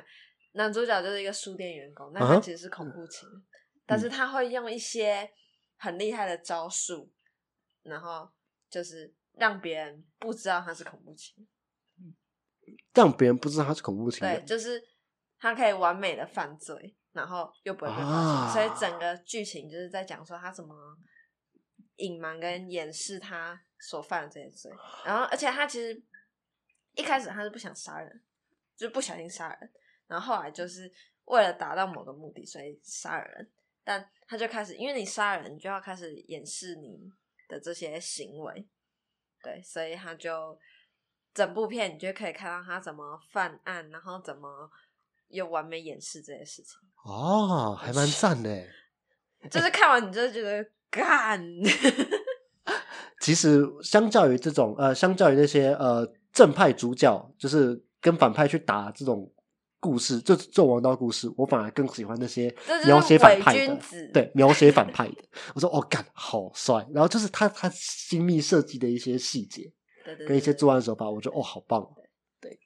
B: 男主角就是一个书店员工，那
A: 哦嗯
B: 他
A: 哼嗯
B: 其实是恐怖情人，但是他会用一些很厉害的招数，然后就是让别人不知道他是恐怖情人，
A: 让别人不知道他是恐怖情
B: 对，
A: 人。
B: 就是他可以完美的犯罪，然后又不会被发现，
A: 啊
B: 所以整个剧情就是在讲说他怎么隐瞒跟掩饰他所犯的这些罪，然后而且他其实一开始他是不想杀人，就是不小心杀人，然后后来就是为了达到某个目的，所以杀了人，但他就开始因为你杀人，你就要开始掩饰你的这些行为，对，所以他就整部片你就可以看到他怎么犯案，然后怎么又完美掩饰这些事情。
A: 哦，还
B: (laughs)
A: 蛮赞的。 (laughs)
B: 就是看完你就觉得干， (laughs)
A: 其实相较于这种呃，相较于那些呃正派主角，就是跟反派去打这种故事，这这种王道故事，我反而更喜欢那些
B: 这就是
A: 描写反
B: 伪
A: 派的
B: 君子，
A: 对，描写反派的。 (laughs) 我说哦，干好帅，然后就是他他精密设计的一些细节
B: 对对
A: 跟一些作
B: 做，
A: 案手法，我觉得哦好棒哦，对，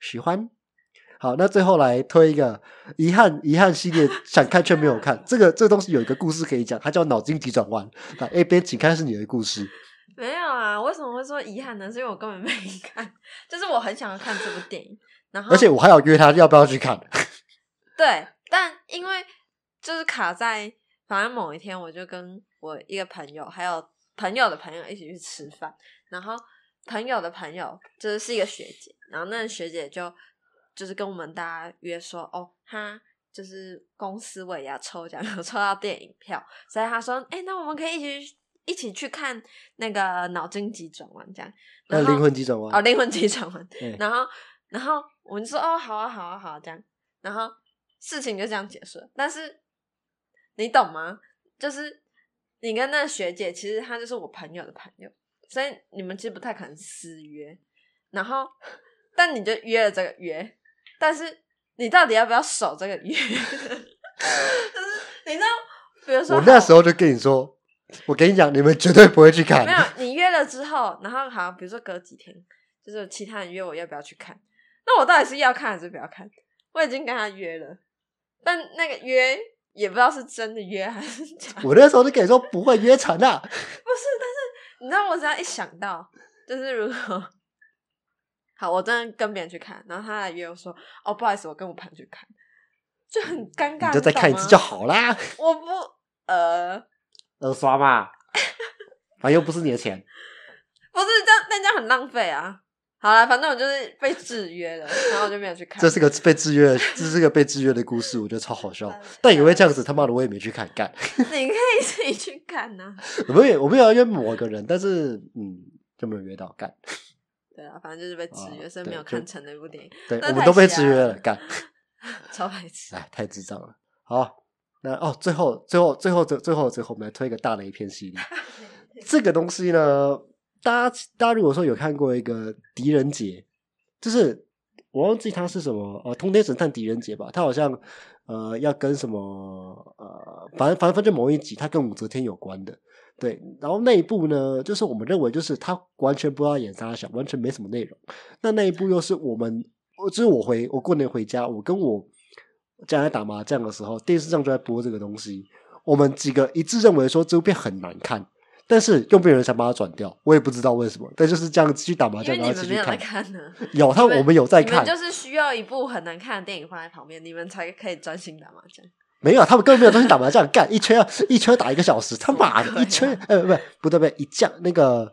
A: 喜欢。好，那最后来推一个遗憾遗憾系列，想看却没有看。这个这个东西有一个故事可以讲，它叫脑筋急转弯。来，A 边，请看是你的故事。
B: 没有啊？为什么会说遗憾呢？是因为我根本没看， (laughs) 就是我很想要看这部电影，然后
A: 而且我还有约他要不要去看。
B: 啊对，但因为就是卡在，反正某一天我就跟我一个朋友，还有朋友的朋友一起去吃饭，然后朋友的朋友就是是一个学姐，然后那个学姐就就是跟我们大家约说，哦，她就是公司我也要抽奖， (laughs) 有抽到电影票，所以她说，哎、那我们可以一起去一起去看那个脑筋急转弯这样，
A: 那
B: 然后
A: 灵魂急转弯
B: 哦，灵魂急转弯
A: 对。
B: 然后，然后我们就说哦，好啊，好啊，好啊，这样，然后事情就这样结束了。但是你懂吗？就是你跟那个学姐，其实她就是我朋友的朋友，所以你们其实不太可能私约。然后，但你就约了这个约，但是你到底要不要守这个约？ (laughs) 就是你知道，比如说
A: 我那
B: 好
A: 时候就跟你说，我跟你讲，你们绝对不会去看
B: 没。有，你约了之后，然后好像比如说隔几天，就是其他人约我要不要去看，那我到底是要看还是不要看？我已经跟他约了，但那个约也不知道是真的约还是假的。
A: 我那时候就跟你说不会约成啊。
B: 不是，但是你知道，我只要一想到，就是如果好，我真的跟别人去看，然后他来约我说，哦，不好意思，我跟我朋友去看，就很尴尬。
A: 你就再
B: 懂
A: 看一次
B: 吗
A: 就。好啦，
B: 我不呃，
A: 二刷嘛，反正又不是你的钱。
B: 不是这样，那这样很浪费啊。好啦，反正我就是被制约
A: (laughs)
B: 了，然后我就没有去看。
A: 这是个被制约，这是个被制约的故事，我觉得超好
B: (laughs)
A: 笑。
B: 嗯
A: 但
B: 啊
A: 因为这样子，他妈的我也没去看，干， (laughs)
B: 你可以自己去看啊呐、
A: 我们也我们也要约某个人，但是嗯，就没有约到，干，
B: 对啊，反正就是被制约，
A: 哦
B: 所以没有
A: 对就
B: 看成那部电影，
A: 对，
B: 那
A: 我们
B: 太
A: 都被
B: 瞎
A: 制约
B: 了
A: 了，干，
B: 超白痴。
A: 哎，太智障了。好，那哦，最后最后最后最最后最后，我们来推一个大雷片系列。这个东西呢，大家大家如果说有看过一个狄仁杰，就是我忘记他是什么呃，通天神探狄仁杰吧，他好像呃要跟什么呃，反正反正反正某一集他跟武则天有关的。对，然后那一部呢，就是我们认为就是他完全不知道演啥小，完全没什么内容。那那一部又是我们，我就是我回我过年回家，我跟我家人打麻将的时候，电视上就在播这个东西。我们几个一致认为说这部片很难看，但是又没有人想把它转掉，我也不知道为什么。但就是这样去打麻
B: 因
A: 将，
B: 为
A: 然
B: 你
A: 后继
B: 们没
A: 续
B: 有在
A: 看。
B: 看呢，
A: 有，他
B: 你
A: 我们有在
B: 你们
A: 看，
B: 就是需要一部很难看的电影放在旁边，你们才可以专心打麻将。
A: 没有，他们根本没有东西打麻将，干一圈要一圈要打一个小时，他妈
B: 怎
A: 的，一
B: 么可以 (laughs)
A: 圈呃不不对不对，一将那个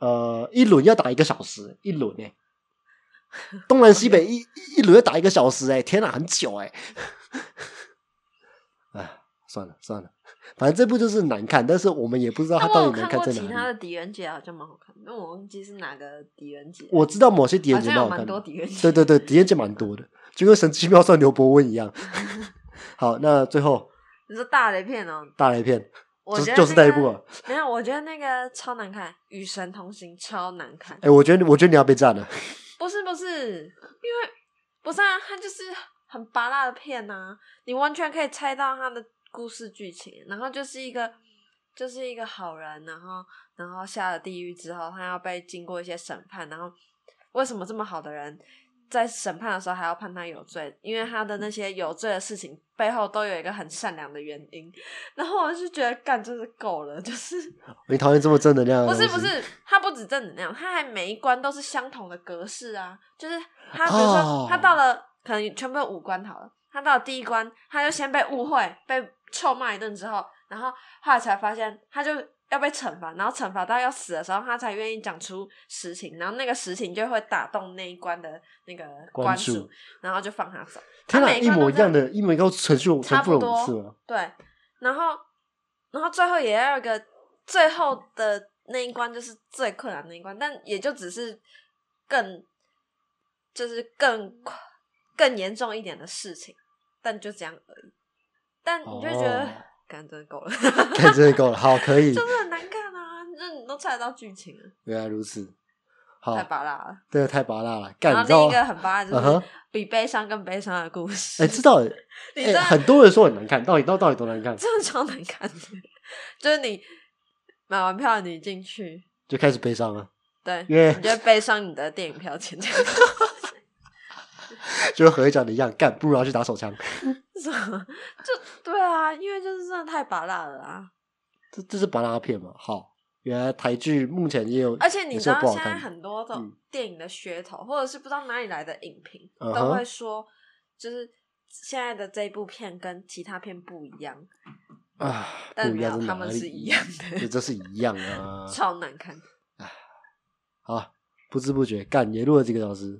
A: 呃一轮要打一个小时，一轮哎、东南西北一一一轮要打一个小时哎、天哪，很久 (laughs) 哎、哎，算了算了，反正这部就是难看，但是我们也不知道它
B: 但哎我
A: 到
B: 有
A: 底难看
B: 看过
A: 在
B: 其他
A: 哪里。
B: 的狄仁杰好像蛮好看的，但我忘记是哪个狄仁杰。
A: 我知道某些敌
B: 好
A: 人节
B: 像
A: 蛮
B: 有
A: 好看
B: 蛮
A: 的
B: 多狄仁杰。
A: 对对对，敌人节蛮多的，就跟神奇妙算刘伯温一
B: (laughs)
A: 样。好，那最后
B: 你说大雷片哦，
A: 大雷片。
B: 我
A: 就
B: 觉得
A: 就是那
B: 那
A: 一
B: 个
A: 部啊。
B: 没有，我觉得那个超难看，《与神同行》超难看。
A: 哎、我觉得你我觉得你要被占了。
B: 不是不是，因为不是啊，它就是很拔辣的片呐、你完全可以猜到它的故事剧情，然后就是一个就是一个好人，然后然后下了地狱之后，他要被经过一些审判，然后为什么这么好的人在审判的时候还要判他有罪？因为他的那些有罪的事情背后都有一个很善良的原因， (laughs) 然后我就觉得干真是够了，就是。
A: 你讨厌这么正能量的
B: 不是
A: 东
B: 不
A: 西，
B: 是，它不止正能量，它还每一关都是相同的格式啊。就是它，比如
A: 哦
B: 说它到了可能全部有五关好了，它到了第一关，它就先被误会、被臭骂一顿之后，然后后来才发现他就要被惩罚，然后惩罚到要死的时候，他才愿意讲出实情，然后那个实情就会打动那一关的那个
A: 关
B: 关
A: 注
B: 注，然后就放他走。
A: 天
B: 它
A: 哪，
B: 每
A: 一
B: 关
A: 模
B: 都
A: 一
B: 这
A: 样的，一模一样的程序，重
B: 差
A: 复
B: 不
A: 了五次
B: 多
A: 了。， (laughs)
B: 对，然后然后最后也要有一个最后的那一关，就是最困难的那一关，但也就只是更就是更更严重一点的事情，但就这样而已。但你就会觉得
A: 哦，嗯
B: 感、真的够了，
A: 看真的够了，好，可以，
B: (laughs) 就是很难看啊，就是你都猜得到剧情了，
A: 原来如此。好
B: 太，拔辣了。
A: 这个太拔辣了，
B: 然
A: 哦干，你
B: 后
A: 知道
B: 另一
A: 吗？
B: 个很拔辣就
A: 嗯哼
B: 是比悲伤更悲伤的故事。
A: 哎、知道，哎、
B: (laughs) 你知道
A: 很多人说很难看，到底到到底多难看？
B: 这样超难看的， (laughs) 就是你买完票你进去，
A: 就开始悲伤了，
B: 对，
A: 因为
B: 你就会背上你的电影票钱，这样
A: (laughs)
B: (laughs)
A: 就和何一讲的一样，干，不如要去打手枪。
B: 是吗？就对啊，因为就是真的太拔辣了啊！
A: 这这是拔拉片嘛？好，原来台剧目前也有，
B: 而且你
A: 也
B: 知
A: 是有
B: 道
A: 不好
B: 现在
A: 看的。
B: 很多的
A: 嗯
B: 电影的噱头，或者是不知道哪里来的影评，
A: 嗯哼
B: 都会说就是。现在的这部片跟其他片不一样，
A: 啊，
B: 但
A: 不一
B: 呃没
A: 样
B: 有
A: 在
B: 他
A: 哪
B: 们
A: 里
B: 是一样
A: (laughs)
B: 的。
A: 这这是一样啊
B: (laughs) 超难看。
A: 好，不知不觉干也录了几个小时，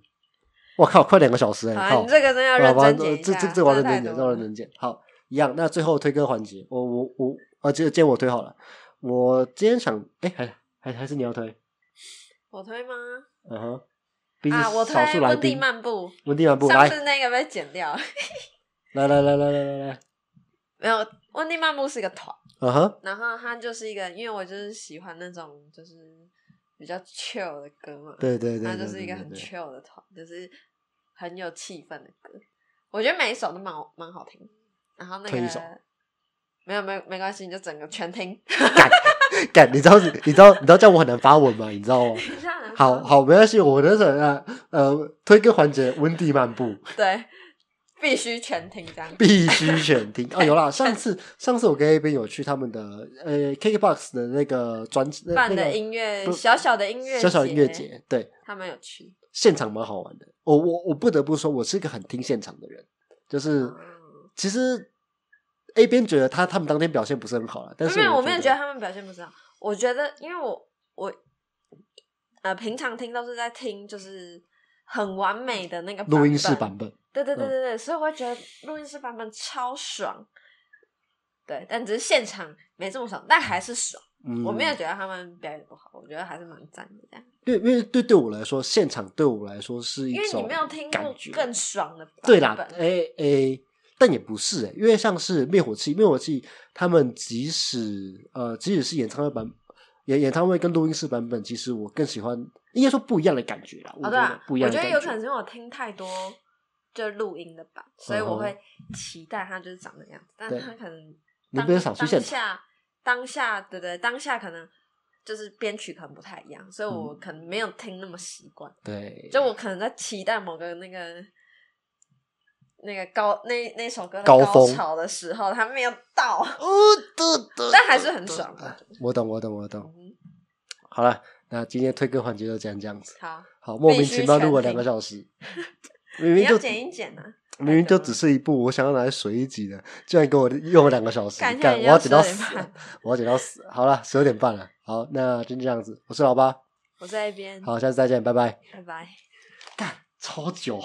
A: 我靠，快两个小时哎、
B: 好、啊，
A: 靠
B: 你，这个真的要认
A: 好吧
B: 真剪一
A: 这
B: 下，
A: 这这我要认
B: 太
A: 真剪，这
B: 多
A: 我
B: 了
A: 认真剪。好，一样。那最后推歌环节，我我我，啊，这个今天我推好了。我今天想，哎、还还还是你要推，
B: 我推吗？
A: 嗯哼，毕竟
B: 啊，我推
A: 少数来
B: 温蒂
A: 宾，
B: 漫步，
A: 温蒂漫步，
B: 上
A: 来
B: 次那个被剪掉，
A: 来来来来来来来，
B: 没有。温蒂漫步是一个团，
A: 嗯哼，
B: 然后它就是一个，因为我就是喜欢那种就是比较 chill 的歌嘛，
A: 对对对，
B: 它
A: 对
B: 啊就是一
A: 对
B: 个很
A: 对
B: chill 的团，就是很有气氛的歌。我觉得每一首都蛮好蛮好听，然后那
A: 推一首
B: 个没有没有没关系，你就整个全听。
A: 干，你知道你知道你知道这样我很难发文吗？你知道吗？
B: 这样 (laughs) 很
A: 好好，没关系，我那时候呃呃推歌环节，温蒂漫步。
B: 对，必须全听这样。
A: 必须选听哦，
B: (laughs)
A: 有啦，上次上次我跟 A 边有去他们的呃 KKBOX 的那个专那
B: 办
A: 那
B: 的
A: 个
B: 音乐
A: 不
B: 小小的音乐
A: 小小音乐
B: 节
A: 节，对，
B: 他们有去，
A: 现场蛮好玩的。我我我不得不说，我是一个很听现场的人，就是、
B: 嗯
A: 其实 A 边觉得他他们当天表现不是很好了，但是
B: 没有，我没有
A: 觉
B: 觉得他们表现不是很好，我觉得，因为我我呃平常听都是在听，就是很完美的那个
A: 录音室版本。
B: 对对对
A: 嗯
B: 对对，所以我会觉得录音室版本超爽。对，但只是现场没这么爽，但还是爽。
A: 嗯，
B: 我没有觉得他们表演不好，我觉得还是蛮赞的这样。
A: 因为因为对对我来说，现场对我来说是一
B: 因为你
A: 种
B: 没有听
A: 感
B: 过
A: 觉。
B: 更爽的版本。啊
A: 对啦，诶诶，但也不是诶、欸因为像是灭火器，灭火器他们即使呃，即使是演唱会版演演唱会跟录音室版本，其实我更喜欢，应该说不一样的感觉啦。我
B: 哦，
A: 觉
B: 对
A: 得
B: 啊，
A: 不
B: 我
A: 一样的
B: 觉
A: 感
B: 得有可能是因为我听太多就录音的版，所以我会期待它就是长那样子，但
A: 对
B: 它可能
A: 你
B: 当
A: 不能少去
B: 当
A: 现
B: 下当下，对对，当下可能就是编曲可能不太一样，所以我可能没有听那么习惯，
A: 对，
B: 就我可能在期待某个那个。那个高那那首歌的
A: 高
B: 高
A: 峰
B: 潮的时候，它没有到，
A: 哦，得得，
B: 但还是很爽
A: 得
B: 啊。
A: 我懂，我懂，我懂。
B: 嗯
A: 好了，那今天推歌环节就这样这样子。
B: 好，
A: 好，莫名
B: 必须
A: 其妙录
B: 全
A: 了两个
B: 听
A: 小时，明
B: 你
A: 明
B: 要
A: 就
B: 剪一剪啊！
A: 明明就只是一部我想要拿来水一集的，居然给我用了两个小时，
B: 感谢
A: 干！我
B: 你
A: 要
B: 要
A: 剪到
B: 12点
A: 死
B: 半，
A: 我要剪到死。好了，十二点半了。好，那就这样子。我是老八，
B: 我在一边，
A: 好，下次再见，拜拜。
B: 拜拜。
A: 干，超久。